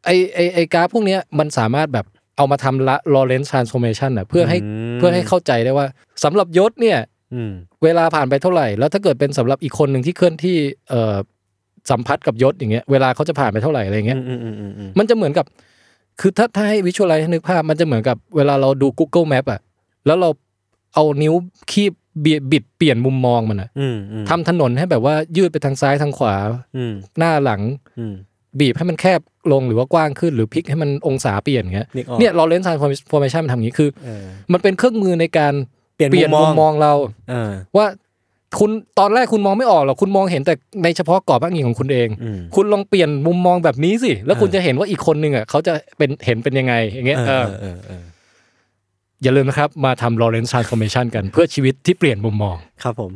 [SPEAKER 3] ไอไอไอกราฟพวกเนี้ยมันสามารถแบบเอามาทำละลอเรนซ์ทรานส์ฟอร์เมชันอ่ะเพื่อให้
[SPEAKER 2] ม
[SPEAKER 3] เพื่อให้เข้าใจได้ว่าสำหรับยศเนี่ย
[SPEAKER 2] อืม
[SPEAKER 3] เวลาผ่านไปเท่าไหร่ แล้วถ้าเกิดเป็นสำหรับอีกคนหนึ่งที่เคลื่อนที่เอ่อสัมผัสกับยศอย่างเงี้ยเวลาเขาจะผ่านไปเท่าไหร่อะไรอย่าง
[SPEAKER 2] อื
[SPEAKER 3] เงี้ย
[SPEAKER 2] มอืมอืมอืมอืม
[SPEAKER 3] มันจะเหมือนกับ คือถ้าถ้าให้วิชวลไลท์นึกภาพมันจะเหมือนกับเวลาเราดู Google Map อ่ะแล้วเราเอานิ้วคีบเบียดบิดเปลี่ยนมุมมองมันอ่ะ
[SPEAKER 2] อืมอืม
[SPEAKER 3] ทำถนนให้แบบว่ายืดไปทางซ้ายทางขวา
[SPEAKER 2] อืม
[SPEAKER 3] หน้าหลัง
[SPEAKER 2] อืม
[SPEAKER 3] บีบให้มันแคบลงหรือว่ากว้างขึ้นหรือพลิกให้มันองศาเปลี่ยนอย่างเงี้ย
[SPEAKER 2] นึกออก
[SPEAKER 3] เนี่ยลอเรนซ์ทรานส์ฟอร์เมชันมันทำอย่างนี้คือ
[SPEAKER 2] เออ
[SPEAKER 3] มันเป็นเครื่องมือในการ
[SPEAKER 2] เปลี่ยน
[SPEAKER 3] เปลี่ยน
[SPEAKER 2] มุ
[SPEAKER 3] มุ
[SPEAKER 2] ม
[SPEAKER 3] ม
[SPEAKER 2] ม
[SPEAKER 3] ม
[SPEAKER 2] อ
[SPEAKER 3] อ
[SPEAKER 2] ง
[SPEAKER 3] งเรา
[SPEAKER 2] เออ
[SPEAKER 3] ว่าคุณตอนแรกคุณมองไม่ออกหรอกคุณมองเห็นแต่ในเฉพาะกรอบอ้างอิงของคุณเอง
[SPEAKER 2] อืม
[SPEAKER 3] คุณลองเปลี่ยนมุมมองแบบนี้สิ แล้วคุณ
[SPEAKER 2] เออ
[SPEAKER 3] จะเห็นว่าอีกคนนึงอ่ะเขาจะเป็นเห็นเป็นยังไงอย่างเงี้ย
[SPEAKER 2] เอ
[SPEAKER 3] เอ
[SPEAKER 2] อ
[SPEAKER 3] อ
[SPEAKER 2] เออเออ
[SPEAKER 3] อย่าลืมนะครับ มาทำ Lawrence Transformation กัน เพื่อชีวิตที่เปลี่ยนมุมมอง
[SPEAKER 2] ครับผม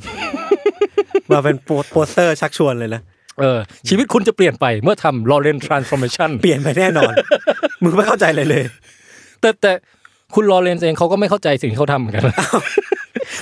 [SPEAKER 2] มาเป็นโปโปสเตอร์ชักชวนเลยนะ
[SPEAKER 3] เออ ชีวิตคุณจะเปลี่ยนไปเมื่อทำ Lawrence Transformation
[SPEAKER 2] เปลี่ยนไปแน่นอน มึงไม่เข้าใจเลยเลย
[SPEAKER 3] แต่แต่คุณ Lawrence เองเขาก็ไม่เข้าใจสิ่งที่เขาทำเหมือนกัน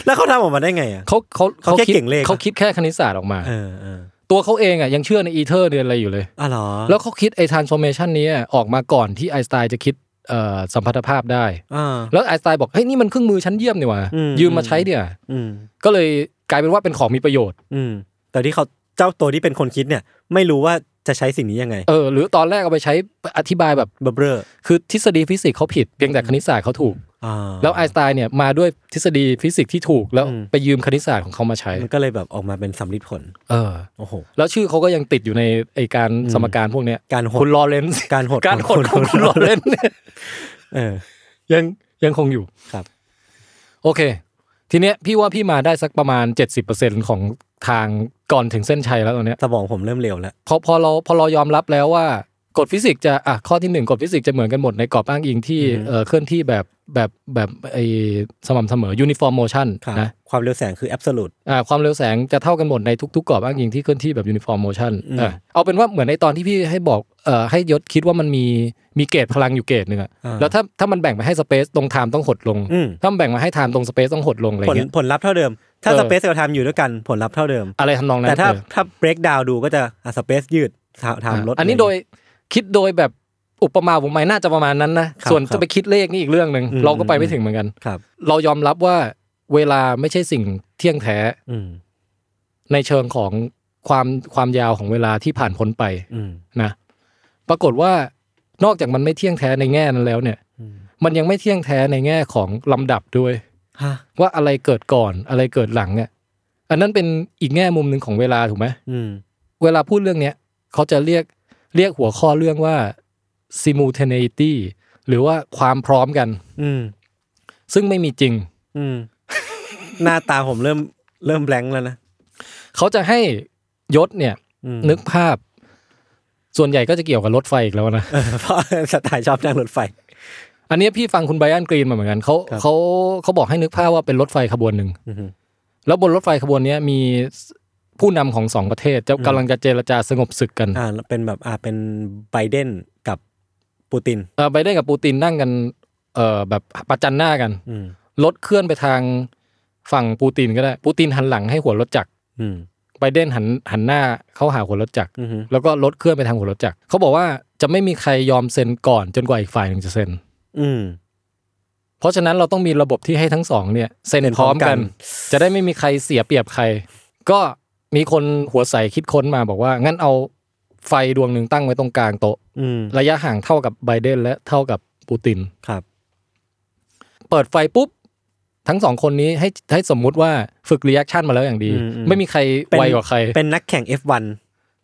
[SPEAKER 2] แล้วเขาทำออกมาได้ไงอ่ะ
[SPEAKER 3] เขาเขา
[SPEAKER 2] เขาแค่
[SPEAKER 3] คิด
[SPEAKER 2] เก่งเลข
[SPEAKER 3] เขาคิดแค่คณิตศาสตร์ออกมา
[SPEAKER 2] เออเออ
[SPEAKER 3] ตัวเขาเองอ่ะยังเชื่อในอีเทอร์เรียนอะไรอยู่เลย
[SPEAKER 2] อ๋อเหรอ
[SPEAKER 3] แล้วเขาคิดไอ้ transformation เนี้ออกมาก่อนที่ไอน์สไตน์จะคิดเอ่อสัมพัทธภาพได้
[SPEAKER 2] อ่า
[SPEAKER 3] แล้วไอน์สไตน์บอกเฮ้ยนี่มันเครื่องมือชั้นเยี่ยมนี่หว่า
[SPEAKER 2] อืม
[SPEAKER 3] ยืมมาใช้เนี่ย
[SPEAKER 2] อืม
[SPEAKER 3] ก็เลยกลายเป็นว่าเป็นของมีประโยชน์
[SPEAKER 2] อืม แต่ที่เขาเจ้าตัวที่เป็นคนคิดเนี่ย ไม่รู้ว่าจะใช้สิ่งนี้ยังไง
[SPEAKER 3] เออหรือตอนแรกเอาไปใช้อธิบายแบบ
[SPEAKER 2] เบอร์เบอร์
[SPEAKER 3] คือทฤษฎีฟิสิกส์เขาผิดเพียงแต่คณิตศาสตร์เขาถูก
[SPEAKER 2] อ่า
[SPEAKER 3] แล้วไอน์สไตน์เนี่ยมาด้วยทฤษฎีฟิสิกส์ที่ถูกแล้ว
[SPEAKER 2] อืม
[SPEAKER 3] ไปยืมคณิตศาสตร์ของเขามาใช้
[SPEAKER 2] มันก็เลยแบบออกมาเป็นสำลิดผล
[SPEAKER 3] เออ
[SPEAKER 2] โอ้โห
[SPEAKER 3] แล้วชื่อเขาก็ยังติดอยู่ในไอการสมการพวกเนี้ย
[SPEAKER 2] การหด
[SPEAKER 3] คุณลอเรนซ์
[SPEAKER 2] การหด
[SPEAKER 3] การหดของคุณลอเรนซ์เนี่ย
[SPEAKER 2] เออ
[SPEAKER 3] ยังยังคงอยู่
[SPEAKER 2] ครับ
[SPEAKER 3] โอเค ทีเนี้ยพี่ว่าพี่มาได้สักประมาณ 70%ของทางก่อนถึงเส้นชัยแล้วตอนเนี้ย
[SPEAKER 2] สมองผมเริ่มเร็วแล้ว
[SPEAKER 3] พอพอเราพอเรายอมรับแล้วว่ากฎฟิสิกส์จะอ่ะข้อที่หนึ่งกฎฟิสิกส์จะเหมือนกันหมดในกรอบอ้างอิงที่
[SPEAKER 2] อือฮึ
[SPEAKER 3] เอ่อเคลื่อนที่แบบแบบแบบไอสม่ำเสมอ uniform motion
[SPEAKER 2] ครับ
[SPEAKER 3] นะ
[SPEAKER 2] ความเร็วแสงคือแอบส u t e
[SPEAKER 3] อ่าความเร็วแสงจะเท่ากันหมดในทุกๆกรอบอ้างอิงที่เคลื่อนที่แบบ uniform motion
[SPEAKER 2] อืม
[SPEAKER 3] อ่ะเอาเป็นว่าเหมือนในตอนที่พี่ให้บอกเอ่อให้ยศคิดว่ามันมีมีเกจพลังอยู่เกจหนึ่งอะแล้วถ้าถ้ามันแบ่งไปให้สเปซตรงไทม์ต้องหดลง
[SPEAKER 2] อืม
[SPEAKER 3] ถ้ามันแบ่งมาให้ไทม์ตรงสเปซต้องหดลงอะไร
[SPEAKER 2] ผล
[SPEAKER 3] เงี้ย
[SPEAKER 2] ผลลัพธ์เท่าเดิม ถ้า
[SPEAKER 3] เออ
[SPEAKER 2] สเปซกับไทม์อยู่ด้วยกันผลลัพธ์เท่าเดิม
[SPEAKER 3] อะไรทำนองนั้น
[SPEAKER 2] แต่ถ้า
[SPEAKER 3] เออ
[SPEAKER 2] ถ้าเบรกดาวดูก็จะสเปซยืดไทม์ลด
[SPEAKER 3] อันนี้โดยคิดโดยแบบอุปมาผมหมายน่าจะประมาณนั้นนะครับ ส่วน
[SPEAKER 2] ครั
[SPEAKER 3] จะ
[SPEAKER 2] บ
[SPEAKER 3] ไปคิดเลขนี่อีกเรื่องหนึ่ง
[SPEAKER 2] อืม
[SPEAKER 3] เราก็ไปไม่ถึงเหมือนกัน
[SPEAKER 2] ครับ
[SPEAKER 3] เรายอมรับว่าเวลาไม่ใช่สิ่งเที่ยงแท้
[SPEAKER 2] อืม
[SPEAKER 3] ในเชิงของความความยาวของเวลาที่ผ่านพ้นไป
[SPEAKER 2] อืม
[SPEAKER 3] นะปรากฏว่านอกจากมันไม่เที่ยงแท้ในแง่นั้นแล้วเนี่ย
[SPEAKER 2] อืม
[SPEAKER 3] มันยังไม่เที่ยงแท้ในแง่ของลำดับด้วย
[SPEAKER 2] ฮะ
[SPEAKER 3] ว่าอะไรเกิดก่อนอะไรเกิดหลังเนี่ยอันนั้นเป็นอีกแง่มุมหนึ่งของเวลาถูกไหม
[SPEAKER 2] อืม
[SPEAKER 3] เวลาพูดเรื่องเนี้ยเขาจะเรียกเรียกหัวข้อเรื่องว่า simultaneity หรือว่าความพร้อมกัน
[SPEAKER 2] อืม
[SPEAKER 3] ซึ่งไม่มีจริง
[SPEAKER 2] อืมหน้าตาผมเริ่มเริ่มแบงค์แล้วนะ
[SPEAKER 3] เขาจะให้ยศเนี่ย
[SPEAKER 2] อืม
[SPEAKER 3] นึกภาพ ส่วนใหญ่ก็จะเกี่ยวกับรถไฟอีกแล้วนะ
[SPEAKER 2] เออเพราะสไตล์ชอบนั่งรถไฟ
[SPEAKER 3] อันเนี้ยพี่ฟังคุณไบรอันกรีนมาเหมือนกันเขา
[SPEAKER 2] ครับ
[SPEAKER 3] เขาเขาบอกให้นึกภาพว่าเป็นรถไฟขบวนหนึ่ง
[SPEAKER 2] อืม
[SPEAKER 3] แล้วบนรถไฟขบวนเนี้ยมีผู้นำของสองประเทศจะ
[SPEAKER 2] อืม
[SPEAKER 3] กำลังจะเจรจาสงบศึกกัน
[SPEAKER 2] อ่าเป็นแบบอ่าเป็นไบเดนกับปูติน
[SPEAKER 3] เอ่อไบเดนกับปูตินนั่งกันเอ่อแบบประจันหน้ากัน
[SPEAKER 2] อืม
[SPEAKER 3] รถเคลื่อนไปทางฝั่งปูตินก็ได้ ปูตินหันหลังให้หัวรถจักร
[SPEAKER 2] อืม
[SPEAKER 3] ไบเดนหันหันหน้าเข้าหาหัวรถจักร
[SPEAKER 2] อืม
[SPEAKER 3] แล้วก็รถเคลื่อนไปทางหัวรถจักรเขาบอกว่าจะไม่มีใครยอมเซ็นก่อนจนกว่าอีกฝ่ายหนึ่งจะเซ็น
[SPEAKER 2] อืม
[SPEAKER 3] เพราะฉะนั้นเราต้องมีระบบที่ให้ทั้งสองเนี่ยเซ็นพร้อมกัน
[SPEAKER 2] เซ็นพร้อมกั
[SPEAKER 3] จะได้ไม่มีใครเสียเปรียบใคร ก็มีคนหัวใสคิดค้นมาบอกว่างั้นเอาไฟดวงหนึ่งตั้งไว้ตรงกลางโต๊ะ
[SPEAKER 2] อืม
[SPEAKER 3] ระยะห่างเท่ากับไบเดนและเท่ากับปูติน
[SPEAKER 2] ครับ
[SPEAKER 3] เปิดไฟปุ๊บ ทั้งสองคนนี้ให้ให้สมมุติว่าฝึกรีแอคชั่นมาแล้วอย่างดี
[SPEAKER 2] อืมอืม
[SPEAKER 3] ไม่มีใคร
[SPEAKER 2] เป็น
[SPEAKER 3] ไวกว่าใคร
[SPEAKER 2] เป็นนักแข่ง F1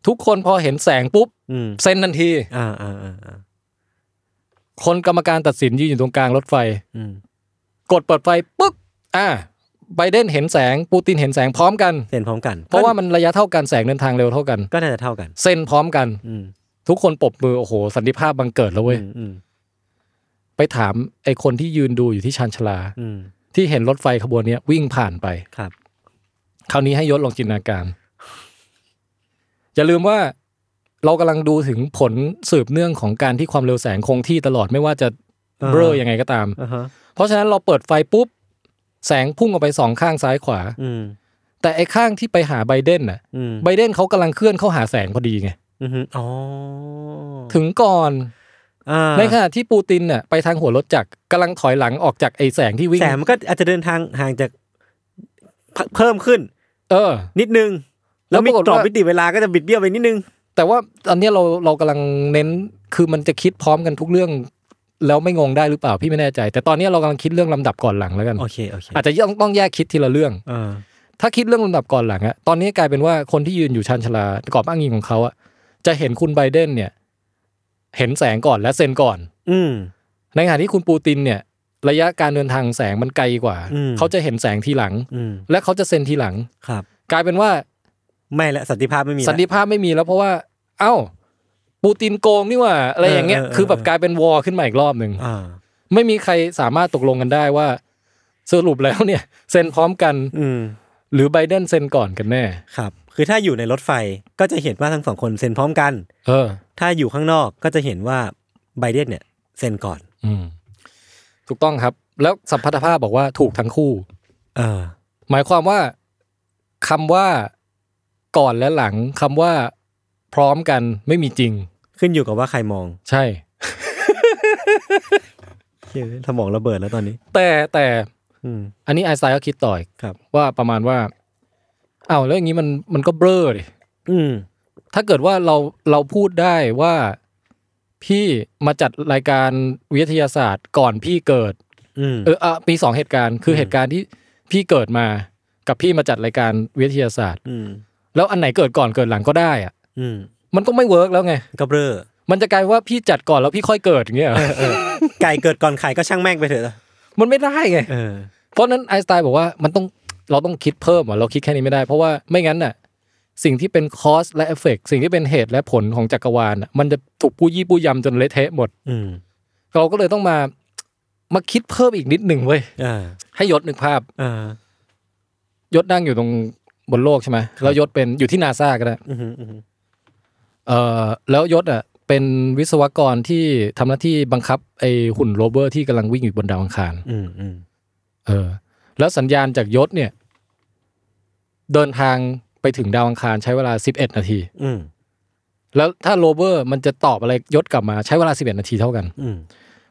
[SPEAKER 3] ทุกคนพอเห็นแสงปุ๊บ
[SPEAKER 2] อืม
[SPEAKER 3] เซ็นทันที
[SPEAKER 2] อ่าอ่าอ่าอ่า
[SPEAKER 3] คนกรรมการตัดสินยืนอยู่ตรงกลางรถไฟ
[SPEAKER 2] อืม
[SPEAKER 3] กดเปิดไฟปุ๊บอ่าไบเดนเห็นแสงปูตินเห็นแสงพร้อมกัน
[SPEAKER 2] เซ็นพร้อมกัน
[SPEAKER 3] เพราะว่า
[SPEAKER 2] ก็
[SPEAKER 3] มันระยะเท่ากันแสงเดินทางเร็วเท่ากัน
[SPEAKER 2] ก็น่าจะเท่ากัน
[SPEAKER 3] เซ็นพร้อมกัน
[SPEAKER 2] อืม
[SPEAKER 3] ทุกคนปรบมือโอ้โหสันติภาพบังเกิดแล้วเว้ย
[SPEAKER 2] อืมอืม
[SPEAKER 3] ไปถามไอ้คนที่ยืนดูอยู่ที่ชานชาลา
[SPEAKER 2] อืม
[SPEAKER 3] ที่เห็นรถไฟขบวนเนี้ยวิ่งผ่านไป
[SPEAKER 2] ครับ
[SPEAKER 3] คราวนี้ให้ยศลองจินตนาการ อย่าลืมว่าเรากำลังดูถึงผลสืบเนื่องของการที่ความเร็วแสงคงที่ตลอดไม่ว่าจะ
[SPEAKER 2] อ่า
[SPEAKER 3] เบลอยังไงก็ตาม
[SPEAKER 2] อ่าฮะ
[SPEAKER 3] เพราะฉะนั้นเราเปิดไฟปุ๊บ แสงพุ่งออกไปสองข้างซ้ายขวา
[SPEAKER 2] อืม
[SPEAKER 3] แต่ไอ้ข้างที่ไปหาไบเดนน่ะ
[SPEAKER 2] อืม
[SPEAKER 3] ไบเดนเขากำลังเคลื่อนเข้าหาแสงพอดีไง
[SPEAKER 2] อืมอ๋อ
[SPEAKER 3] ถึงก่อน
[SPEAKER 2] อ่า
[SPEAKER 3] ในขณะที่ปูตินน่ะไปทางหัวรถจักรกำลังถอยหลังออกจากไอ้แสงที่วิ่ง
[SPEAKER 2] แสงมันก็อาจจะเดินทางห่างจากเพิ่มเพิ่มขึ้น
[SPEAKER 3] เออ
[SPEAKER 2] นิดนึง
[SPEAKER 3] แล้
[SPEAKER 2] แล้ว ว
[SPEAKER 3] ป
[SPEAKER 2] มี
[SPEAKER 3] รากฏ
[SPEAKER 2] กรอบ
[SPEAKER 3] ว่ามิ
[SPEAKER 2] มิติเวลาก็จะบิดเบี้ยวไปนิดนึง
[SPEAKER 3] แต่ว่าอันเนี้ยเราเรากำลังเน้นคือมันจะคิดพร้อมกันทุกเรื่อง แล้วไม่งงได้หรือเปล่าพี่ไม่แน่ใจ แต่ตอนเนี้ยเรากำลังคิดเรื่องลำดับก่อนหลังแล้วกัน
[SPEAKER 2] โอเคโอเค
[SPEAKER 3] อาจจะต้องต้องแยกคิดทีละเรื่อง
[SPEAKER 2] อ่า
[SPEAKER 3] ถ้าคิดเรื่องลำดับก่อนหลังอะตอนนี้กลายเป็นว่าคนที่ยืนอยู่ชานชาลากรอบอ้างอิงของเขาอะจะเห็นคุณไบเดนเนี่ย เห็นแสงก่อนและเซ็นก่อน
[SPEAKER 2] อืม
[SPEAKER 3] ในขณะที่คุณปูตินเนี่ย ระยะการเดินทางแสงมันไกลกว่า
[SPEAKER 2] อืม
[SPEAKER 3] เขาจะเห็นแสงทีหลัง
[SPEAKER 2] อืม
[SPEAKER 3] และเขาจะเซ็นทีหลัง
[SPEAKER 2] ครับ
[SPEAKER 3] กลายเป็นว่า
[SPEAKER 2] ไม่ละสันติภาพไม่มีละ
[SPEAKER 3] สันติภาพไม่มีแล้วเพราะว่า เอ้า ปูตินโกงนี่หว่าอะไรอย่างเงี้ย
[SPEAKER 2] เออเออเออ
[SPEAKER 3] คือแบบกลายเป็นวอร์ขึ้นมาอีกรอบหนึ่ง
[SPEAKER 2] อ่า
[SPEAKER 3] ไม่มีใครสามารถตกลงกันได้ว่า สรุปแล้วเนี่ย เซ็นพร้อมกัน
[SPEAKER 2] อืม
[SPEAKER 3] หรือไบเดนเซ็นก่อนกันแน่
[SPEAKER 2] ครับ คือถ้าอยู่ในรถไฟก็จะเห็นว่าทั้งสองคนเซ็นพร้อมกัน
[SPEAKER 3] เออ
[SPEAKER 2] ถ้าอยู่ข้างนอกก็จะเห็นว่าไบเดนเนี่ยเซ็นก่อน
[SPEAKER 3] อืม ถูกต้องครับ แล้วสัมพัทธภาพบอกว่าถูกทั้งคู่
[SPEAKER 2] เออ
[SPEAKER 3] หมายความว่าคำว่าก่อนและหลังคำว่าพร้อมกันไม่มีจริง
[SPEAKER 2] ขึ้นอยู่กับว่าใครมอง
[SPEAKER 3] ใช่
[SPEAKER 2] เหี้ยสมองระเบิดแล้วตอนนี้
[SPEAKER 3] แต่แต่
[SPEAKER 2] อืม
[SPEAKER 3] อันนี้ไอน์สไตน์ก็คิดต่อย
[SPEAKER 2] ครับ
[SPEAKER 3] ว่าประมาณว่าอ้าวแล้วอย่างนี้มันมันก็เบลอดิ
[SPEAKER 2] อืม
[SPEAKER 3] ถ้าเกิดว่าเราเราพูดได้ว่าพี่มาจัดรายการวิทยาศาสตร์ก่อนพี่เกิด
[SPEAKER 2] อืม
[SPEAKER 3] เอออะมีสองเหตุการณ์ คืออ
[SPEAKER 2] ม
[SPEAKER 3] เหตุการณ์ที่พี่เกิดมากับพี่มาจัดรายการวิทยาศาสตร์
[SPEAKER 2] อืม
[SPEAKER 3] แล้วอันไหนเกิดก่อนเกิดหลังก็ได้อะ
[SPEAKER 2] อืม
[SPEAKER 3] มันก็ไม่เวิร์กแล้วไง
[SPEAKER 2] ก็เบ้อ
[SPEAKER 3] มันจะกลายว่าพี่จัดก่อนแล้วพี่ค่อยเกิดอย่างเงี้ยเหรอ
[SPEAKER 2] ไก่เกิดก่อนไข่ก็ช่างแม่งไปเถอะ
[SPEAKER 3] มันไม่ได้ไง
[SPEAKER 2] เออ
[SPEAKER 3] เพราะฉะนั้นไอน์สไตน์บอกว่ามันต้องเราต้องคิดเพิ่มอ่ะเราคิดแค่นี้ไม่ได้เพราะว่าไม่งั้นน่ะสิ่งที่เป็นคอสและเอฟเฟกสิ่งที่เป็นเหตุและผลของจักรวาลน่ะมันจะถูกปู้ยี่ปู้ยำจนเละเทะหมด
[SPEAKER 2] อืม
[SPEAKER 3] เราก็เลยต้องมา มาคิดเพิ่มอีกนิดหนึ่งเว้ย
[SPEAKER 2] เออ
[SPEAKER 3] ให้ยศนึกภาพ
[SPEAKER 2] เออย
[SPEAKER 3] ศนั่งอยู่ตรงบนโลกใช่ไหมแล้วยศเป็นอยู่ที่นาซาก็ได้
[SPEAKER 2] อืมอืม
[SPEAKER 3] เอ่อแล้วยศอ่ะเป็นวิศวกรที่ทำหน้าที่บังคับไอหุ่นโรเวอร์ที่กำลังวิ่งอยู่บนดาวอังคาร
[SPEAKER 2] อืมอืม
[SPEAKER 3] เออ แล้วสัญญาณจากยศเนี่ย เดินทางไปถึงดาวอังคารใช้เวลา 11 นาที
[SPEAKER 2] อืม
[SPEAKER 3] แล้วถ้าโรเวอร์มันจะตอบอะไรยศกลับมาใช้เวลา 11 นาทีเท่ากัน
[SPEAKER 2] อืม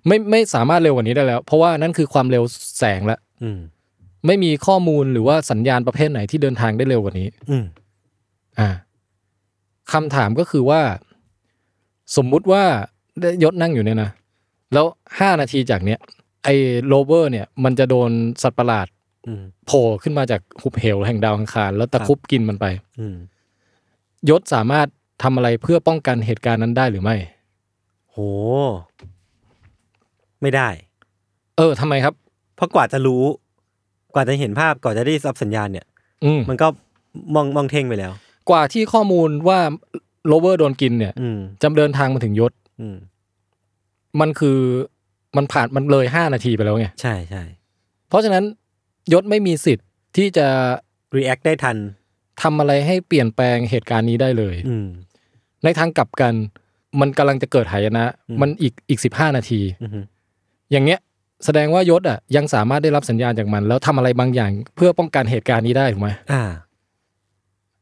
[SPEAKER 3] ไม่ไม่สามารถเร็วกว่านี้ได้แล้ว เพราะว่านั่นคือความเร็วแสงละ
[SPEAKER 2] อืม
[SPEAKER 3] ไม่มีข้อมูลหรือว่าสัญญาณประเภทไหนที่เดินทางได้เร็วกว่านี้
[SPEAKER 2] อืม
[SPEAKER 3] อ่าคำถามก็คือว่า สมมุติว่ายศนั่งอยู่เนี่ยนะ แล้วห้านาทีจากเนี้ยไอ้โรเวอร์เนี่ย มันจะโดนสัตว์ประหลาด
[SPEAKER 2] อืม
[SPEAKER 3] โผล่ขึ้นมาจากหุบเหวแห่งดาวอังคาร แล้วตะครุบกินมันไป
[SPEAKER 2] อืม
[SPEAKER 3] ยศสามารถทำอะไรเพื่อป้องกันเหตุการณ์นั้นได้หรือไม่
[SPEAKER 2] โห ไม่ได้
[SPEAKER 3] เออทำไมครับ
[SPEAKER 2] เพราะกว่าจะรู้ กว่าจะเห็นภาพกว่าจะได้รับสัญญาณเนี่ย
[SPEAKER 3] อืม
[SPEAKER 2] มันก็มองมองเท่งไปแล้ว
[SPEAKER 3] กว่าที่ข้อมูลว่าโรเวอร์โดนกินเนี่ย
[SPEAKER 2] อืม
[SPEAKER 3] จำเดินทางมาถึงยศ
[SPEAKER 2] อืม
[SPEAKER 3] มันคือมันผ่านมันเลยห้านาทีไปแล้วไง
[SPEAKER 2] ใช่ใช่
[SPEAKER 3] เพราะฉะนั้นยศไม่มีสิทธิ์ที่จะ
[SPEAKER 2] react ได้ทัน
[SPEAKER 3] ทำอะไรให้เปลี่ยนแปลงเหตุการณ์นี้ได้เลย
[SPEAKER 2] อืม
[SPEAKER 3] ในทางกลับกัน มันกำลังจะเกิดหายนะ
[SPEAKER 2] อืม
[SPEAKER 3] มันอีกอีกสิบห้านาที
[SPEAKER 2] อืม
[SPEAKER 3] อย่างเงี้ย แสดงว่ายศอ่ะยังสามารถได้รับสัญญาณจากมัน แล้วทำอะไรบางอย่างเพื่อป้องกันเหตุการณ์นี้ได้ถูกไหม
[SPEAKER 2] อ่า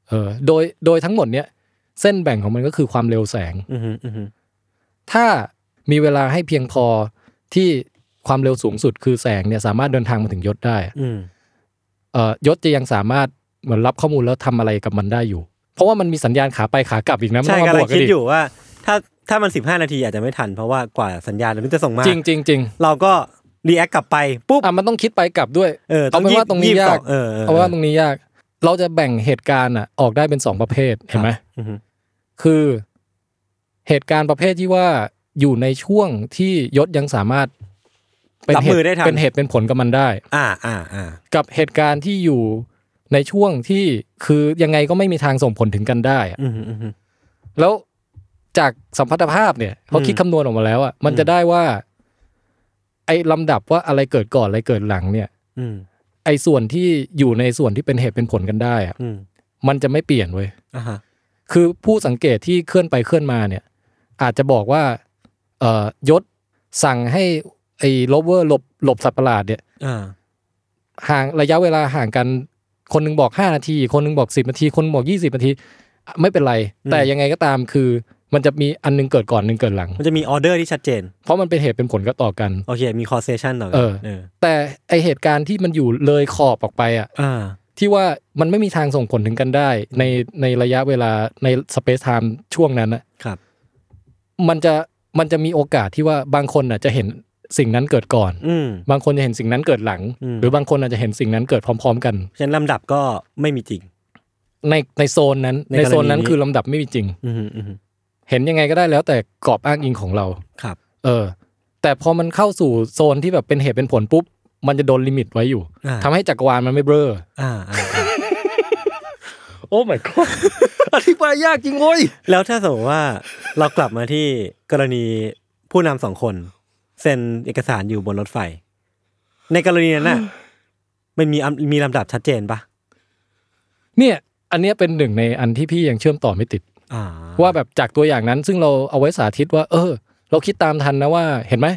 [SPEAKER 3] เออโดยโดยทั้งหมดเนี้ยเส้นแบ่งของมันก็คือความเร็วแสง
[SPEAKER 2] อืมอืม
[SPEAKER 3] ถ้ามีเวลาให้เพียงพอที่ความเร็วสูงสุดคือแสงเนี่ยสามารถเดินทางมาถึงยศได้
[SPEAKER 2] อืม
[SPEAKER 3] เอ่อยศจะยังสามารถเหมือนรับข้อมูลแล้วทำอะไรกับมันได้อยู่ เพราะว่ามันมีสัญญาณขาไปขากลับอีกนะมัน
[SPEAKER 2] ใช่
[SPEAKER 3] ต้องมาบ
[SPEAKER 2] กำลั
[SPEAKER 3] ว
[SPEAKER 2] ง
[SPEAKER 3] กกัน
[SPEAKER 2] คิด
[SPEAKER 3] อีก
[SPEAKER 2] อยู่ว่า ถ้าถ้ามันสิบห้านาทีอาจจะไม่ทัน เพราะว่ากว่าสัญญาณมันจะส่งมา
[SPEAKER 3] จริงจริงจริง
[SPEAKER 2] เราก็ react กลับไป ปุ๊บ
[SPEAKER 3] อ่ะมันต้องคิดไปกลับด้วย
[SPEAKER 2] เออ
[SPEAKER 3] เอาเป็นว่าตรงนี้
[SPEAKER 2] ยี่สิบ
[SPEAKER 3] ยาก
[SPEAKER 2] สอเออเออ
[SPEAKER 3] เพราะว่าตรงนี้ยาก เราจะแบ่งเหตุการณ์อ่ะออกได้เป็นสองประเภทเห็นไหม
[SPEAKER 2] อืม
[SPEAKER 3] คือเหตุการณ์ประเภทที่ว่าอยู่ในช่วงที่ยศยังสามารถเป็น
[SPEAKER 2] รับ
[SPEAKER 3] เห
[SPEAKER 2] มือ
[SPEAKER 3] ตุ
[SPEAKER 2] ได้ทัน
[SPEAKER 3] เป็นเหตุเป็นผลกับมันได้
[SPEAKER 2] อ่า อ่า อ่า
[SPEAKER 3] กับเหตุการณ์ที่อยู่ในช่วงที่คือยังไงก็ไม่มีทางส่งผลถึงกันได้อะ
[SPEAKER 2] อืมอืม
[SPEAKER 3] แล้วจากสัมพัทธภาพเนี่ยเขาคิดคำนวณออกมาแล้วอ่ะมันจะได้ว่า ไอ้ลำดับว่าอะไรเกิดก่อนอะไรเกิดหลังเนี่ย
[SPEAKER 2] อืม
[SPEAKER 3] ไอ้ส่วนที่อยู่ในส่วนที่เป็นเหตุเป็นผลกันได้อ่ะ
[SPEAKER 2] อืม
[SPEAKER 3] มันจะไม่เปลี่ยนเว้ย
[SPEAKER 2] อ่าฮะ
[SPEAKER 3] คือผู้สังเกตที่เคลื่อนไปเคลื่อนมาเนี่ย อาจจะบอกว่า เอ่อยศสั่งให้ไอ้โลเวอร์หลบหลบสัตว์ประหลาดเนี่ย
[SPEAKER 2] อ่า
[SPEAKER 3] ห่างระยะเวลาห่างกัน คนหนึงบอก 5 นาที คนหนึงบอก 10 นาที คนหนึ่งบอก 20 นาที ไม่เป็นไร
[SPEAKER 2] อืม
[SPEAKER 3] แต่ยังไงก็ตามคือมันจะมีอันหนึงเกิดก่อนอันหนึงเกิดหลัง
[SPEAKER 2] มันจะมีออเดอร์ที่ชัดเจน
[SPEAKER 3] เพราะมันเป็นเหตุเป็นผลก็ต่อกัน
[SPEAKER 2] โอเค มี causation ต่อกั
[SPEAKER 3] เออ
[SPEAKER 2] เออ
[SPEAKER 3] แต่ไอเหตุการณ์ที่มันอยู่เลยขอบออกไปอ่ะ
[SPEAKER 2] อ่า
[SPEAKER 3] ที่ว่ามันไม่มีทางส่งผลถึงกันได้ ในในระยะเวลาในสเปซไทม์ช่วงนั้นอ่ะ
[SPEAKER 2] ครับ
[SPEAKER 3] มันจะมันจะมีโอกาสที่ว่าบางคนอ่ะจะเห็นสิ่งนั้นเกิดก่อน
[SPEAKER 2] อืม
[SPEAKER 3] บางคนจะเห็นสิ่งนั้นเกิดหลัง
[SPEAKER 2] อืม
[SPEAKER 3] หรือบางคนอาจจะเห็นสิ่งนั้นเกิดพร้อม ๆ กัน
[SPEAKER 2] ฉะนั้นลำดับก็ไม่มีจริง
[SPEAKER 3] ในในโซนนั้น
[SPEAKER 2] ใน
[SPEAKER 3] ใน
[SPEAKER 2] กรณี
[SPEAKER 3] โซนนั้น
[SPEAKER 2] นี้
[SPEAKER 3] คือลำดับไม่มีจริง
[SPEAKER 2] อืมอืม
[SPEAKER 3] เห็นยังไงก็ได้แล้วแต่กรอบอ้างอิงของเรา
[SPEAKER 2] ครับ
[SPEAKER 3] เออ แต่พอมันเข้าสู่โซนที่แบบเป็นเหตุเป็นผลปุ๊บ มันจะโดนลิมิตไว้อยู่
[SPEAKER 2] อ่า
[SPEAKER 3] ทำให้จักรวาลมันไม่เบ้อ
[SPEAKER 2] อ่าอ่าอ่า
[SPEAKER 3] โอ้ my god อธิบายยากจริงเว้ย
[SPEAKER 2] แล้วถ้าสมมติว่าเรากลับมาที่กรณีผู้นำสองคนเซ็นเอกสารอยู่บนรถไฟ ในกรณีนั้น น่ะ มันมีอันมีลำดับชัดเจนปะ
[SPEAKER 3] เนี่ย อันเนี้ยเป็นหนึ่งในอันที่พี่ยังเชื่อมต่อไม่ติด
[SPEAKER 2] อ่า
[SPEAKER 3] ว่าแบบจากตัวอย่างนั้นซึ่งเราเอาไว้สาธิตว่า เออ เราคิดตามทันนะว่าเห็นไหม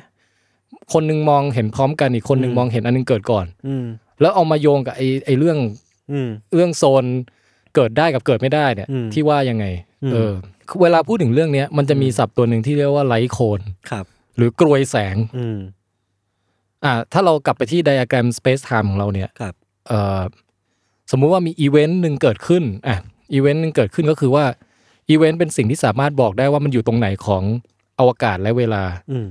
[SPEAKER 3] คนหนึงมองเห็นพร้อมกันอีกคนหนึงมองเห็นอันหนึงเกิดก่อน
[SPEAKER 2] อืม
[SPEAKER 3] แล้วเอามาโยงกับไอ้ไอ้เรื่อง
[SPEAKER 2] อืม
[SPEAKER 3] เรื่องโซนเกิดได้กับเกิดไม่ได้เนี่ย
[SPEAKER 2] อืม
[SPEAKER 3] ที่ว่ายังไง
[SPEAKER 2] อืม
[SPEAKER 3] เออ เวลาพูดถึงเรื่องเนี้ยมันจะมีศัพท์ตัวหนึ่งที่เรียกว่าไลท์โคน
[SPEAKER 2] ครับ
[SPEAKER 3] หรือกรวยแสง
[SPEAKER 2] อืม
[SPEAKER 3] อ่า ถ้าเรากลับไปที่ไดอะแกรม Space Time ของเราเนี่ย
[SPEAKER 2] ครับ
[SPEAKER 3] เอ่อ สมมุติว่ามีอีเวนต์หนึ่งเกิดขึ้น อ่ะ อีเวนต์หนึ่งเกิดขึ้นก็คือว่า อีเวนต์เป็นสิ่งที่สามารถบอกได้ว่ามันอยู่ตรงไหนของอวกาศและเวลา
[SPEAKER 2] อืม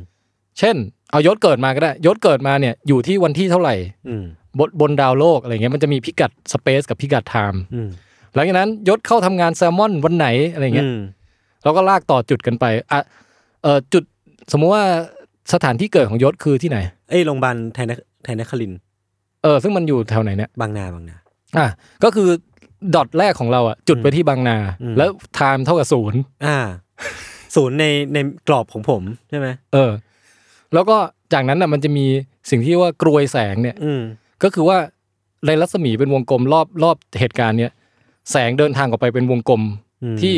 [SPEAKER 3] เช่น เอายศเกิดมาก็ได้ ยศเกิดมาเนี่ย อยู่ที่วันที่เท่าไหร่
[SPEAKER 2] อืม
[SPEAKER 3] บนบนดาวโลกอะไรเงี้ย มันจะมีพิกัดสเปซกับพิกัดไทม์
[SPEAKER 2] อืม
[SPEAKER 3] หลังจากนั้นยศเข้าทำงานแซลมอนวันไหนอะไรเงี้ย
[SPEAKER 2] อืม
[SPEAKER 3] แล้วก็ลากต่อจุดกันไป อ่ะ เอ่อ จุด สมมุติว่าสถานที่เกิดของยศคือที่ไหน
[SPEAKER 2] เอ้ยโรงพยาบาลไทยนไทยนครินทร์
[SPEAKER 3] เออ ซึ่งมันอยู่แถวไหนเนี่ย
[SPEAKER 2] บางนาบางนา
[SPEAKER 3] อ่ะก็คือดอทแรกของเราอ่ะจุดไปที่บางนา
[SPEAKER 2] อืม
[SPEAKER 3] แล้วไทม์เท่ากับศูนย์
[SPEAKER 2] อ่า ศูนย์ในในกรอบของผมใช่ไหม
[SPEAKER 3] เออ แล้วก็จากนั้นน่ะมันจะมีสิ่งที่ว่ากรวยแสงเนี่ย
[SPEAKER 2] อืม
[SPEAKER 3] ก็คือว่าในรัศมีเป็นวงกลมรอบรอบเหตุการณ์เนี่ยแสงเดินทางออกไปเป็นวงกลม
[SPEAKER 2] อืม
[SPEAKER 3] ที่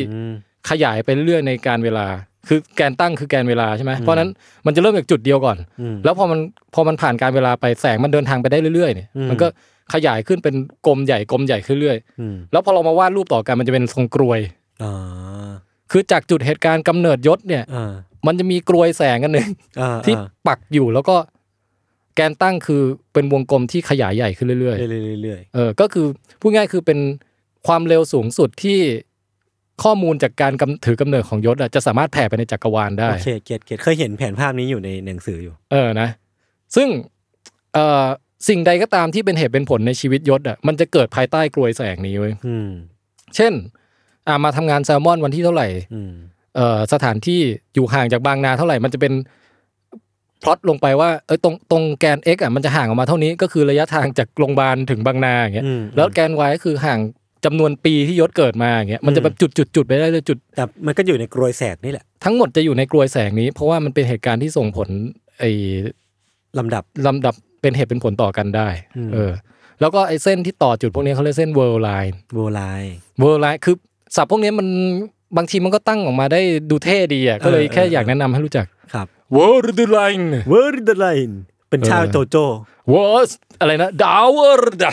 [SPEAKER 3] ขยายไปเรื่อยๆในการเวลา คือแกนตั้งคือแกนเวลาใช่ไหมเพราะฉะนั้นมันจะเริ่มจากจุดเดียวก่อน
[SPEAKER 2] อืม
[SPEAKER 3] แล้วพอมันพอมันผ่านการเวลาไปแสงมันเดินทางไปได้เรื่อยๆเนี่ย
[SPEAKER 2] อืม
[SPEAKER 3] มันก็ขยายขึ้นเป็นกลมใหญ่กลมใหญ่ขึ้นเรื่อย
[SPEAKER 2] อืม
[SPEAKER 3] แล้วพอเรามาวาดรูปต่อกันมันจะเป็นทรงกรวย
[SPEAKER 2] อ่า
[SPEAKER 3] คือจากจุดเหตุการณ์กำเนิดยศเนี่ย
[SPEAKER 2] อ่า
[SPEAKER 3] มันจะมีกรวยแสงกันหนึ่ง
[SPEAKER 2] อ่า
[SPEAKER 3] ที่ปักอยู่แล้วก็แกนตั้งคือเป็นวงกลมที่ขยายใหญ่ขึ้นเรื่อย
[SPEAKER 2] เรื่อยเรื่อยเรื่อย
[SPEAKER 3] ๆเออก็คือพูดง่ายคือเป็นความเร็วสูงสุดที่ข้อมูลจากการกำถือกำเนิดของยศอะจะสามารถแผ่ไปในจักรวาลได้
[SPEAKER 2] โอเคเกตเกตเคยเห็นแผนภาพนี้อยู่ในหนังสืออยู่
[SPEAKER 3] เออนะ ซึ่งเอ่อสิ่งใดก็ตามที่เป็นเหตุเป็นผลในชีวิตยศอะมันจะเกิดภายใต้กรวยแสงนี้เว้ย
[SPEAKER 2] อืม
[SPEAKER 3] เช่นอ่ะมาทำงานแซลมอนวันที่เท่าไหร่
[SPEAKER 2] อืม
[SPEAKER 3] เอ่อสถานที่อยู่ห่างจากบางนาเท่าไหร่ มันจะเป็นพลอตลงไปว่าเอ้ยตรงตรงแกน x อ่ะมันจะห่างออกมาเท่านี้ก็คือระยะทางจากโรงพยาบาลถึงบางนาอย่างเงี้ย
[SPEAKER 2] อืม
[SPEAKER 3] แล้วแกน y ก็คือห่างจำนวนปีที่ยศเกิดมาอย่างเงี้ยมันจะแบบจุดจุดจุดๆๆไปได้เลยจุด
[SPEAKER 2] แต่มันก็อยู่ในกรวยแสกนี่แหละ
[SPEAKER 3] ทั้งหมดจะอยู่ในกรวยแสงนี้ เพราะว่ามันเป็นเหตุการณ์ที่ส่งผลไอ้
[SPEAKER 2] ลำดับ
[SPEAKER 3] ลำดับเป็นเหตุเป็นผลต่อกันได้
[SPEAKER 2] อืม
[SPEAKER 3] เออแล้วก็ไอ้เส้นที่ต่อจุดพวกนี้เขาเรียกเส้น world line
[SPEAKER 2] โบราณ
[SPEAKER 3] world line คือศัพท์พวกนี้มันบางทีมันก็ตั้งออกมาได้ดูเท่ดีอ่ะก็เลยแค่อยากแนะนำให้รู้จัก
[SPEAKER 2] ครับ
[SPEAKER 3] World Line
[SPEAKER 2] Word the line เป็นชาวโจโจ
[SPEAKER 3] World อะไรนะ ดาวเวอ ร์ด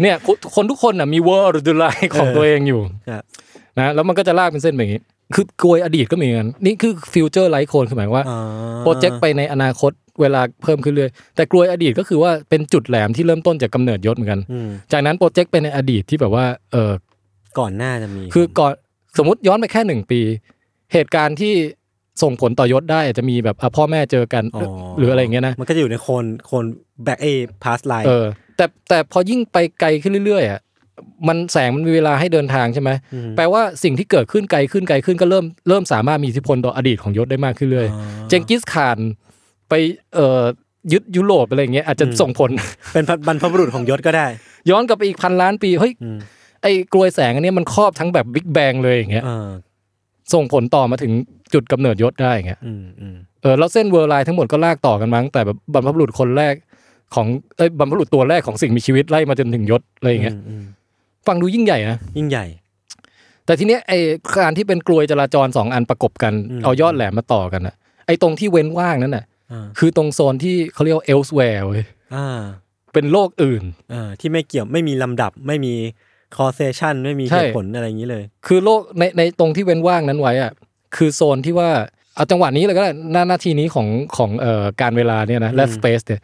[SPEAKER 3] เนี่ยคนคนทุกคนน่ะมี World Line ของตัวเองอยู่
[SPEAKER 2] ครับ
[SPEAKER 3] นะแล้วมันก็จะลากเป็นเส้นแบบนี้ คือกลวยอดีตก็มีกันนี่คือฟิวเจอร์ไลท์โคนคือหมายความว่า
[SPEAKER 2] อ่า
[SPEAKER 3] โปรเจกต์ไปในอนาคตเวลาเพิ่มขึ้นเรื่อยแต่กลวยอดีตก็คือว่าเป็นจุดแหลมที่เริ่มต้นจากกำเนิดยศเหมือนกัน
[SPEAKER 2] อืม
[SPEAKER 3] จากนั้นโปรเจกต์ไปในอดีตที่แบบว่าเออ
[SPEAKER 2] ก่อนหน้าจะมี
[SPEAKER 3] คือก่อนสมมติย้อนไปแค่หนึ่งปี เหตุการณ์ที่ส่งผลต่อยศได้อาจจะมีแบบอ่ะพ่อแม่เจอกันหรืออะไรอย่างเงี้ยนะ
[SPEAKER 2] มันก็จะอยู่ในโคนโคนแบ็กเอพาสไลน์
[SPEAKER 3] เออแต่แต่พอยิ่งไปไกลขึ้นเรื่อยๆอ่ะมันแสงมันมีเวลาให้เดินทางใช่ไหมแปลว่าสิ่งที่เกิดขึ้นไกลขึ้นไกลขึ้นก็เริ่มเริ่มสามารถมีอิทธิพลต่ออดีตของยศได้มากขึ้นเรื่อยเจงกิสข่านไปเอ่อยึดยุโรปอะไรอย่างเงี้ยอาจจะส่งผล
[SPEAKER 2] เป็นบรรพบุรุษของยศก็ได้
[SPEAKER 3] ย้อนกลับไปอีกพันล้านปีเฮ้ย
[SPEAKER 2] อืม
[SPEAKER 3] ไอ้กลวยแสงอันเนี้ยมันครอบทั้งแบบบิ๊กแบงเลยอย่างเงี้ย
[SPEAKER 2] เออ
[SPEAKER 3] ส่งผลต่อมาถึงจุดกำเนิดยศได้อย่างเงี้ย
[SPEAKER 2] อืมอืม
[SPEAKER 3] เออแล้วเส้นเวอร์ไลน์ทั้งหมดก็ลากต่อกันมั้งแต่แบบบรรพบุรุษคนแรกของเอ้ยบรรพบุรุษตัวแรกของสิ่งมีชีวิตไล่มาจนถึงยศอะไรอย่างเงี้ย
[SPEAKER 2] อืมอืม
[SPEAKER 3] ฟังดูยิ่งใหญ่นะ
[SPEAKER 2] ยิ่งใหญ่
[SPEAKER 3] แต่ทีเนี้ยไอ้การที่เป็นกลวยจราจรสองอันประกบกัน
[SPEAKER 2] อืม
[SPEAKER 3] เอายอดแหลมมาต่อกันอะไอ้ตรงที่เว้นว่างนั้นน่ะ
[SPEAKER 2] อ่า
[SPEAKER 3] คือตรงโซนที่เขาเรียกว่า elsewhere เว้ย
[SPEAKER 2] อ่า
[SPEAKER 3] เป็นโลกอื่น
[SPEAKER 2] อ่าที่ไม่เกี่ยวไม่มีลำดับไม่มีคอเซชันไม่มี
[SPEAKER 3] ใช่
[SPEAKER 2] เหตุผลอะไรอย่างนี้เลย
[SPEAKER 3] คือโลกในในตรงที่เว้นว่างนั้นไว้อะคือโซนที่ว่าเอาจังหวะนี้เลยก็ได้หน้าหน้าทีนี้ของของเอ่อการเวลาเนี่ยนะและสเปซเนี่ย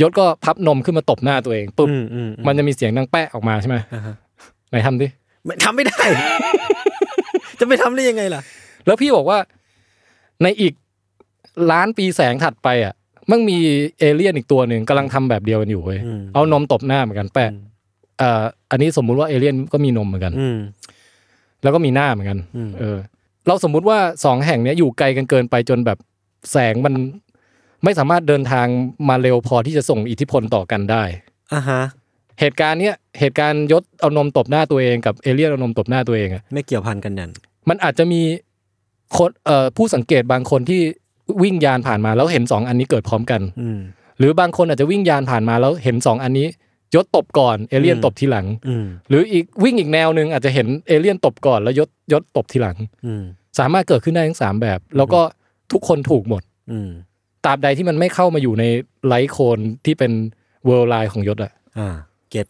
[SPEAKER 3] ยศก็พับนมขึ้นมาตบหน้าตัวเองปุ๊บ
[SPEAKER 2] อืมอืมอืม
[SPEAKER 3] มันจะมีเสียงดังแปะออกมาใช่ไหม
[SPEAKER 2] อ่าฮะ
[SPEAKER 3] ไหนทำดิ
[SPEAKER 2] ไม่ทำไม่ได้ จะไปทำได้ยังไงล่ะ
[SPEAKER 3] แล้วพี่บอกว่าในอีกล้านปีแสงถัดไปอ่ะมันมีเอเลี่ยนอีกตัวหนึ่งกำลังทำแบบเดียวกันอยู่เว้ย
[SPEAKER 2] อืม
[SPEAKER 3] เอานมตบหน้าเหมือนกันแปะเอ่ออันนี้สมมุติว่าเอเลี่ยนก็มีนมเหมือนกัน
[SPEAKER 2] อืม
[SPEAKER 3] แล้วก็มีหน้าเหมือนกัน
[SPEAKER 2] อืม
[SPEAKER 3] เออ เราสมมุติว่าสองแห่งเนี้ยอยู่ไกลกันเกินไปจนแบบแสงมันไม่สามารถเดินทางมาเร็วพอที่จะส่งอิทธิพลต่อกันได้
[SPEAKER 2] อ่าฮะ
[SPEAKER 3] เหตุการณ์เนี้ยเหตุการณ์ยศเอานมตบหน้าตัวเองกับเอเลี่ยนเอานมตบหน้าตัวเองอะ
[SPEAKER 2] ไม่เกี่ยวพันกันนั่น
[SPEAKER 3] มันอาจจะมีคนเอ่อผู้สังเกตบางคนที่วิ่งยานผ่านมาแล้วเห็นสองอันนี้เกิดพร้อมกัน
[SPEAKER 2] อืม
[SPEAKER 3] หรือบางคนอาจจะวิ่งยานผ่านมาแล้วเห็นสองอันนี้ยศตบก่อนเอเลี่ยน
[SPEAKER 2] อืม
[SPEAKER 3] ตบทีหลัง
[SPEAKER 2] อืม
[SPEAKER 3] หรืออีกวิ่งอีกแนวหนึ่งอาจจะเห็นเอเลี่ยนตบก่อนแล้วยศยศตบทีหลัง
[SPEAKER 2] อืม
[SPEAKER 3] สามารถเกิดขึ้นได้ทั้งสามแบบ แล้วก็ทุกคนถูกหมด
[SPEAKER 2] อืม
[SPEAKER 3] ตราบใดที่มันไม่เข้ามาอยู่ในไลท์โคนที่เป็นเวอร์ไลน์ของยศอะ
[SPEAKER 2] อ่า เก็ต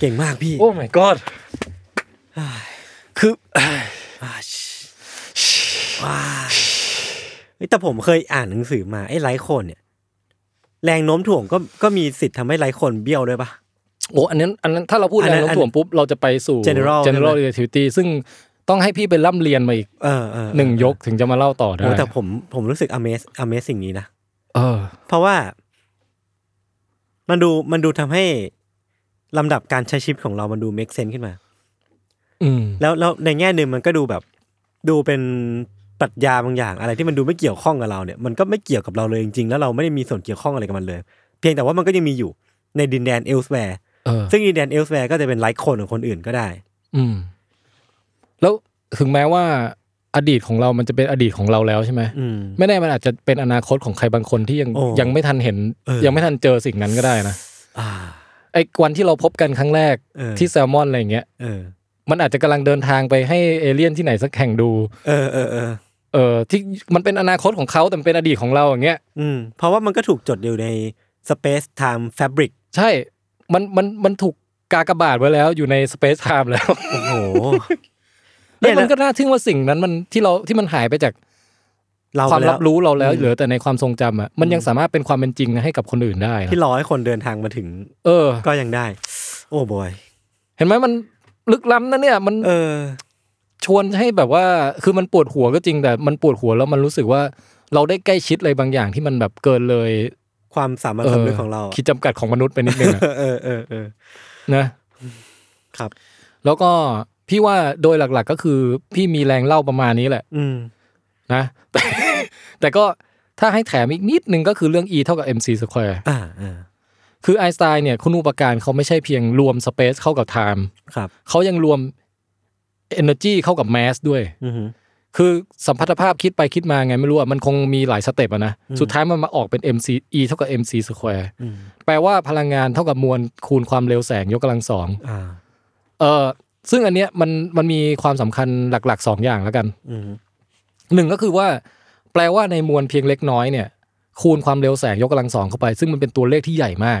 [SPEAKER 2] เก่งมากพี่
[SPEAKER 3] โอ้ my god คือ
[SPEAKER 2] ว้าชว้าชเฮ้ยแต่ผมเคยอ่านหนังสือมาไอ้ไลท์โคนเนี่ย แรงโน้มถ่วงก็ก็มีสิทธิ์ทำให้ไลท์โคนเบี้ยวด้วยปะ
[SPEAKER 3] โอ้อันนั้นอันนั้นถ้าเราพูดแร
[SPEAKER 2] อันนั้
[SPEAKER 3] ง
[SPEAKER 2] น
[SPEAKER 3] โน้มถ่วงปุ๊บ เราจะไปสู่
[SPEAKER 2] General ใช่ไหม
[SPEAKER 3] general relativity ซึ่งต้องให้พี่ไปร่ำเรียนมาอีก
[SPEAKER 2] เออเออ
[SPEAKER 3] หนึ่งยกถึงจะมาเล่าต่อได้
[SPEAKER 2] โอ้แต่ผมผมรู้สึก amaze amaze สิ่งนี้นะ
[SPEAKER 3] เออ
[SPEAKER 2] เพราะว่า มันดูมันดูทำให้ลำดับการใช้ชีวิตของเรามันดูเมคเซนขึ้นมา
[SPEAKER 3] อืม
[SPEAKER 2] แล้วแล้วในแง่หนึ่งมันก็ดูแบบดูเป็นปรัชญาบางอย่าง อะไรที่มันดูไม่เกี่ยวข้องกับเราเนี่ยมันก็ไม่เกี่ยวกับเราเลยจริงๆแล้วเราไม่ได้มีส่วนเกี่ยวข้องอะไรกับมันเลย เพียงแต่ว่ามันก็ยังมีอยู่ในดินแดนเอลส์แวร์
[SPEAKER 3] เออ
[SPEAKER 2] ซึ่งดินแดนเอลส์แวร์ก็จะเป็นไลค์คนของคนอื่นก็ได้
[SPEAKER 3] อืม แล้วถึงแม้ว่าอดีตของเรามันจะเป็นอดีตของเราแล้วใช่ไหม
[SPEAKER 2] อืม
[SPEAKER 3] ไม่แน่มันอาจจะเป็นอนาคตของใครบางคนที่ยัง
[SPEAKER 2] โอ้
[SPEAKER 3] ยังไม่ทันเห็น
[SPEAKER 2] เออ
[SPEAKER 3] ยังไม่ทันเจอสิ่งนั้นก็ได้นะ
[SPEAKER 2] อ่า
[SPEAKER 3] ไอ้วันที่เราพบกันครั้งแรก
[SPEAKER 2] เออ
[SPEAKER 3] ที่แซลมอนอะไรอย่างเงี้ย
[SPEAKER 2] เออ
[SPEAKER 3] มันอาจจะกำลังเดินทางไปให้เอเลี่ยนที่ไหนสักแห่งดู
[SPEAKER 2] เออเออเออ
[SPEAKER 3] เออที่มันเป็นอนาคตของเขาแต่มันเป็นอดีตของเราอย่างเงี้ย
[SPEAKER 2] อืม เพราะว่ามันก็ถูกจดอยู่ใน Space Time Fabric
[SPEAKER 3] ใช่ มัน มัน มันถูกกากบาทไว้แล้วอยู่ใน Space Time แล้ว
[SPEAKER 2] โอ้โห เนี่
[SPEAKER 3] แล้ว
[SPEAKER 2] ย
[SPEAKER 3] มันก็น่าทึ่งว่าสิ่งนั้นมันที่เราที่มันหายไปจาก
[SPEAKER 2] เรา
[SPEAKER 3] ความ
[SPEAKER 2] ไปแล้
[SPEAKER 3] รับรู้เราแล้วเหลือแต่ในความทรงจำอ่ะ มันยังสามารถเป็นความเป็นจริงให้กับคนอื่นได้นะ
[SPEAKER 2] ที่รอให้คนเดินทางมาถึง
[SPEAKER 3] เออ
[SPEAKER 2] ก็ยังได้ โอ้บอย
[SPEAKER 3] เห็นไหมมันลึกล้ำนะเนี่ย มัน
[SPEAKER 2] เออ
[SPEAKER 3] ชวนให้แบบว่า คือมันปวดหัวก็จริงแต่มันปวดหัวแล้วมันรู้สึกว่าเราได้ใกล้ชิดอะไรบางอย่างที่มันแบบเกินเลย
[SPEAKER 2] ความสามัญ
[SPEAKER 3] เออ
[SPEAKER 2] สำนึกของเราอะ
[SPEAKER 3] ขีดจำกัดของมนุษย์ไปนิดนึง อะ
[SPEAKER 2] เอ อเออเออเออ
[SPEAKER 3] นะ
[SPEAKER 2] ครับ
[SPEAKER 3] แล้วก็พี่ว่าโดยหลักๆก็คือพี่มีแรงเล่าประมาณนี้แหละ
[SPEAKER 2] อืม
[SPEAKER 3] นะ แต่ แต่ก็ถ้าให้แถมอีกนิดนึงก็คือเรื่อง e เท่ากับ mc square
[SPEAKER 2] อ่าอ่า
[SPEAKER 3] คือไอน์สไตน์เนี่ยคุณอุปการเขาไม่ใช่เพียงรวม space เข้ากับ time
[SPEAKER 2] ครับ
[SPEAKER 3] เขายังรวม energy เข้ากับ mass ด้วย
[SPEAKER 2] อือหือ
[SPEAKER 3] คือสัมพัทธภาพคิดไปคิดมาไงไม่รู้อะมันคงมีหลายสเต็ปอะนะ สุดท้ายมันมาออกเป็น mc e เท่ากับ mc square
[SPEAKER 2] อืม
[SPEAKER 3] แปลว่าพลังงานเท่ากับมวลคูณความเร็วแสงยกกำลังสอง
[SPEAKER 2] อ่า
[SPEAKER 3] เออซึ่งอันเนี้ยมันมันมีความสำคัญหลักๆสองอย่างแล้วกัน
[SPEAKER 2] อืม
[SPEAKER 3] หนึ่งก็คือว่าแปลว่าในมวลเพียงเล็กน้อยเนี่ย คูณความเร็วแสงยกกำลังสองเข้าไป ซึ่งมันเป็นตัวเลขที่ใหญ่มาก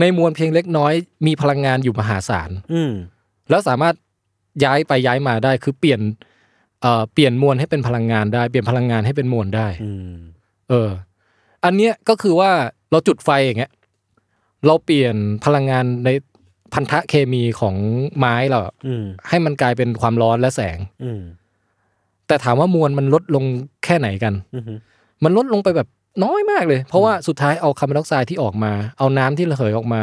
[SPEAKER 3] ในมวลเพียงเล็กน้อย มีพลังงานอยู่มหาศาล
[SPEAKER 2] อืม
[SPEAKER 3] แล้วสามารถย้ายไปย้ายมาได้คือเปลี่ยนเอ่อเปลี่ยนมวลให้เป็นพลังงานได้ เปลี่ยนพลังงานให้เป็นมวลได้
[SPEAKER 2] อืม
[SPEAKER 3] เออ อันเนี้ยก็คือว่าเราจุดไฟอย่างเงี้ยเราเปลี่ยนพลังงานในพันธะเคมีของไม้เราอะ
[SPEAKER 2] อืม
[SPEAKER 3] ให้มันกลายเป็นความร้อนและแสง
[SPEAKER 2] อืม
[SPEAKER 3] แต่ถามว่ามวลมันลดลงแค่ไหนกัน
[SPEAKER 2] อืม
[SPEAKER 3] มันลดลงไปแบบน้อยมากเลย เพราะว่าสุดท้ายเอาคาร์บอนไดออกไซด์ที่ออกมา เอาน้ำที่ระเหยออกมา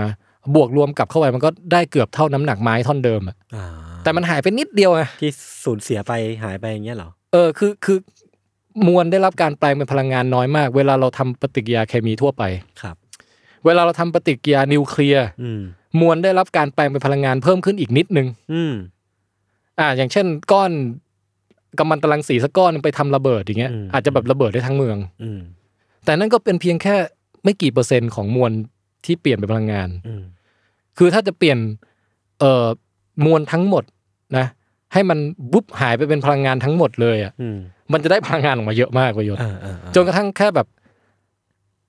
[SPEAKER 3] บวกรวมกลับเข้าไปมันก็ได้เกือบเท่าน้ำหนักไม้ท่อนเดิมอะ
[SPEAKER 2] อ่า
[SPEAKER 3] แต่มันหายไปนิดเดียวไง
[SPEAKER 2] ที่สูญเสียไปหายไปอย่างเงี้ยเหรอ
[SPEAKER 3] เออคือคือมวลได้รับการแปลงเป็นพลังงานน้อยมาก เวลาเราทำปฏิกิริยาเคมีทั่วไป
[SPEAKER 2] ครับ
[SPEAKER 3] เวลาเราทำปฏิกิริยานิวเคลียร์
[SPEAKER 2] อืม
[SPEAKER 3] มวลได้รับการแปลงเป็นพลังงานเพิ่มขึ้นอีกนิดนึง
[SPEAKER 2] อืม
[SPEAKER 3] อ่าอย่างเช่น ก้อนกัมมันตรังสีสักก้อนหนึ่งไปทำระเบิดอย่างเงี้ยอาจจะแบบระเบิดได้ทั้งเมือง
[SPEAKER 2] อืม
[SPEAKER 3] แต่นั่นก็เป็นเพียงแค่ไม่กี่เปอร์เซ็นต์ของมวลที่เปลี่ยนเป็นพลังงาน
[SPEAKER 2] อืม
[SPEAKER 3] คือถ้าจะเปลี่ยนเอ่อมวลทั้งหมดนะ ให้มันบุ๊บหายไปเป็นพลังงานทั้งหมดเลยอ่ะ
[SPEAKER 2] อืม
[SPEAKER 3] มันจะได้พลังงานออกมาเยอะมากประยศ
[SPEAKER 2] อ่าอ่าอ่า
[SPEAKER 3] จนกระทั่งแค่แบบ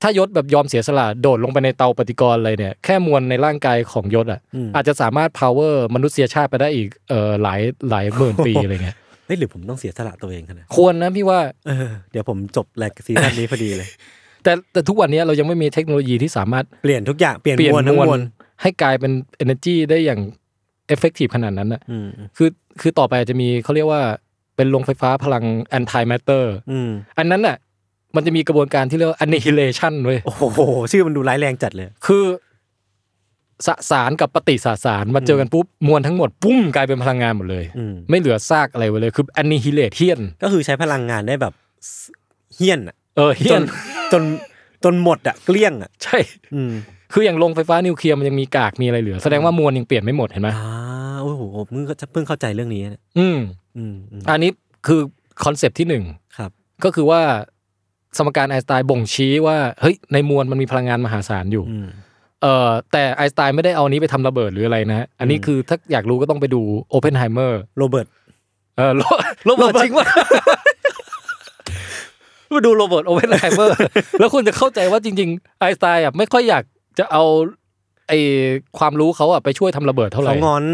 [SPEAKER 3] ถ้ายศแบบยอมเสียสละโดดลงไปในเตาปฏิกรณ์อะไรเนี่ยแค่มวลในร่างกายของยศอ่ะ
[SPEAKER 2] อืม
[SPEAKER 3] อาจจะสามารถ power มนุษยชาติไปได้อีกเอ่อหลายหลายหมื่นปีอะไรเงี้ย
[SPEAKER 2] เฮ้ยหรือผมต้องเสียสละตัวเองขนาด
[SPEAKER 3] ควรนะพี่ว่า
[SPEAKER 2] เออเดี๋ยวผมจบแลกซีซั่นนี้พอดีเลย
[SPEAKER 3] แต่แต่ทุกวันนี้เรายังไม่มีเทคโนโลยีที่สามารถ
[SPEAKER 2] เปลี่ยนทุกอย่างเปลี่ยน
[SPEAKER 3] เปลี่ยน
[SPEAKER 2] มวลทั้ง
[SPEAKER 3] มวล
[SPEAKER 2] มวล
[SPEAKER 3] ให้กลายเป็น energy ได้อย่าง effective ขนาดนั้นนะ
[SPEAKER 2] อืม
[SPEAKER 3] คือคือต่อไปอาจจะมีเขาเรียกว่าเป็นโรงไฟฟ้าพลัง anti matter
[SPEAKER 2] อืม
[SPEAKER 3] อันนั้นน่ะมันจะมีกระบวนการที่เรียกว่า annihilation เว้ย
[SPEAKER 2] โอ้โห ชื่อมันดูร้ายแรงจัดเลย
[SPEAKER 3] คือ สสารกับปฏิสสารมาเจอกันปุ๊บมวลทั้งหมดปุ้มกลายเป็นพลังงานหมดเลย
[SPEAKER 2] อืม
[SPEAKER 3] ไม่เหลือซากอะไรไว้เลยคือ annihilate เฮียน
[SPEAKER 2] ก็คือใช้พลังงานได้แบบเฮี้ยนอะ
[SPEAKER 3] เออเฮี
[SPEAKER 2] จ
[SPEAKER 3] ย
[SPEAKER 2] น
[SPEAKER 3] น
[SPEAKER 2] จนจนหมดอะเกลี้ยงอะ
[SPEAKER 3] ใช่
[SPEAKER 2] อืม
[SPEAKER 3] คืออย่างโรงไฟฟ้านิวเคลียร์มันยังมีกากมีอะไรเหลือ แสดงว่ามวลยังเปลี่ยนไม่หมดเห็นไหม
[SPEAKER 2] อ่าโอ้โหผมเพิ่งเข้าเพิ่งเข้าใจเรื่องนี้เนี่ย
[SPEAKER 3] อืม
[SPEAKER 2] อืมอืม
[SPEAKER 3] อันนี้คือคอนเซปต์ที่หนึ่ง
[SPEAKER 2] ครับ
[SPEAKER 3] ก็คือว่าสมการไอน์สไตน์บ่งชี้ว่าเฮ้ยในมวลมันมีพลังงานมหาศาลอยู่
[SPEAKER 2] อืม
[SPEAKER 3] เอ่อแต่ไอน์สไตน์ไม่ได้เอานี้ไปทำระเบิดหรืออะไรนะ อันนี้
[SPEAKER 2] อืม
[SPEAKER 3] คือถ้าอยากรู้ก็ต้องไปดูโอเพนไฮเมอร์
[SPEAKER 2] โรเบิร์ต
[SPEAKER 3] เออโร โรเบิร์ตจริงว่ามา ดูโรเบิร์ตโอเพนไฮเมอร์ แล้วคุณจะเข้าใจว่าจริง ๆ ไอน์สไตน์อ่ะไม่ค่อยอยากจะเอาไอความรู้เขาอ่ะไปช่วยทำระเบิดเท่าไหร่
[SPEAKER 2] เขางอน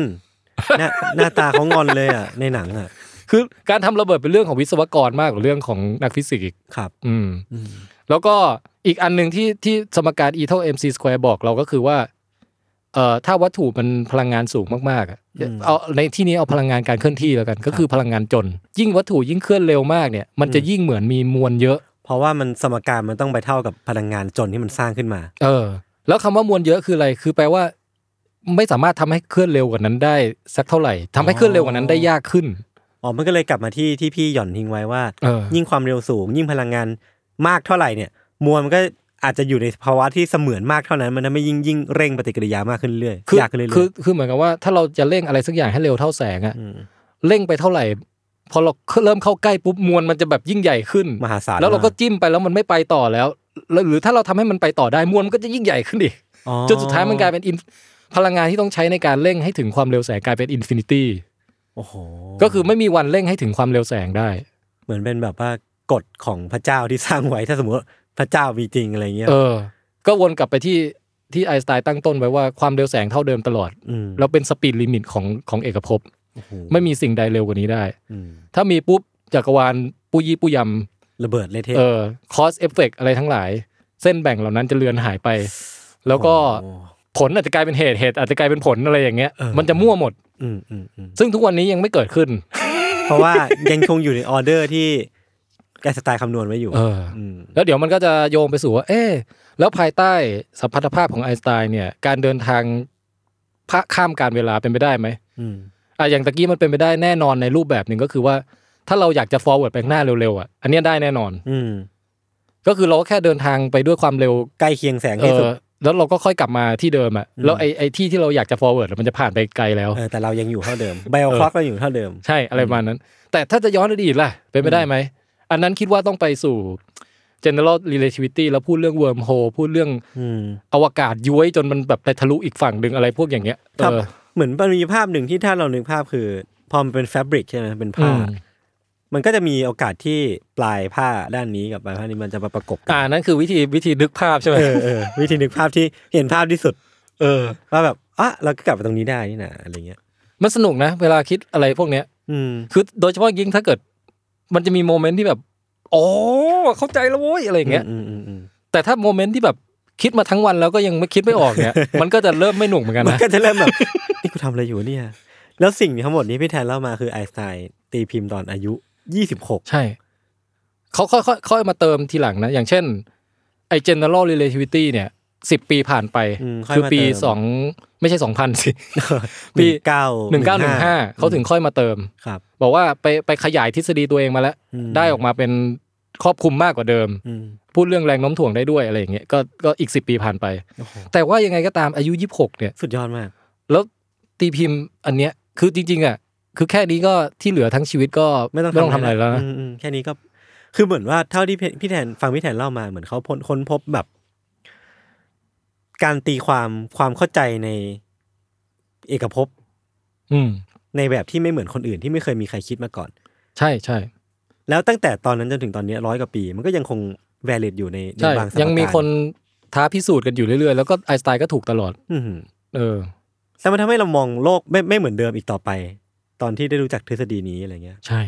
[SPEAKER 2] หน้าหน้าตาเขางอนเลยอ่ะ ในหนังอ่ะ
[SPEAKER 3] คือการทำระเบิดเป็นเรื่องของวิศวกรมากกว่าเรื่องของนักฟิสิกส์อีก
[SPEAKER 2] ครับ
[SPEAKER 3] อืม
[SPEAKER 2] อืม
[SPEAKER 3] แล้วก็อีกอันหนึ่งที่ที่สมการ e เท่า mc square บอกเราก็คือว่าเอ่อถ้าวัตถุมันพลังงานสูงมากๆอะเอาในที่นี้เอาพลังงานการเคลื่อนที่แล้วกัน ก็คือพลังงานจน ยิ่งวัตถุยิ่งเคลื่อนเร็วมากเนี่ย มันจะยิ่งเหมือนมีมวลเยอะ
[SPEAKER 2] เพราะว่ามันสมการมันต้องไปเท่ากับพลังงานจนที่มันสร้างขึ้นมา
[SPEAKER 3] เออ แล้วคำว่ามวลเยอะคืออะไร คือแปลว่า ไม่สามารถทำให้เคลื่อนเร็วกว่านั้นได้สักเท่าไหร่ทำให้เคลื่อนเร็วกว่านั้นได้ยากขึ้น
[SPEAKER 2] อ๋อ มันก็เลยกลับมาที่ที่พี่หย่อนทิ้งไว้ว่า
[SPEAKER 3] เออ
[SPEAKER 2] ยิ่งความเร็วสูง ยิ่งพลังงานมากเท่าไหร่เนี่ย มวลมันก็อาจจะอยู่ในภาวะที่เสมือนมากเท่านั้น มันทำให้ยิ่งยิ่งเร่งปฏิกิริยามากขึ้นเรื่อย
[SPEAKER 3] คือ
[SPEAKER 2] ๆยากขึ้นเรื่
[SPEAKER 3] คือ
[SPEAKER 2] อย
[SPEAKER 3] คือเหมือนกับว่าถ้าเราจะเร่งอะไรสักอย่างให้เร็วเท่าแสงอะ
[SPEAKER 2] ๆม
[SPEAKER 3] เร่งไปเท่าไหร่ พอเราเริ่มเข้าใกล้ปุ๊บมวลมันจะแบบยิ่งใหญ่ขึ้น
[SPEAKER 2] มหาศาล
[SPEAKER 3] แล้วเราก็จิ้มไปแล้วมันไม่ไปต่อแล้วแล้ว หรือถ้าเราทำให้มันไปต่อได้มวลมันก็จะยิ่งใหญ่ขึ้นอีก
[SPEAKER 2] อ๋อ
[SPEAKER 3] จนสุดท้ายมันกลายเป็น in- พลังงานที่ต้องใช้ในการเร่งให้ถึงความเร็วแสงกลายเป็นอินฟินิตี้
[SPEAKER 2] โอ้โห
[SPEAKER 3] ก็คือไม่มีวันเร่งให้ถึงความเร็วแสงได้
[SPEAKER 2] เหมือนเป็นแบบว่ากฎของพระเจ้าที่สร้างไว้ถ้าสมมติว่าพระเจ้ามีจริงอะไรเงี้ย
[SPEAKER 3] เออ ก็วนกลับไปที่ที่ไอน์สไตน์ตั้งต้นไว้ว่าความเร็วแสงเท่าเดิมตลอด
[SPEAKER 2] ม
[SPEAKER 3] เราเป็นสปีดลิมิตของของเอกภพ
[SPEAKER 2] โอ้โห
[SPEAKER 3] ไม่มีสิ่งใดเร็วกว่านี้ได้
[SPEAKER 2] อืม
[SPEAKER 3] ถ้ามีปุ๊บจักรวาลปุยี่ปุย
[SPEAKER 2] ระเบิดเละเทะ
[SPEAKER 3] ำเออคอสเอฟเฟกอะไรทั้งหลาย เส้นแบ่งเหล่านั้นจะเลือนหายไป แล้วก็
[SPEAKER 2] โอ้
[SPEAKER 3] ผลอาจจะกลายเป็นเหตุ เหตุอาจจะกลายเป็นผลอะไรอย่างเงี้ย
[SPEAKER 2] เออ
[SPEAKER 3] มันจะมั่วหมด
[SPEAKER 2] อืมอืมอืม
[SPEAKER 3] ซึ่งทุกวันนี้ยังไม่เกิดขึ้น
[SPEAKER 2] เพราะว่ายังคงอยู่ในออเดอร์ที่แกสไตล์คำนวณไว้อยู่
[SPEAKER 3] เออ
[SPEAKER 2] ม
[SPEAKER 3] แล้วเดี๋ยวมันก็จะโยงไปสู่ว่า เอ๊ะแล้วภายใต้สัมพัทธภาพของไอน์สไตน์เนี่ย การเดินทางพะข้ามการเวลาเป็นไปได้ไหม
[SPEAKER 2] อืม
[SPEAKER 3] อ่ะอย่างตะกี้มันเป็นไปได้แน่นอนในรูปแบบหนึ่งก็คือว่า ถ้าเราอยากจะ forward ไปข้างหน้าเร็วๆอ่ะ อันเนี้ยได้แน่นอน
[SPEAKER 2] อืม
[SPEAKER 3] ก็คือเราก็แค่เดินทางไปด้วยความเร็ว
[SPEAKER 2] ใกล้เคียงแสง
[SPEAKER 3] เอ
[SPEAKER 2] ที่สุด
[SPEAKER 3] อ แล้วเราก็ค่อยกลับมาที่เดิมอ่ะ
[SPEAKER 2] อืม
[SPEAKER 3] แล้วไอ้ไอ้ที่ที่เราอยากจะ forward อะมันจะผ่านไปไกลแล้ว
[SPEAKER 2] เออแต่เรายังอยู่เท่าเดิมไบโอคล็อกเราอยู่เท่าเดิม
[SPEAKER 3] ใช่อะไรประมาณนั้น แต่ถ้าจะย้อนอดีตล่ะ เป็นไปได้ไหม อันนั้นคิดว่าต้องไปสู่ general relativity แล้วพูดเรื่อง wormhole พูดเรื่อง
[SPEAKER 2] อืม
[SPEAKER 3] อวกาศย้วยจนมันแบบไปทะลุอีกฝั่งหนึ่งอะไรพวกอย่างเงี้ยเอ
[SPEAKER 2] ครับ
[SPEAKER 3] อ
[SPEAKER 2] เหมือนมันมีภาพหนึ่งที่ถ้าเรานึกภาพคือ พอมันเป็นแฟบริกใช่ไหมเป็น
[SPEAKER 3] อื
[SPEAKER 2] ผ้าม มันก็จะมีโอกาสที่ปลายผ้าด้านนี้กับปลายผ้านี้มันจะมาประกบกัน
[SPEAKER 3] อ่านั่นคือวิธีวิธีนึกภาพใช่ไหม
[SPEAKER 2] เออเออวิธีนึกภาพที่เห็นภาพที่สุด
[SPEAKER 3] เออ
[SPEAKER 2] ว่าแบบอ่ะเราก็กลับมาตรงนี้ได้นี่นะอะไรเงี้ย
[SPEAKER 3] มันสนุกนะ เวลาคิดอะไรพวกเนี้ย
[SPEAKER 2] อืม
[SPEAKER 3] คือโดยเฉพาะยิ่งถ้าเกิด มันจะมีโมเมนต์ที่แบบอ๋อเข้าใจแล้วโว้ยอะไรอย่างเงี้ย
[SPEAKER 2] อืมอืมอืม
[SPEAKER 3] แต่ถ้าโมเมนต์ที่แบบคิดมาทั้งวันแล้วก็ยังไม่คิดไม่ออกเนี่ย มันก็จะเริ่มไม่หนุกเหมือนกัน
[SPEAKER 2] มัน
[SPEAKER 3] นะ
[SPEAKER 2] ก็จะเริ่มแบบ นี่กูทำอะไรอยู่เนี่ย แล้วสิ่งทั้งหมดนี้พี่แทนเล่ามาคือไอน์สไตน์ตีพิมพ์ตอนอายุยี่สิบหก
[SPEAKER 3] ใช่เขาค่อยๆค่อยมาเติมทีหลังนะ อย่างเช่น ไอ้ general relativity เนี่ยสิบปีผ่านไป คือปีสองไม่ใช่สองพัน สิ ปี
[SPEAKER 2] เก้า
[SPEAKER 3] หนึ่งเก้าหนึ่งห้าเขาถึงค่อยมาเติม
[SPEAKER 2] ครับ
[SPEAKER 3] บอกว่าไปไปขยายทฤษฎีตัวเองมาแล้ว
[SPEAKER 2] ม
[SPEAKER 3] ได้ออกมาเป็นครอบคลุมมากกว่าเดิม
[SPEAKER 2] อืม
[SPEAKER 3] พูดเรื่องแรงโน้มถ่วงได้ด้วยอะไรอย่างเงี้ยก็ก็อีกสิบปีผ่านไป
[SPEAKER 2] โอ้โห
[SPEAKER 3] แต่ว่ายังไงก็ตามอายุยี่สิบหกเนี่ย
[SPEAKER 2] สุดยอดมาก
[SPEAKER 3] แล้วตีพิมพ์อันเนี้ยคือจริงๆอ่ะคือแค่นี้ก็ที่เหลือทั้งชีวิตก็
[SPEAKER 2] ไม่ต้อง
[SPEAKER 3] ทำอะไรแล้วนะ
[SPEAKER 2] มอืมแค่นี้ก็ คือเหมือนว่าเท่าที่พี่พี่แทนฟังพี่แทนเล่ามาเหมือนเขาพ้นค้นพบแบบ การตีความความเข้าใจในเอกภพ
[SPEAKER 3] อืม
[SPEAKER 2] ในแบบที่ไม่เหมือนคนอื่นที่ไม่เคยมีใครคิดมาก่อน
[SPEAKER 3] ใช่ใช่
[SPEAKER 2] แล้วตั้งแต่ตอนนั้นจนถึงตอนเนี้ร้อยกว่าปี มันก็ยังคง valid อยู่ในใน
[SPEAKER 3] ใช่
[SPEAKER 2] บางสถานการณ์
[SPEAKER 3] ยังมีคนท้าพิสูจน์กันอยู่เรื่อยๆ แล้วก็ไอน์สไตล์ก็ถูกตลอด
[SPEAKER 2] อือหือ
[SPEAKER 3] เออ
[SPEAKER 2] แต่มันทำให้เรามองโลกไม่ไม่เหมือนเดิมอีกต่อไป ตอนที่ได้รู้จักทฤษฎีนี้อะไรเงี้ย
[SPEAKER 3] ใช่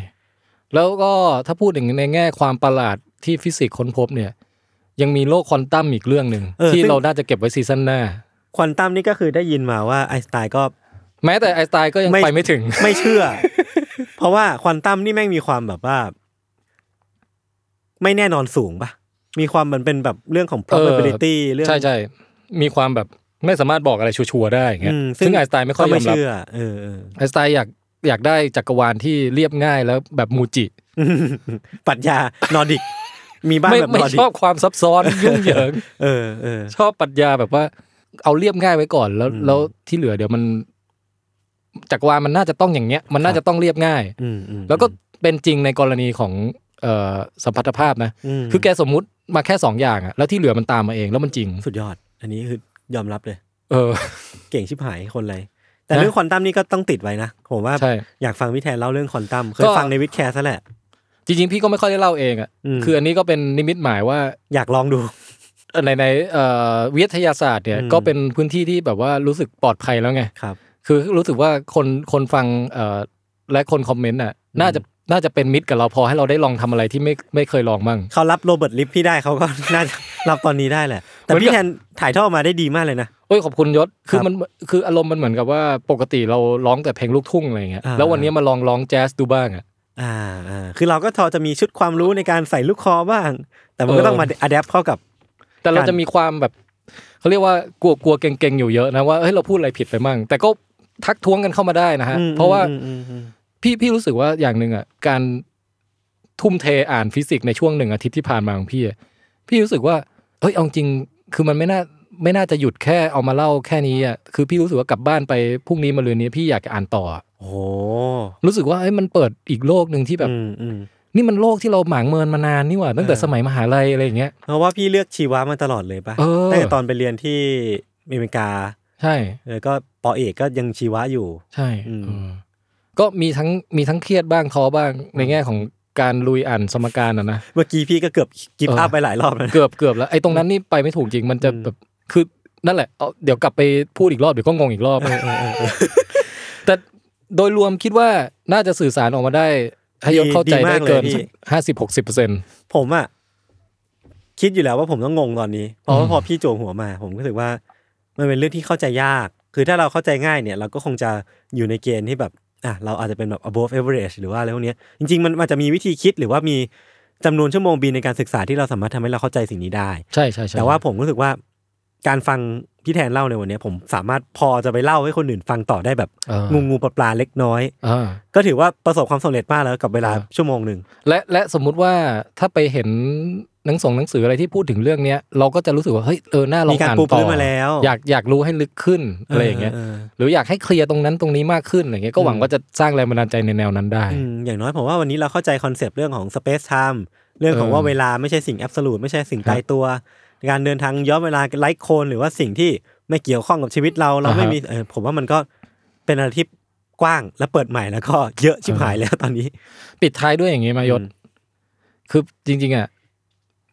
[SPEAKER 3] แล้วก็ถ้าพูดอย่างในแง่ความประหลาดที่ฟิสิกส์ค้นพบเนี่ย ยังมีโลกควอนตัมอีกเรื่องหนึ่ง
[SPEAKER 2] เออ
[SPEAKER 3] ที่
[SPEAKER 2] ซึ่ง
[SPEAKER 3] เราน่าจะเก็บไว้ซีซั่นหน้า
[SPEAKER 2] ควอนตัมนี่ก็คือได้ยินมาว่าไอน์สไตน์ก็
[SPEAKER 3] แม้แต่ไอน์สไตล์ก็ยัง
[SPEAKER 2] ไม่
[SPEAKER 3] ไปไม่ถึง
[SPEAKER 2] ไม่เชื่อ เพราะว่าควอนตัมนี่แม่งมีความแบบว่า ไม่แน่นอนสูงปะมีความมันเป็นแบบเรื่องของ probability เรื่อง
[SPEAKER 3] ใช่ใช่มีความแบบ ไม่สามารถบอกอะไรชัวร์ๆได้อย่างเงี้ย
[SPEAKER 2] อืมซึ่ง
[SPEAKER 3] ซึ่งไอน์สไตน์ไม่ค่อย
[SPEAKER 2] ก็
[SPEAKER 3] ย
[SPEAKER 2] ไม่
[SPEAKER 3] อมรับ
[SPEAKER 2] เชื่อเออเอ อ
[SPEAKER 3] ไอน์สไตน์อยากอยากได้จักรวาลที่เรียบง่ายแล้วแบบมูจิ
[SPEAKER 2] ปรัชญานอร์ดิก มีบ้าน
[SPEAKER 3] ไม่
[SPEAKER 2] แบบ
[SPEAKER 3] ไม่
[SPEAKER 2] นอร์ดิ
[SPEAKER 3] ช
[SPEAKER 2] ก
[SPEAKER 3] อบความซับซ้ อนยุ่งเหยิง
[SPEAKER 2] เออเออ
[SPEAKER 3] ชอบปรัชญาแบบว่าเอาเรียบง่ายไว้ก่อนแล้ว
[SPEAKER 2] อืม
[SPEAKER 3] แล้วที่เหลือเดี๋ยวมันจักรวาลมันน่าจะต้องอย่างเงี้ย มันน่าจะต้องเรียบง่าย
[SPEAKER 2] อืมอืม
[SPEAKER 3] แล้วก็เป็นจริงในกรณีของเอ่อสัมพัทธภาพนะ
[SPEAKER 2] ม
[SPEAKER 3] คือแกสมมุติมาแค่สองอย่างอะแล้วที่เหลือมันตามมาเองแล้วมันจริง
[SPEAKER 2] สุดยอด อันนี้คือยอมรับเลย
[SPEAKER 3] เออ
[SPEAKER 2] เก่งชิบหายคนเลย แต่
[SPEAKER 3] นะ
[SPEAKER 2] เรื่องควอนตัมนี่ก็ต้องติดไว้นะ ผมว่า
[SPEAKER 3] ใช่
[SPEAKER 2] อยากฟังพี่แทนเล่าเรื่องควอนตัม เค
[SPEAKER 3] ก็
[SPEAKER 2] ยฟังในวิดแคสซะแหละ
[SPEAKER 3] จริงๆ พี่ก็ไม่ค่อยได้เล่าเองอะ
[SPEAKER 2] อืม
[SPEAKER 3] คืออันนี้ก็เป็นนิมิตหมายว่า
[SPEAKER 2] อยากลองดู
[SPEAKER 3] เอ่อในในเอ่อวิทยาศาสตร์เนี่ย
[SPEAKER 2] อืม
[SPEAKER 3] ก็เป็นพื้นที่ที่แบบว่ารู้สึกปลอดภัยแล้วไง
[SPEAKER 2] ครับ
[SPEAKER 3] คือรู้สึกว่าคนคนฟังเอ่อและคนคอมเมนต์น่ะน่าจะน่าจะเป็นมิตรกับเราพอให้เราได้ลองทำอะไรที่ไม่ไม่เคยลองบ้าง
[SPEAKER 2] เขารับโรเบิร์ตลิฟพี่ได้เขาก็ น่าจะ รับตอนนี้ได้แหละ แต่
[SPEAKER 3] เหมือนกับ
[SPEAKER 2] พี่แทนถ่ายทอดมาได้ดีมากเลยนะ
[SPEAKER 3] โอ้ยขอบคุณยศคื
[SPEAKER 2] ค
[SPEAKER 3] อ
[SPEAKER 2] รับ
[SPEAKER 3] มันคืออารมณ์มันเหมือนกับว่าปกติเราร้องแต่เพลงลูกทุ่งอะไรอย่างเงี้ย
[SPEAKER 2] อ่า
[SPEAKER 3] แล้ววันนี้มาลองร้องแจ๊สดูบ้างอ่ะ
[SPEAKER 2] อ่าอ่าคือเราก็ทอจะมีชุดความรู้ในการใส่ลูกคอบ้าง แต่มันก็
[SPEAKER 3] เออ
[SPEAKER 2] ต้องมาอัดแอปเข้ากับ
[SPEAKER 3] แต่เรา
[SPEAKER 2] การ
[SPEAKER 3] จะมีความแบบเขาเรียกว่ากลัวกลัวเก่งๆอยู่เยอะนะว่าเฮ้ยเราพูดอะไรผิดไปมั่งแต่ก็ทักท้วงกันเข้ามาได้นะฮะ
[SPEAKER 2] อืม
[SPEAKER 3] เพราะว่า
[SPEAKER 2] อืมอืมอืม
[SPEAKER 3] พี่พี่รู้สึกว่าอย่างหนึ่งอ่ะการทุ่มเทอ่านฟิสิกส์ในช่วงหนึ่งอาทิตย์ที่ผ่านมาของพี่อะพี่รู้สึกว่าเฮ้ยเอาจริงคือมันไม่น่าไม่น่าจะหยุดแค่เอามาเล่าแค่นี้อ่ะคือพี่รู้สึกว่ากลับบ้านไปพรุ่งนี้มาเรืนนี้พี่อยากจะอ่านต่ออะ
[SPEAKER 2] โอ้โห
[SPEAKER 3] รู้สึกว่าเฮ้ยมันเปิดอีกโลกหนึ่งที่แบบ
[SPEAKER 2] อืมอืม
[SPEAKER 3] นี่มันโลกที่เราหมางเมินมานานนี่หว่าตั้งแต่
[SPEAKER 2] เออ
[SPEAKER 3] สมัยมหาลัยอะไรอย่างเงี้ย
[SPEAKER 2] เพราะว่าพี่เลือกชีวะมาตลอดเลยปะ
[SPEAKER 3] เออ
[SPEAKER 2] ตั้งแต่ตอนไปเรียนที่อเมริกา
[SPEAKER 3] ใช่
[SPEAKER 2] แล้วก็ปอเอกก็ยังชีวะอยู่
[SPEAKER 3] ใช่
[SPEAKER 2] อืม
[SPEAKER 3] เออก็มีทั้งมีทั้งเครียดบ้างท้อบ้างในแง่ของการลุยอ่านสมการนะนะ
[SPEAKER 2] เมื่อกี้พี่ก็เกือบกิฟ
[SPEAKER 3] เอออั
[SPEAKER 2] อัพไปหลายรอบแล้วนะ
[SPEAKER 3] เกือบเกือบแล้วไอ้ตรงนั้นนี่ไปไม่ถูกจริงมันจะ
[SPEAKER 2] อืม
[SPEAKER 3] แบบคือนั่นแหละเอาเดี๋ยวกลับไปพูดอีกรอบเดี๋ยวก็งงอีกรอบ
[SPEAKER 2] เออเออเออ
[SPEAKER 3] แต่โดยรวมคิดว่าน่าจะสื่อสารออกมาได้ให้ยศ
[SPEAKER 2] ดี
[SPEAKER 3] เข้าใจ
[SPEAKER 2] ดีมา
[SPEAKER 3] ได้
[SPEAKER 2] กเลย
[SPEAKER 3] เกิน
[SPEAKER 2] พี่
[SPEAKER 3] ห้าสิบหกสิบเปอร์เซ็นต์
[SPEAKER 2] ผมอะคิดอยู่แล้วว่าผมต้องงงตอนนี้ เพราะว่า
[SPEAKER 3] อืม
[SPEAKER 2] พอพี่โจวหัวมา ผมก็รู้สึกว่า มันเป็นเรื่องที่เข้าใจยาก คือถ้าเราเข้าใจง่ายเนี่ย เราก็คงจะอยู่ในเกณฑ์ที่แบบอ่ะเราอาจจะเป็นแบบ above average หรือว่าอะไรพวกเนี้ยจริง ๆ มันอาจจะมีวิธีคิดหรือว่ามีจำนวนชั่วโมงบินในการศึกษาที่เราสามารถทำให้เราเข้าใจสิ่งนี้ได้
[SPEAKER 3] ใช่ใช่ใช่
[SPEAKER 2] แต่ว่าผมรู้สึกว่าการฟังพี่แทนเล่าในวันเนี้ยผมสามารถพอจะไปเล่าให้คนอื่นฟังต่อได้แบบ
[SPEAKER 3] เออ
[SPEAKER 2] งูงูปลาปลาเล็กน้อย
[SPEAKER 3] อ่า
[SPEAKER 2] ก็ถือว่าประสบความสำเร็จมากแล้วกับเวลา
[SPEAKER 3] ครับ
[SPEAKER 2] ชั่วโมงหนึ่ง
[SPEAKER 3] และและสมมุติว่าถ้าไปเห็นหนังส่งหนังสืออะไรที่พูดถึงเรื่องเนี้ยเราก็จะรู้สึกว่าเฮ้ยเออหน้าลอง
[SPEAKER 2] มีการ
[SPEAKER 3] อ่าน
[SPEAKER 2] ปู
[SPEAKER 3] ต่
[SPEAKER 2] พื้น
[SPEAKER 3] อ
[SPEAKER 2] มาแล้ว
[SPEAKER 3] อยากอยากรู้ให้ลึกขึ้นอะไรอย่างเงี้ย
[SPEAKER 2] อ
[SPEAKER 3] หรืออยากให้เคลียร์ตรงนั้นตรงนี้มากขึ้นอะไรเงี้ยก็หวัง
[SPEAKER 2] อืม
[SPEAKER 3] ว่าจะสร้างแรงบันดาลใจในแนวนั้นได้
[SPEAKER 2] อืมอย่างน้อยผมว่าวันนี้เราเข้าใจคอนเซปต์เรื่องของ Space Time เรื่องของ
[SPEAKER 3] เออ
[SPEAKER 2] ว่าเวลาไม่ใช่สิ่งแอบสูตไม่ใช่สิ่ง
[SPEAKER 3] ครับ
[SPEAKER 2] ตายตัว การเดินทางย้อนเวลาไร้โคลนหรือว่าสิ่งที่ไม่เกี่ยวข้องกับชีวิตเราเรา
[SPEAKER 3] อ่าฮะ
[SPEAKER 2] ไม่มีเออผมว่ามันก็เป็นอะไรที่กว้างและเปิดใหม่แล้วก็เยอะชิบหายแล้วตอนนี้
[SPEAKER 3] ปิดท้ายด้วยอย่างงี้มายศ
[SPEAKER 2] อืม
[SPEAKER 3] คือจริง ๆอ่ะ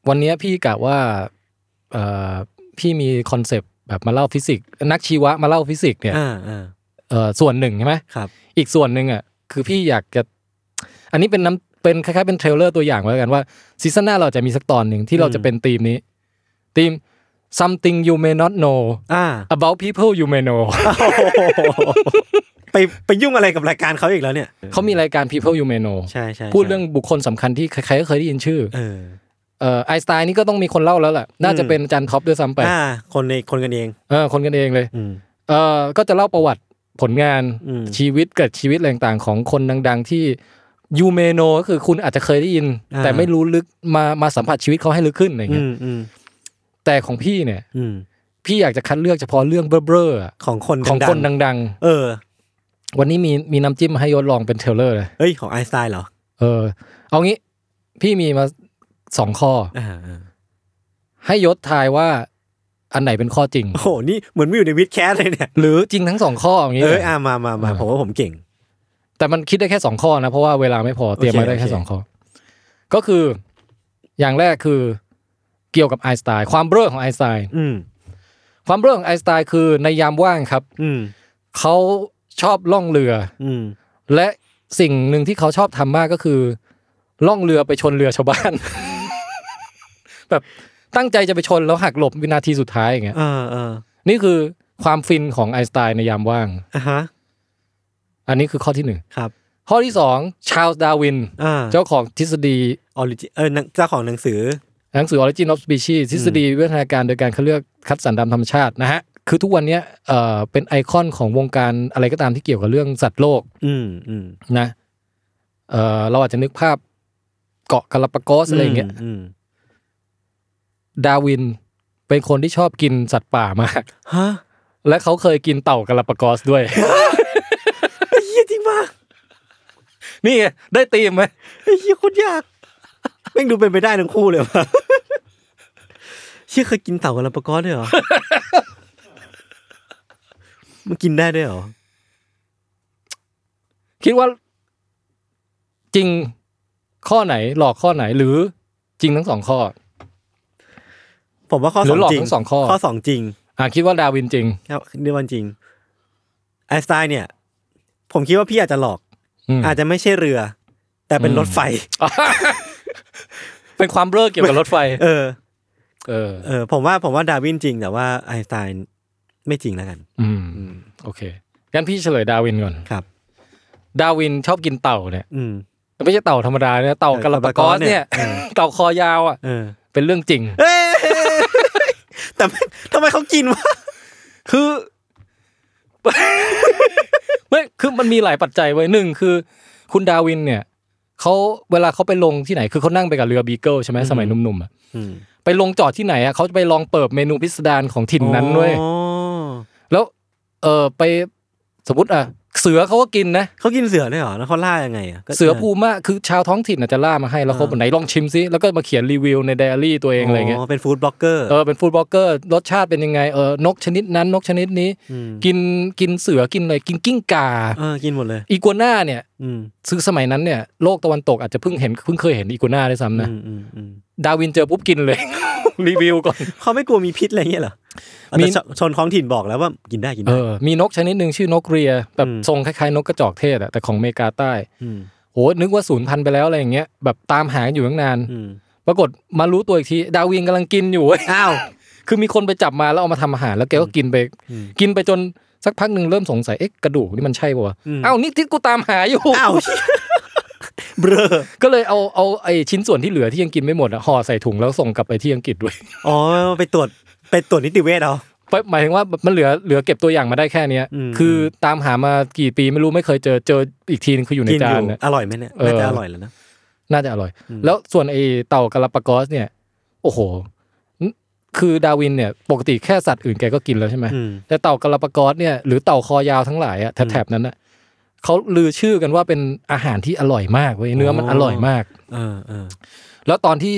[SPEAKER 3] วันเนี้ยพี่กะว่าเออพี่มีคอนเซปต์แบบมาเล่าฟิสิกส์นักชีวะมาเล่าฟิสิกส์เนี่ย
[SPEAKER 2] อ่าอ่า
[SPEAKER 3] เออส่วนหนึ่งใช่ไหม
[SPEAKER 2] ครับ
[SPEAKER 3] อีกส่วนหนึ่งอ่ะคือพี่อยากจะ อันนี้เป็นน้ำเป็นคล้ายๆเป็นเทรลเลอร์ตัวอย่างไว้แล้วกันว่าซีซั่นหน้าเราจะมีสักตอนหนึ่งที่เราจะเป็นธีมนี้ธีม something you may not know
[SPEAKER 2] อ่า
[SPEAKER 3] about people you may know
[SPEAKER 2] ไปไปยุ่งอะไรกับรายการเขาอีกแล้วเนี่ย
[SPEAKER 3] เขามีรายการ people you may know
[SPEAKER 2] ใช่ใช่
[SPEAKER 3] พูดเรื่องบุคคลสำคัญที่ใครๆก็เคยได้ยินชื่อ
[SPEAKER 2] เออ
[SPEAKER 3] เอ่อไอน์สไตน์นี่ก็ต้องมีคนเล่าแล้วแหละน่าจะเป็นอาจันท็อปด้วยซ้ำไป
[SPEAKER 2] อ่าคนในคนกันเอง
[SPEAKER 3] เออคนกันเองเลย
[SPEAKER 2] อืม
[SPEAKER 3] เออก็จะเล่าประวัติผลงาน
[SPEAKER 2] อืม
[SPEAKER 3] ชีวิตกับชีวิตอะไรต่างๆของคนดัง ๆ ที่ you may know ก็คือคุณอาจจะเคยได้ยิน แต่ไม่รู้ลึกมามาสัมผัสชีวิตเขาให้ลึกขึ้นอะไรอย่าง
[SPEAKER 2] อื
[SPEAKER 3] เงี้ย
[SPEAKER 2] มอืม
[SPEAKER 3] แต่ของพี่เนี่ย
[SPEAKER 2] อืม
[SPEAKER 3] พี่อยากจะคัดเลือกเฉพาะเรื่องเบ้อๆอะ
[SPEAKER 2] ของคน
[SPEAKER 3] ของ
[SPEAKER 2] ดั
[SPEAKER 3] คน
[SPEAKER 2] ง
[SPEAKER 3] ดัง
[SPEAKER 2] ๆเออ
[SPEAKER 3] ๆ วันนี้มีมีน้ำจิ้มมาให้ยศลองเป็นเทรลเลอร์เลย
[SPEAKER 2] เฮ้ย ของไอน์สไตน์เหรอ
[SPEAKER 3] เออ เอางี้พี่มีมาสองข้อ
[SPEAKER 2] อ่า
[SPEAKER 3] ให้ยศทายว่าอันไหนเป็นข้อจริง
[SPEAKER 2] ๆ โอ้โห นี่เหมือนไม่อยู่ในวิดแคสเลยเนี่ย
[SPEAKER 3] หรือจริงทั้งสองข้ออย่างงี้
[SPEAKER 2] เอ
[SPEAKER 3] เล
[SPEAKER 2] อย อ่ามามามา
[SPEAKER 3] เออ
[SPEAKER 2] ผมว่าผมเก่ง
[SPEAKER 3] แต่มันคิดได้แค่สองข้อนะ เพราะว่าเวลาไม่พอเตรียมมาได้แค่
[SPEAKER 2] โอเค
[SPEAKER 3] สองข้อ ก็คือ อย่างแรกคือเกี่ยวกับไอน์สไตน์ความเบ้อของไอน์สไตน์
[SPEAKER 2] อืม
[SPEAKER 3] ความเรื่องของไอน์สไตน์คือในยามว่างครับ
[SPEAKER 2] อืม
[SPEAKER 3] เขาชอบล่องเรือ
[SPEAKER 2] อืม
[SPEAKER 3] และสิ่งหนึ่งที่เขาชอบทำมากก็คือ ล่องเรือไปชนเรือชาวบ้าน แบบตั้งใจจะไปชนแล้วหักหลบวินาทีสุดท้ายอย่างเงี้ย
[SPEAKER 2] เออเออ
[SPEAKER 3] นี่คือความฟินของไอน์สไตน์ในยามว่าง
[SPEAKER 2] อ่ะฮะ
[SPEAKER 3] อันนี้คือข้อที่หนึ่ง
[SPEAKER 2] ครับ
[SPEAKER 3] ข้อที่สองชาร์ลส์ดาร์วิน
[SPEAKER 2] อ่า
[SPEAKER 3] เจ้าของทฤษฎี
[SPEAKER 2] ออริจิเออหนังเจ้าของหนังสือ
[SPEAKER 3] หนังสือ Origin of Species ทฤษฎีวิวัฒนาการโดยการคัดเลือกคัดสรรตามธรรมชาตินะฮะ คือทุกวันเนี้ยเอ่อเป็นไอคอนของวงการอะไรก็ตามที่เกี่ยวกับเรื่องสัตว์โลก
[SPEAKER 2] อืมอืม
[SPEAKER 3] นะเออเราอาจจะนึกภาพเกาะกาลาปากอสอะไรอย่างเงี้ย
[SPEAKER 2] อืม
[SPEAKER 3] ดาวินเป็นคนที่ชอบกินสัตว์ป่ามาก
[SPEAKER 2] ฮะ
[SPEAKER 3] และเขาเคยกินเต่ากาลาปากอสด้วย
[SPEAKER 2] ไอ้เหี้ยจริงปะ
[SPEAKER 3] นี่ไงได้ตีมไหม
[SPEAKER 2] ไอ้เหี้ยโคตรยากแม่งดูเป็นไปได้ทั้งคู่เลยว่ะเชี่ยเคยกินเต่ากับลาปากอสด้วย เหรอมันกินได้ด้วยเหรอ
[SPEAKER 3] คิดว่า จริงข้อไหนหลอกข้อไหนหรือจริงทั้งสองข้อ
[SPEAKER 2] ผมว่าข้อ
[SPEAKER 3] ห
[SPEAKER 2] ส
[SPEAKER 3] รือ อง หลอก
[SPEAKER 2] จริง
[SPEAKER 3] ทั้งสองข้อ
[SPEAKER 2] ข้อสองจริง
[SPEAKER 3] อ่ะคิดว่าดาวินจริง
[SPEAKER 2] ครับเรื่องวันจริงไอน์สไตน์เนี่ย ผมคิดว่าพี่อาจจะหลอก
[SPEAKER 3] อืม
[SPEAKER 2] อาจจะไม่ใช่เรือ แต่เป็น
[SPEAKER 3] อืม
[SPEAKER 2] รถไฟ
[SPEAKER 3] เป็นความเบ้อเกี่ยวกับรถไฟ
[SPEAKER 2] เออ
[SPEAKER 3] เออ
[SPEAKER 2] เออผมว่าผมว่าดาร์วินจริง แต่ว่าไอน์สไตน์ไม่จริงแล้วกัน
[SPEAKER 3] อืม
[SPEAKER 2] อืม
[SPEAKER 3] โอเคงั้นพี่เฉลยดาวินก่อน
[SPEAKER 2] ครับ
[SPEAKER 3] ดาวินชอบกินเต่าเนี่ย
[SPEAKER 2] อืม
[SPEAKER 3] ไม่ใช่เต่าธรรมดาเนี่ยเต่ากาลาปากอสเนี่ย
[SPEAKER 2] เออ
[SPEAKER 3] เต่าคอยาวอ่ะ
[SPEAKER 2] เออ
[SPEAKER 3] เป็นเรื่องจริง
[SPEAKER 2] เอ้ยแต่ไม่ทำไมเขากินวะ
[SPEAKER 3] คือ ไม่คือมันมีหลายปัจจัยไว้ยหนึ่งคือ คุณดาวินเนี่ยเขาเวลาเขาไปลงที่ไหน คือเขานั่งไปกับเรือบีเกิลใช่ไหมสมัยหนุ่มๆอะ
[SPEAKER 2] อืม
[SPEAKER 3] ไปลงจอดที่ไหนอ่ะเขาจะไปลองเปิดเมนูพิสดารของถิ่นนั้นด้วย
[SPEAKER 2] อ๋อ
[SPEAKER 3] แล้ว เออไปสมมติอ่ะ เสือเขาก็กินนะ
[SPEAKER 2] เขากินเสือด้วยเหรอแล้วเขาล่ายังไงอ่ะก็
[SPEAKER 3] เสือภูมาคือชาวท้องถิ่นอาจจะล่ามาให้แล้วเขา
[SPEAKER 2] อ่า
[SPEAKER 3] บอกไหนลองชิมซิแล้วก็มาเขียนรีวิวในไดอารี่ตัวเองอะไรเงี้ย
[SPEAKER 2] เป็นฟู้ดบล็อกเกอร์
[SPEAKER 3] เออเป็นฟู้ดบล็อกเกอร์รสชาติเป็นยังไงเออนกชนิดนั้นนกชนิดนี้
[SPEAKER 2] ม
[SPEAKER 3] กินกินเสือกินอะไรกินกิ้งก่า
[SPEAKER 2] เออกินหมดเลย
[SPEAKER 3] อีกัวน่าเนี่ย
[SPEAKER 2] อืม
[SPEAKER 3] ซึ่งสมัยนั้นเนี่ยโลกตะวันตกอาจจะเพิ่งเห็นเพิ่งเคยเห็นอีกัวน่าด้วยซ้ำนะ
[SPEAKER 2] อืมอืมอืม
[SPEAKER 3] ดาวินเจอปุ๊บกินเลย รีวิวก่อน
[SPEAKER 2] เขาไม่กลัวมีพิษอะไรเงี้ยเหรอ
[SPEAKER 3] มี
[SPEAKER 2] แต่ชชนท้องถิ่นบอกแล้วว่ากินได้กิน
[SPEAKER 3] เอ
[SPEAKER 2] ได้
[SPEAKER 3] อมีนกชนิดหนึ่งชื่อนกเรีย แบบ
[SPEAKER 2] อืม
[SPEAKER 3] ทรงคล้ายๆนกกระจอกเทศอะแต่ของอเมริกาใต้
[SPEAKER 2] อืม
[SPEAKER 3] โหนึกว่าสูญพันธุ์ไปแล้วอะไรอย่างเงี้ยแบบตามหาอยู่ตั้งนาน
[SPEAKER 2] อืม
[SPEAKER 3] ปรากฏมารู้ตัวอีกทีดาวินกำลังกินอยู่เว้ย
[SPEAKER 2] อ้าว
[SPEAKER 3] คือมีคนไปจับมาแล้วเอามาทำอาหารแล้วแกก็กินไป
[SPEAKER 2] อืม
[SPEAKER 3] กินไปจนสักพักหนึ่งเริ่มสงสัยเอ๊ะกระดูกนี่มันใช่ป่าวะ
[SPEAKER 2] อืม
[SPEAKER 3] อ้าวนี่ที่กูตามหาอยู่
[SPEAKER 2] อ้าว เบลอ
[SPEAKER 3] ก็เลยเอาเอาไอชิ้นส่วนที่เหลือที่ยังกินไม่หมดอะห่อใส่ถุงแล้วส่งกลับไปที่อังกฤษด้วย
[SPEAKER 2] อ๋อไปตรวจไปตรวจนิติเวชเอา
[SPEAKER 3] ไปหมายถึงว่ามันเหลือเหลือเก็บตัวอย่างมาได้แค่เนี้ย
[SPEAKER 2] อืม
[SPEAKER 3] คือตามหามากี่ปีไม่รู้ไม่เคยเจอเจออีกทีนึงคืออยู่ใน
[SPEAKER 2] กินอ
[SPEAKER 3] จาน
[SPEAKER 2] ยู่
[SPEAKER 3] น่ะ
[SPEAKER 2] อร่อยไหมเนี่ย
[SPEAKER 3] เออ
[SPEAKER 2] น่าจะอร่อยแล้วนะ
[SPEAKER 3] น่าจะอร่อย
[SPEAKER 2] อืม
[SPEAKER 3] แล้วส่วนไอเต่ากาลาปากอสเนี่ย โอ้โหนคือดาวินเนี่ย ปกติแค่สัตว์อื่นแกก็กินแล้วใช่ไหม
[SPEAKER 2] อืม
[SPEAKER 3] แต่เต่ากาลาปากอสเนี่ยหรือเต่าคอยาวทั้งหลายอะแถบๆนั้นอะเขาลือชื่อกันว่าเป็นอาหารที่อร่อยมากเว้ยเนื้อมัน
[SPEAKER 2] อ๋อ
[SPEAKER 3] อ
[SPEAKER 2] อ
[SPEAKER 3] ร่อยมาก
[SPEAKER 2] เออเออ
[SPEAKER 3] แล้วตอนที่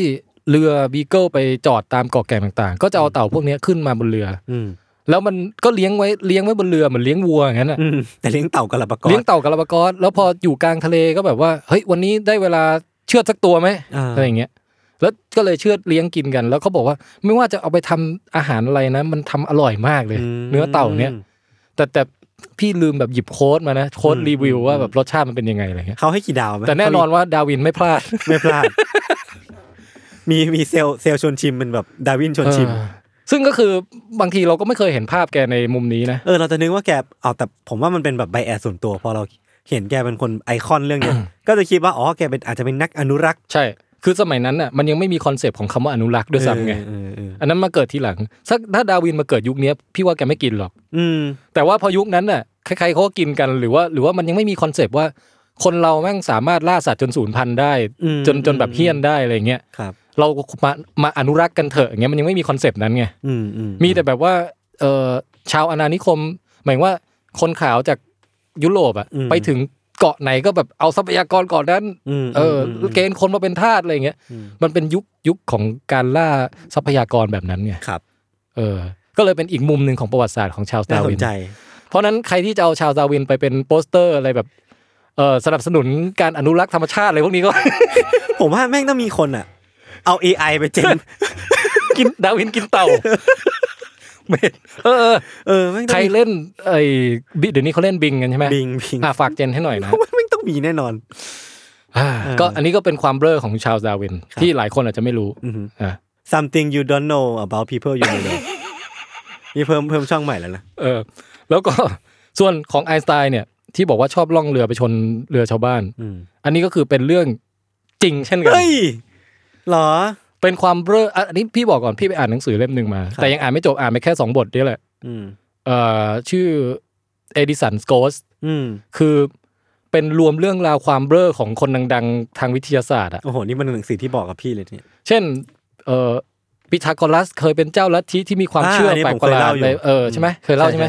[SPEAKER 3] เรือบีเกิลไปจอดตามเกาะแก่งต่างๆ ก็จะเอาเต่าพวกเนี้ยขึ้นมาบนเรือ
[SPEAKER 2] อืม
[SPEAKER 3] แล้วมันก็เลี้ยงไว้เลี้ยงไว้บนเรือเหมือนเลี้ยงวัวอย่างนั้นอะ
[SPEAKER 2] อืมแต่เลี้ยงเต่ากับลาปากอ
[SPEAKER 3] เลี้ยง
[SPEAKER 2] ส
[SPEAKER 3] เต่ากาลาปากอสแล้วพออยู่กลางทะเลก็แบบว่าเฮ้ยวันนี้ได้เวลาเชือดสักตัวไหม
[SPEAKER 2] อ่า
[SPEAKER 3] อะไรอย่างเงี้ยแล้วก็เลยเชือดเลี้ยงกินกัน แล้วเขาบอกว่าไม่ว่าจะเอาไปทำอาหารอะไรนะ มันทำอร่อยมากเลย
[SPEAKER 2] ม
[SPEAKER 3] เนื้อเต่าเนี่ย แต่แต่พี่ลืมแบบหยิบโค้ดมานะ โค้ด
[SPEAKER 2] อืม
[SPEAKER 3] รีวิวว่า
[SPEAKER 2] อืม
[SPEAKER 3] แบบรสชาติมันเป็นยังไงอะไรเงี้ย
[SPEAKER 2] เขาให้กี่ดาวไหม
[SPEAKER 3] แต่แน่นอนว่าดาวินไม่พลาด
[SPEAKER 2] เขาไม่พลาด มีมีเซลล์เซลล์ชวนชิมเป็นแบบดาร์วินชวนชิม
[SPEAKER 3] เออซึ่งก็คือบางทีเราก็ไม่เคยเห็นภาพแกในมุมนี้นะ
[SPEAKER 2] เออเราจะนึกว่าแกเอาแต่ผมว่ามันเป็นแบบไบแอสส่วนตัว พอเราเห็นแกเป็นคนไอคอนเรื่องเนี้ย ก็จะคิดว่าอ๋อแกเป็นอาจจะเป็นนักอนุรักษ์
[SPEAKER 3] ใช่ คือสมัยนั้นน่ะมันยังไม่มีคอนเซปต์ของคำว่าอนุรักษ์ด้วยซ้ำไง
[SPEAKER 2] เออเออเออ
[SPEAKER 3] อันนั้นมาเกิดทีหลังถ้าถ้าดาวินมาเกิดยุคเนี้ยพี่ว่าแกไม่กินหรอก
[SPEAKER 2] อืม
[SPEAKER 3] แต่ว่าพอยุคนั้นน่ะใครๆเขาก็กินกันหรือว่า หรือว่ามันยังไม่มีคอนเซปต์ว่า คนเราแม่งสามารถล่าสัตว์จนสูญพันธุ์ได้
[SPEAKER 2] อืม
[SPEAKER 3] จนจนแบบ
[SPEAKER 2] อืม
[SPEAKER 3] เฮี้ยนได้อะไรเงี้ย
[SPEAKER 2] ครับ
[SPEAKER 3] เรามามาอนุรักษ์กันเถอะอย่างเงี้ยมันยังไม่มีคอนเซปต์นั้นไง
[SPEAKER 2] อืมอืม
[SPEAKER 3] มีแต่แบบว่าเออชาวอนานิคม หมายถึงว่าคนขาวจากยุโรปอะไปถึงเกาะไหนก็แบบเอาทรัพยากรเกาะนั้น
[SPEAKER 2] ม
[SPEAKER 3] เออ
[SPEAKER 2] ม
[SPEAKER 3] อ
[SPEAKER 2] ม
[SPEAKER 3] เกณฑ์คนมาเป็นทาสอะไรอย่างเงี้ย
[SPEAKER 2] อืม
[SPEAKER 3] มันเป็นยุคยุคของการล่าทรัพยากรแบบนั้นไง
[SPEAKER 2] ครับ
[SPEAKER 3] เออ ก็เลยเป็นอีกมุมหนึ่งของประวัติศาสตร์ของชาว
[SPEAKER 2] น่า
[SPEAKER 3] ดา
[SPEAKER 2] ส
[SPEAKER 3] วิ
[SPEAKER 2] น
[SPEAKER 3] น
[SPEAKER 2] ใจ
[SPEAKER 3] เพราะฉะนั้นใครที่จะเอาชาวดาวินไปเป็นโปสเตอร์อะไรแบบเออสนับสนุนการอนุรักษ์ธรรมชาติอะไรพวกนี้ก็
[SPEAKER 2] ผมว่าแม่งต้องมีคนอ่ะ เอา AI ไปเจน
[SPEAKER 3] กินดาวินกินเต่า เมนเออเออ
[SPEAKER 2] เออแม่ง
[SPEAKER 3] ใค
[SPEAKER 2] ต้
[SPEAKER 3] ร
[SPEAKER 2] องมี
[SPEAKER 3] เล่นไอ้บิเดี๋ยวนี้เขาเล่นบิงกันใช่ไหม
[SPEAKER 2] บิงบิง
[SPEAKER 3] อ่ะฝากเจนให้หน่อยนะ
[SPEAKER 2] เพราะว่าแม่งต้องมีแน่นอน
[SPEAKER 3] อ่า
[SPEAKER 2] เออ
[SPEAKER 3] ก็อันนี้ก็เป็นความเบ้อของชาวดาร์วิน
[SPEAKER 2] ครับ
[SPEAKER 3] ที่หลายคนอาจจะไม่รู้
[SPEAKER 2] อือหือ
[SPEAKER 3] อ่ะ
[SPEAKER 2] something you don't know about people you know นี่เพิ่มเพิ่มช่องใหม่แล้วนะ
[SPEAKER 3] เออ แล้วก็ ส่วนของไอน์สไตน์เนี่ย ที่บอกว่าชอบล่องเรือไปชนเรือชาวบ้าน
[SPEAKER 2] อืม
[SPEAKER 3] อันนี้ก็คือเป็นเรื่องจริงเช่นกัน
[SPEAKER 2] เฮ้ยเหรอ
[SPEAKER 3] เป็นความเบ้ออ่ะอันนี้พี่บอกก่อนพี่ไปอ่านหนังสือเล่มหนึ่งมา
[SPEAKER 2] ครับ
[SPEAKER 3] แต่ยังอ่านไม่จบอ่านไปแค่สองบทนี่แหละ
[SPEAKER 2] อืม
[SPEAKER 3] เอ่อชื่อ Edison's Ghost
[SPEAKER 2] อืม
[SPEAKER 3] คือเป็นรวมเรื่องราวความเบ้อของคนดังๆ ทางวิทยาศาสตร์อะ
[SPEAKER 2] โอ้โห นี่มันหนังสือที่บอกกับพี่เลยเนี่ย
[SPEAKER 3] เช่นเอ่อปิทาโกรัสเคยเป็นเจ้าลัทธิที่มีความ
[SPEAKER 2] อ่า
[SPEAKER 3] เชื่ออน
[SPEAKER 2] นี้
[SPEAKER 3] แปลก
[SPEAKER 2] ผม
[SPEAKER 3] ประห
[SPEAKER 2] เคย
[SPEAKER 3] ลาด
[SPEAKER 2] เล่าอยู่
[SPEAKER 3] เลยเออใช่ไหมเคยเล่าใช่ไหม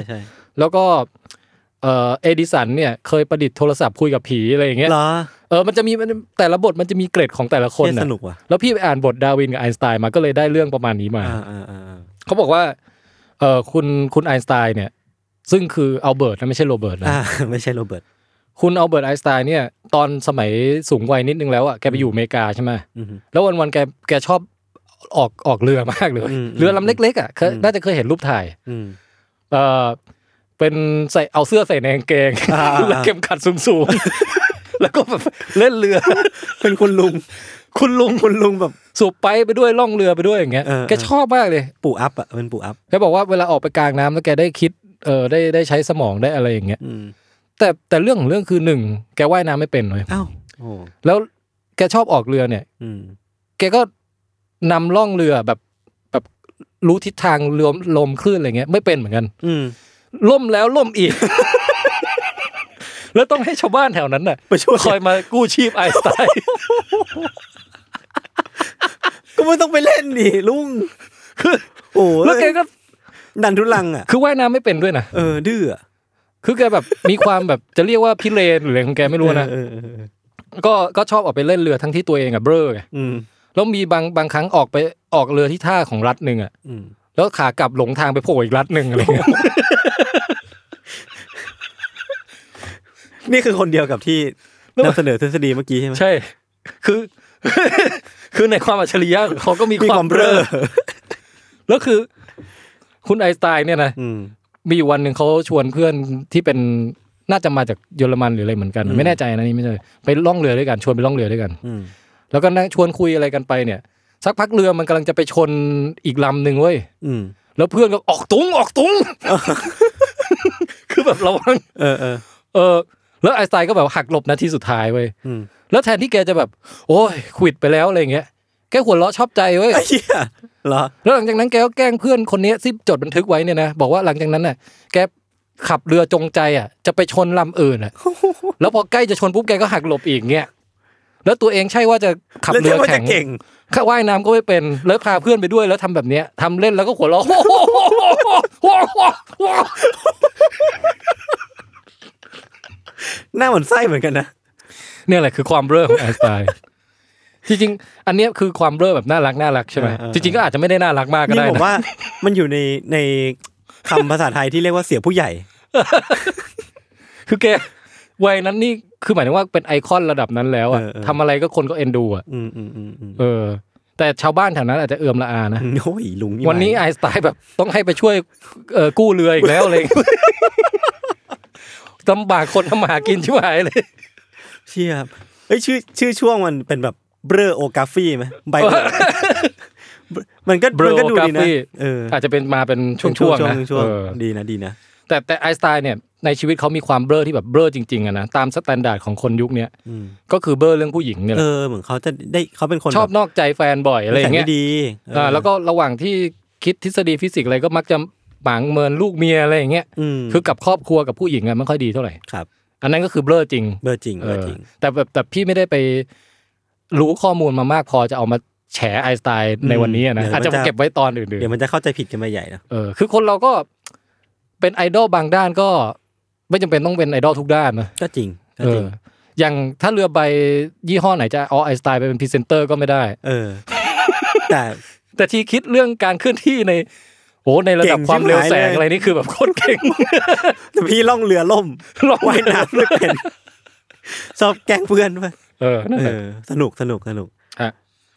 [SPEAKER 3] แล้วก็เอ่อเอดิสันเนี่ยเคยประดิษฐ์โทรศัพท์คุยกับผีอะไรอย่างเงี้ย
[SPEAKER 2] เหรอ
[SPEAKER 3] เออมันจะมีมันแต่ละบทมันจะมีเกรดของแต่ละคน
[SPEAKER 2] เท่
[SPEAKER 3] น่ะ
[SPEAKER 2] สนุกว่ะ
[SPEAKER 3] แล้วพี่ไปอ่านบทดาร์วินกับไอน์สไตน์มาก็เลยได้เรื่องประมาณนี้มา
[SPEAKER 2] อ่าอ่าอ่าอ่า
[SPEAKER 3] เขาบอกว่าเออคุณคุณไอน์สไตน์เนี่ยซึ่งคืออัลเบิร์ตนะไม่ใช่โรเบิร์ตนะ
[SPEAKER 2] อ่า ไม่ใช่โรเบิร์ต
[SPEAKER 3] คุณอัลเบิร์ตไอน์สไตน์เนี่ยตอนสมัยสูงวัยนิดนึงแล้วอ่ะแกไปอยู่อเมริกาใช่ไหม
[SPEAKER 2] อืม
[SPEAKER 3] แล้ววันวันๆแกแกชอบออกออกเรือมากเลย
[SPEAKER 2] อืม
[SPEAKER 3] เรือลำเล็กๆอ่ะเคย
[SPEAKER 2] อืม
[SPEAKER 3] น่าจะเคยเห็นรูปถ่าย
[SPEAKER 2] อืม
[SPEAKER 3] เออเป็นใส่เอาเสื้อใส่ในกางเกง
[SPEAKER 2] อ่า
[SPEAKER 3] แล้วเข็มขัดสูงๆ แล้วก็แบบ เล่นเรือ
[SPEAKER 2] เป็นคุณลุง คุณลุง คุณลุงแบบ
[SPEAKER 3] สูบไปไปด้วยล่องเรือไปด้วยอย่างเงี้ย
[SPEAKER 2] เออเออ
[SPEAKER 3] แกชอบมากเลย
[SPEAKER 2] ปู่อัพอ่ะ เป็นปู่อัพ
[SPEAKER 3] แกบอกว่าเวลาออกไปกลางน้ำแล้วแกได้คิดเออได้ได้ใช้สมองได้อะไรอย่างเงี้ย
[SPEAKER 2] อืม
[SPEAKER 3] แต่แต่เรื่องของเรื่องคือหนึ่งแกว่ายน้ำไม่เป็นเลย
[SPEAKER 2] อ้าว โอ้
[SPEAKER 3] แล้วแกชอบออกเรือเนี่ย
[SPEAKER 2] อืม
[SPEAKER 3] แกก็นำล่องเรือแบบแบบรู้ทิศทางลมลมคลื่นอะไรเงี้ยไม่เป็นเหมือนกัน
[SPEAKER 2] อืม
[SPEAKER 3] ล่มแล้วล่มอีก แล้วต้องให้ชาวบ้านแถวนั้นน่ะ
[SPEAKER 2] ไปช่วย
[SPEAKER 3] คอยมากู้ชีพไอน์สไต น์
[SPEAKER 2] ก็ไม่ต้องไปเล่นดิลุง โอ้
[SPEAKER 3] แล้วแกก็
[SPEAKER 2] ดันทุลังอ่ะ
[SPEAKER 3] คือว่ายน้ำไม่เป็นด้วยนะ
[SPEAKER 2] เออ ดื้ออะ
[SPEAKER 3] คือแกแบบมีความแบบจะเรียกว่าพิเรนหรืออะไรของแกไม่รู้นะ
[SPEAKER 2] เออเออเออเออ
[SPEAKER 3] ก็ก็ชอบออกไปเล่นเรือทั้งที่ตัวเองอะเบ้อไง
[SPEAKER 2] อืม
[SPEAKER 3] แล้วมีบางบางครั้งออกไปออกเรือที่ท่าของรัฐหนึ่งอะ
[SPEAKER 2] อืม
[SPEAKER 3] แล้วขากลับหลงทางไปโผล่อีกรัฐหนึ่งอะไรเงี้ย
[SPEAKER 2] นี่คือคนเดียวกับที่นำเสนอทฤษฎีเมื่อกี้ใช่ไหม
[SPEAKER 3] ใช่ คือ คือในความอัจฉริยะของเขาก็มี
[SPEAKER 2] มีค
[SPEAKER 3] คาว
[SPEAKER 2] วาม มเบ้
[SPEAKER 3] เบ้
[SPEAKER 2] อ
[SPEAKER 3] อแล้วคือ คุณไอน์สไตน์เนี่ยนะ
[SPEAKER 2] อืม
[SPEAKER 3] มีอยู่วันหนึ่งเขาชวนเพื่อนที่เป็นน่าจะมาจากเยอรมันหรืออะไรเหมือนกัน
[SPEAKER 2] อืม
[SPEAKER 3] ไม่แน่ใจนะนี่ไม่ใช่ไปล่องเรือด้วยกันชวนไปล่องเรือด้วยกัน
[SPEAKER 2] อืม
[SPEAKER 3] แล้วก็นั่งชวนคุยอะไรกันไปเนี่ย สักพักเรือมันกำลังจะไปชนอีกลำหนึ่งเว้ย
[SPEAKER 2] อืม
[SPEAKER 3] แล้วเพื่อนก็ออกตุงออกตุง คือแบบระวัง
[SPEAKER 2] เออเออ
[SPEAKER 3] เออ แล้วไอน์สไตล์ก็แบบหักหลบนาทีสุดท้ายเว้ย
[SPEAKER 2] อืม
[SPEAKER 3] แล้วแทนที่แกจะแบบ โอ้ยขวิดไปแล้วอะไรอย่างเงี้ยแกหัวเราะชอบใจเว้ย
[SPEAKER 2] ไอ้เหี้ยเหรอ
[SPEAKER 3] แล้วหลังจากนั้นแกก็แกล้งเพื่อนคนนี้ที่จดบันทึกไว้เนี่ยนะบอกว่าหลังจากนั้นน่ะ แกขับเรือจงใจอ่ะ จะไปชนลำอื่นอ่ะ แล้วพอใกล้จะชนปุ๊บแกก็หักหลบอีกเนี่ยแล้วตัวเองใช่ว่าจะขับเรือ
[SPEAKER 2] แล้วใช่ว่า
[SPEAKER 3] แข่
[SPEAKER 2] จะ
[SPEAKER 3] ง
[SPEAKER 2] เก่ง
[SPEAKER 3] ข้าว่ายน้ำก็ไม่เป็นแล้วพาเพื่อนไปด้วยแล้วทำแบบเนี้ยทำเล่นแล้วก็หัวเราะ
[SPEAKER 2] หน้าเหมือนไส้เหมือนกันนะ
[SPEAKER 3] เนี่ยแหละคือความเบ้อของไอน์สไตน์จริงๆ อันเนี้ยคือความเบ้อแบบน่ารักน่ารักใช่ไหม
[SPEAKER 2] เออเออ
[SPEAKER 3] จริงๆก็อาจจะไม่ได้น่ารักมากก็
[SPEAKER 2] นี่
[SPEAKER 3] ได้
[SPEAKER 2] ผม
[SPEAKER 3] นะ
[SPEAKER 2] ว่ามันอยู่ในในคำภาษาไทยที่เรียกว่าเสียผู้ใหญ่
[SPEAKER 3] คือแก วัยนั้นนี่คือหมายถึงว่าเป็นไอคอนระดับนั้นแล้วอะ
[SPEAKER 2] เออเออ
[SPEAKER 3] ทำอะไรก็คนก็เอ็นดูอะ
[SPEAKER 2] อืมอืมอืมอืม
[SPEAKER 3] เออ แต่ชาวบ้านแถวนั้นอาจจะเอื่อมละอานะ
[SPEAKER 2] โอ้ยลุง
[SPEAKER 3] วันนี้
[SPEAKER 2] มั
[SPEAKER 3] ไอน์สไตล์แบบต้องให้ไปช่วยเอ่อกู้เรืออีกแล้วอะไรอย่างเงี้ย ลำบากคนทำมาหากินชิบหายเลย
[SPEAKER 2] เชี่ยเอ้ยชื่อชื่อช่วงมันเป็นแบบเบรโอกราฟีไหมใบเบลอมันก็มันก็ดูดีนะ
[SPEAKER 3] Bro-graphy
[SPEAKER 2] เออ
[SPEAKER 3] อาจจะเป็นมาเป็นช่
[SPEAKER 2] เป็นช่
[SPEAKER 3] ว
[SPEAKER 2] ว
[SPEAKER 3] งๆ
[SPEAKER 2] งช่ว
[SPEAKER 3] นะ
[SPEAKER 2] งช่ว
[SPEAKER 3] เอง อ
[SPEAKER 2] ดีนะดีนะ
[SPEAKER 3] แต่แต่ไอน์สไตล์เนี่ยในชีวิตเขามีความเบลอที่แบบเบลอจริงๆอะนะ ตามสแตนดาร์ดของคนยุคเนี้ย
[SPEAKER 2] อืม
[SPEAKER 3] ก็คือเบลอเรื่องผู้หญิงเนี่ยแห
[SPEAKER 2] เอ
[SPEAKER 3] ละ
[SPEAKER 2] อเหมือนเขาจะได้เขาเป็นคน
[SPEAKER 3] ชอบ
[SPEAKER 2] แบบ
[SPEAKER 3] นอกใจแฟนบ่อยอะไรอย่างเงี้ย
[SPEAKER 2] นิสัม่ดีเ
[SPEAKER 3] อ่าแล้วก็ระหว่างที่คิดทฤษฎีฟิสิกส์อะไรก็มักจะหมางเมินลูกเมียอะไรอย่างเงี้ย
[SPEAKER 2] อืม
[SPEAKER 3] คือกับครอบครัวกับผู้หญิงอะไม่ค่อยดีเท่าไหร่
[SPEAKER 2] ครับ
[SPEAKER 3] อันนั้นก็คือเบลอจริง
[SPEAKER 2] เบอร์จริงเบอร์จริง
[SPEAKER 3] เออแต่แบบแต่พี่ไม่ได้ไปรู้ข้อมูลมามากพอจะเอามาแฉไอน์สไตล์ในวันนี้อะนะ
[SPEAKER 2] เดี๋ยวมั
[SPEAKER 3] อาจ
[SPEAKER 2] นจะ
[SPEAKER 3] จะเก็บไว้ตอนอื่น
[SPEAKER 2] เดี๋ยวมันจะเข้าใจผิดกันไปใหญ่นะ
[SPEAKER 3] ๆเออคือคนเราก็เป็นไอดอลบางด้านก็ ไม่จำเป็นต้องเป็นไอดอลทุกด้านนะ
[SPEAKER 2] ก็จริงก็
[SPEAKER 3] เอ
[SPEAKER 2] จริ
[SPEAKER 3] อง อย่างถ้าเรือใบยี่ห้อไหนจะเอาไอน์สไตล์ไปเป็นพรีเซนเตอร์ก็ไม่ได้
[SPEAKER 2] เออ แต่
[SPEAKER 3] แต่ที่คิดเรื่องการเคลื่อนที่ในโอ้ในระดับความเร็วแสงอะไรนี่คือแบบโคตรเก่ง
[SPEAKER 2] แต่พี่ล่องเรือล่ม
[SPEAKER 3] ลอง
[SPEAKER 2] ว่ายน้ำไม่เป็น ชอบแกล้งเพื่อนไป
[SPEAKER 3] เออนั่น
[SPEAKER 2] เอ
[SPEAKER 3] แหละ
[SPEAKER 2] อ สนุกสนุกสนุก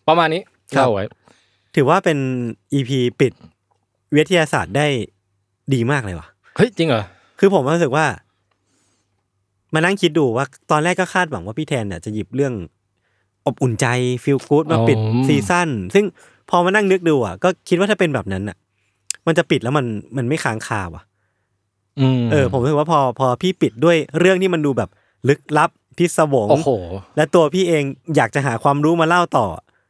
[SPEAKER 3] ประมาณนี้
[SPEAKER 2] ครับ
[SPEAKER 3] เล่าไว้
[SPEAKER 2] ถือว่าเป็นอีพีปิดวิทยาศาสตร์ได้ดีมากเลยว่ะ
[SPEAKER 3] เฮ้ยจริงเหรอ
[SPEAKER 2] คือผมรู้สึกว่า มานั่งคิดดูว่า ตอนแรกก็คาดหวังว่าพี่แทนเนี่ยจะหยิบเรื่อง อบอุ่นใจฟิลกู๊ดมาปิดซีซั่นซึ่งพอมานั่งนึกดูอ่ะก็คิดว่าถ้าเป็นแบบนั้นอ่ะ มันจะปิดแล้วมันมันไม่ค้างคาว่ะ
[SPEAKER 3] อืม
[SPEAKER 2] เออผมรู้สึกว่าพอพอพี่ปิดด้วยเรื่องที่มันดูแบบลึกลับพิศวง
[SPEAKER 3] โอ้โห
[SPEAKER 2] และตัวพี่เองอยากจะหาความรู้มาเล่าต่อ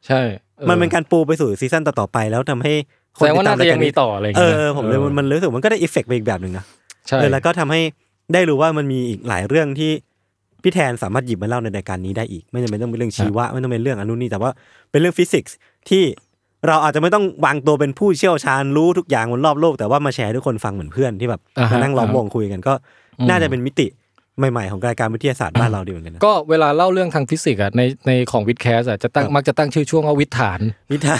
[SPEAKER 3] ใช่เออ
[SPEAKER 2] มันเป็นการปูไปสู่ซีซั่นต่อๆไปแล้วทำให้
[SPEAKER 3] แสดงว่าน่าจะยังมีต่ออะไรอย่าง
[SPEAKER 2] เอ
[SPEAKER 3] เงี้ย
[SPEAKER 2] อ
[SPEAKER 3] นะ
[SPEAKER 2] ผมเลยมันมันรู้สึกมันก็ได้อิเฟกไปอีกแบบหนึ่งนะ
[SPEAKER 3] ใช่
[SPEAKER 2] เออแล้วก็ทำให้ได้รู้ว่ามันมีอีกหลายเรื่องที่พี่แทนสามารถหยิบมาเล่าในรายการนี้ได้อีก ไม่จำเป็นต้องเป็นเรื่องชีวะไม่ต้องเป็นเรื่องอนนุนี่แต่ว่าเป็นเรื่องฟิสิกส์ที่เราอาจจะไม่ต้องวางตัวเป็นผู้เชี่ยวชาญรู้ทุกอย่างบนรอบโลก แต่ว่ามาแชร์ให้ทุกคนฟังเหมือนเพื่อนที่แบบ
[SPEAKER 3] าฮะ
[SPEAKER 2] มานั่งล้อมวงคุยกัน ก็
[SPEAKER 3] อืม
[SPEAKER 2] น่าจะเป็นมิติใหม่ๆของรายการวิทยาศาสตร์บ้านเราดีเหมือนกันนะ
[SPEAKER 3] ก็เวลาเล่าเรื่องทางฟิสิกส์อะในในของวิดแคสอะจะตั้ง
[SPEAKER 2] ครับ
[SPEAKER 3] มักจะตั้งชื่อช่วงว่าวิดฐาน
[SPEAKER 2] วิทยา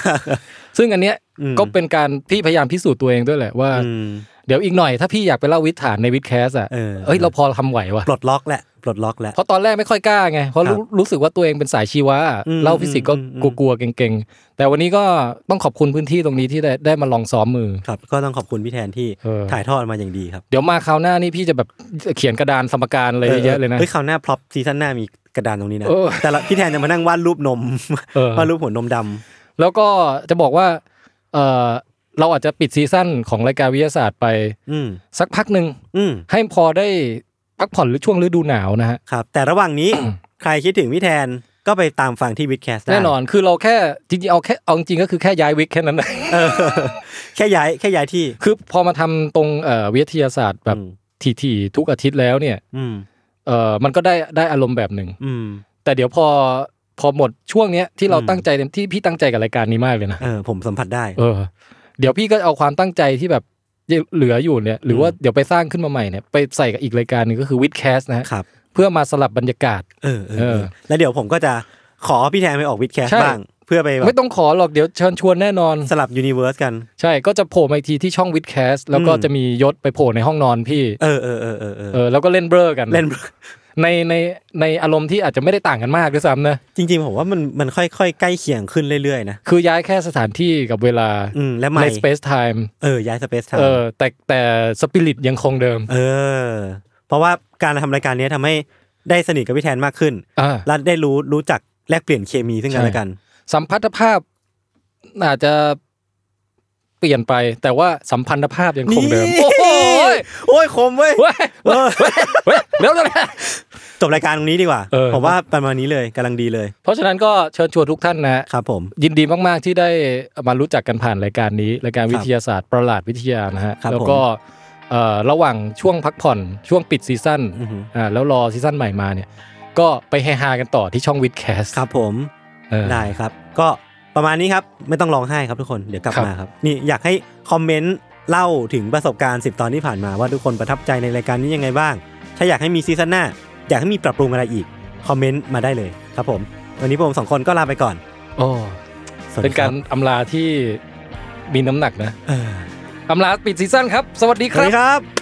[SPEAKER 3] ซึ่งอันเนี้ย
[SPEAKER 2] อืม
[SPEAKER 3] ก็เป็นการที่พยายามพิสูจน์ตัวเองด้วยแหละว่า
[SPEAKER 2] อืม
[SPEAKER 3] เดี๋ยวอีกหน่อยถ้าพี่อยากไปเล่าวิดฐานในวิดแคสอะ
[SPEAKER 2] เออ
[SPEAKER 3] เอ้ยเราพอทำไหววะ
[SPEAKER 2] ปลดล็อกแหละปลดล็อกแหละ
[SPEAKER 3] เพราะตอนแรกไม่ค่อยกล้าไงเพราะรู้รู้สึกว่าตัวเองเป็นสายชีวะ
[SPEAKER 2] อืม
[SPEAKER 3] เล่าฟิสิกส์ก็
[SPEAKER 2] อืมอืม
[SPEAKER 3] กลัวๆเก่งๆแต่วันนี้ก็ต้องขอบคุณพื้นที่ตรงนี้ที่ได้ได้มาลองซ้อมมือ
[SPEAKER 2] ครับก็ต้องขอบคุณพี่แทนที่
[SPEAKER 3] เออ
[SPEAKER 2] ถ่ายทอดมาอย่างดีครับ
[SPEAKER 3] เดี๋ยวมาคราวหน้านี่พี่จะแบบเขียนกระดานสมการอะไรเยอะๆเลยนะ
[SPEAKER 2] เฮ้ยคราวหน้าพร็อพซีซั่นหน้ามีกระดานตรงนี้นะ
[SPEAKER 3] เออ
[SPEAKER 2] แต่ละพี่แทนจะมานั่งวาดรูปนม
[SPEAKER 3] เออ
[SPEAKER 2] วาดรูปหัวนมดำ
[SPEAKER 3] แล้วก็จะบอกว่าเออเราอาจจะปิดซีซั่นของรายการวิทยาศาสตร์ไป
[SPEAKER 2] อืม
[SPEAKER 3] สักพักหนึ่ง
[SPEAKER 2] อืม
[SPEAKER 3] ให้พอได้พักผ่อนหรือช่วงฤดูหนาวนะฮะ
[SPEAKER 2] ครับ แต่ระหว่างนี้ ใครคิดถึงพี่แทนก็ไปตามฟังที่วิดแคสต์
[SPEAKER 3] แน่นอนคือเราแค่จริงๆเอาแค่เอาจริงๆก็คือแค่ย้ายวิกแค่นั้นนะ
[SPEAKER 2] แค่ย้ายแค่ย้ายที่
[SPEAKER 3] คือพอมาทำตรงเอ่อวิทยาศาสตร์แบบ
[SPEAKER 2] อืม
[SPEAKER 3] ถี่ๆทุกอาทิตย์แล้วเนี่ย
[SPEAKER 2] อืม
[SPEAKER 3] เอ่อมันก็ได้ได้อารมณ์แบบหนึ่ง
[SPEAKER 2] อืม
[SPEAKER 3] แต่เดี๋ยวพอพอหมดช่วงเนี้ยที่เรา
[SPEAKER 2] อืม
[SPEAKER 3] ตั้งใจเต็มที่พี่ตั้งใจกับรายการนี้มากเลยนะ
[SPEAKER 2] เออผมสัมผัสได้
[SPEAKER 3] เออเดี๋ยวพี่ก็เอาความตั้งใจที่แบบยังเหลืออยู่เนี่ย หรือว่าเดี๋ยวไปสร้างขึ้นมาใหม่เนี่ยไปใส่กับอีกรายการหนึ่งก็คือวิดแคสนะฮะ
[SPEAKER 2] ครับ
[SPEAKER 3] เพื่อมาสลับบรรยากาศ
[SPEAKER 2] เออเออ
[SPEAKER 3] เอ
[SPEAKER 2] เอ
[SPEAKER 3] อ
[SPEAKER 2] อ แล้วเดี๋ยวผมก็จะขอพี่แทนไปออกวิดแคส
[SPEAKER 3] ใช่
[SPEAKER 2] ต์บ้าง เพื่อไปแบ
[SPEAKER 3] ไม่
[SPEAKER 2] บ
[SPEAKER 3] ต้องขอหรอกเดี๋ยวเชิญชวนแน่นอน
[SPEAKER 2] สลับยูนิเวอร์สกัน
[SPEAKER 3] ใช่ก็จะโผล่มาอีกทีที่ช่องวิดแคสแล้วก็
[SPEAKER 2] อืม
[SPEAKER 3] จะมียศไปโผล่ในห้องนอนพี่
[SPEAKER 2] เออเออเออเออเออ
[SPEAKER 3] เออแล้วก็เล่นเบลอกัน
[SPEAKER 2] เล่น
[SPEAKER 3] ในในในอารมณ์ที่อาจจะไม่ได้ต่างกันมากด้วยซ้ำนะ
[SPEAKER 2] จริงๆผมว่ามันมันค่อยๆ ใกล้เคียงขึ้นเรื่อยๆนะ
[SPEAKER 3] คือย้ายแค่สถานที่กับเวลา
[SPEAKER 2] อืมและไม่
[SPEAKER 3] ใน Space Time
[SPEAKER 2] เออย้ายสเปซไท
[SPEAKER 3] เอ
[SPEAKER 2] ม์
[SPEAKER 3] อแต่แต่สปิริตยังคงเดิม
[SPEAKER 2] เออ เพราะว่าการทำรายการเนี้ยทำให้ได้สนิทกับพี่แทนมากขึ้น
[SPEAKER 3] อ่า
[SPEAKER 2] และได้รู้รู้จักแลกเปลี่ยนเคมีซึ่งกันและกัน
[SPEAKER 3] สัมพัทธภาพอาจจะเปลี่ยนไป แต่ว่าสัมพันธภาพยังคงเดิม
[SPEAKER 2] นี่
[SPEAKER 3] โอ้โหย
[SPEAKER 2] โอ้ยคมเว้ย
[SPEAKER 3] เว้ยเว้ยเว้ยเว้ยเร็วเลย
[SPEAKER 2] จบรายการตรงนี้ดีกว่า
[SPEAKER 3] เออ
[SPEAKER 2] ผมว่าประมาณนี้เลยกำลังดีเลย
[SPEAKER 3] เพราะฉะนั้นก็เชิญชวนทุกท่านนะฮะ
[SPEAKER 2] ครับผม
[SPEAKER 3] ยินดีมาก ๆ ที่ได้มารู้จักกันผ่านรายการนี้รายการวิทยาศาสตร์ประหลาดวิทยานะฮะ
[SPEAKER 2] ครับ
[SPEAKER 3] แล้วก็เอ่อระหว่างช่วงพักผ่อนช่วงปิดซีซั่น
[SPEAKER 2] อือหืออ่
[SPEAKER 3] อ่าแล้วรอซีซั่นใหม่มาเนี่ย ก็ไปเฮฮากันต่อที่ช่องวิดแคส
[SPEAKER 2] ครับผม
[SPEAKER 3] เออ
[SPEAKER 2] ได้ครับ ก็ประมาณนี้ครับไม่ต้องร้องไห้ครับทุกคนเดี๋ยวกลับ
[SPEAKER 3] ครับ
[SPEAKER 2] มาครับ นี่อยากให้คอมเมนต์เล่าถึงประสบการณ์ 10 ตอนที่ผ่านมาว่าทุกคนประทับใจในรายการนี้ยังไงบ้าง ถ้าอยากให้มีซีซั่นหน้า อยากให้มีปรับปรุงอะไรอีกคอมเมนต์มาได้เลยครับผม วันนี้ผมสองคนก็ลาไปก่อน
[SPEAKER 3] ๋อ
[SPEAKER 2] สวัส
[SPEAKER 3] เป็
[SPEAKER 2] ดี
[SPEAKER 3] นการ
[SPEAKER 2] คบ
[SPEAKER 3] อำลาที่มีน้ำหนักนะ
[SPEAKER 2] เออ
[SPEAKER 3] อำลาปิดซีซั่นครับ สวัสดี
[SPEAKER 2] ส
[SPEAKER 3] ค
[SPEAKER 2] วั
[SPEAKER 3] รั
[SPEAKER 2] ส
[SPEAKER 3] บ
[SPEAKER 2] ดีครับ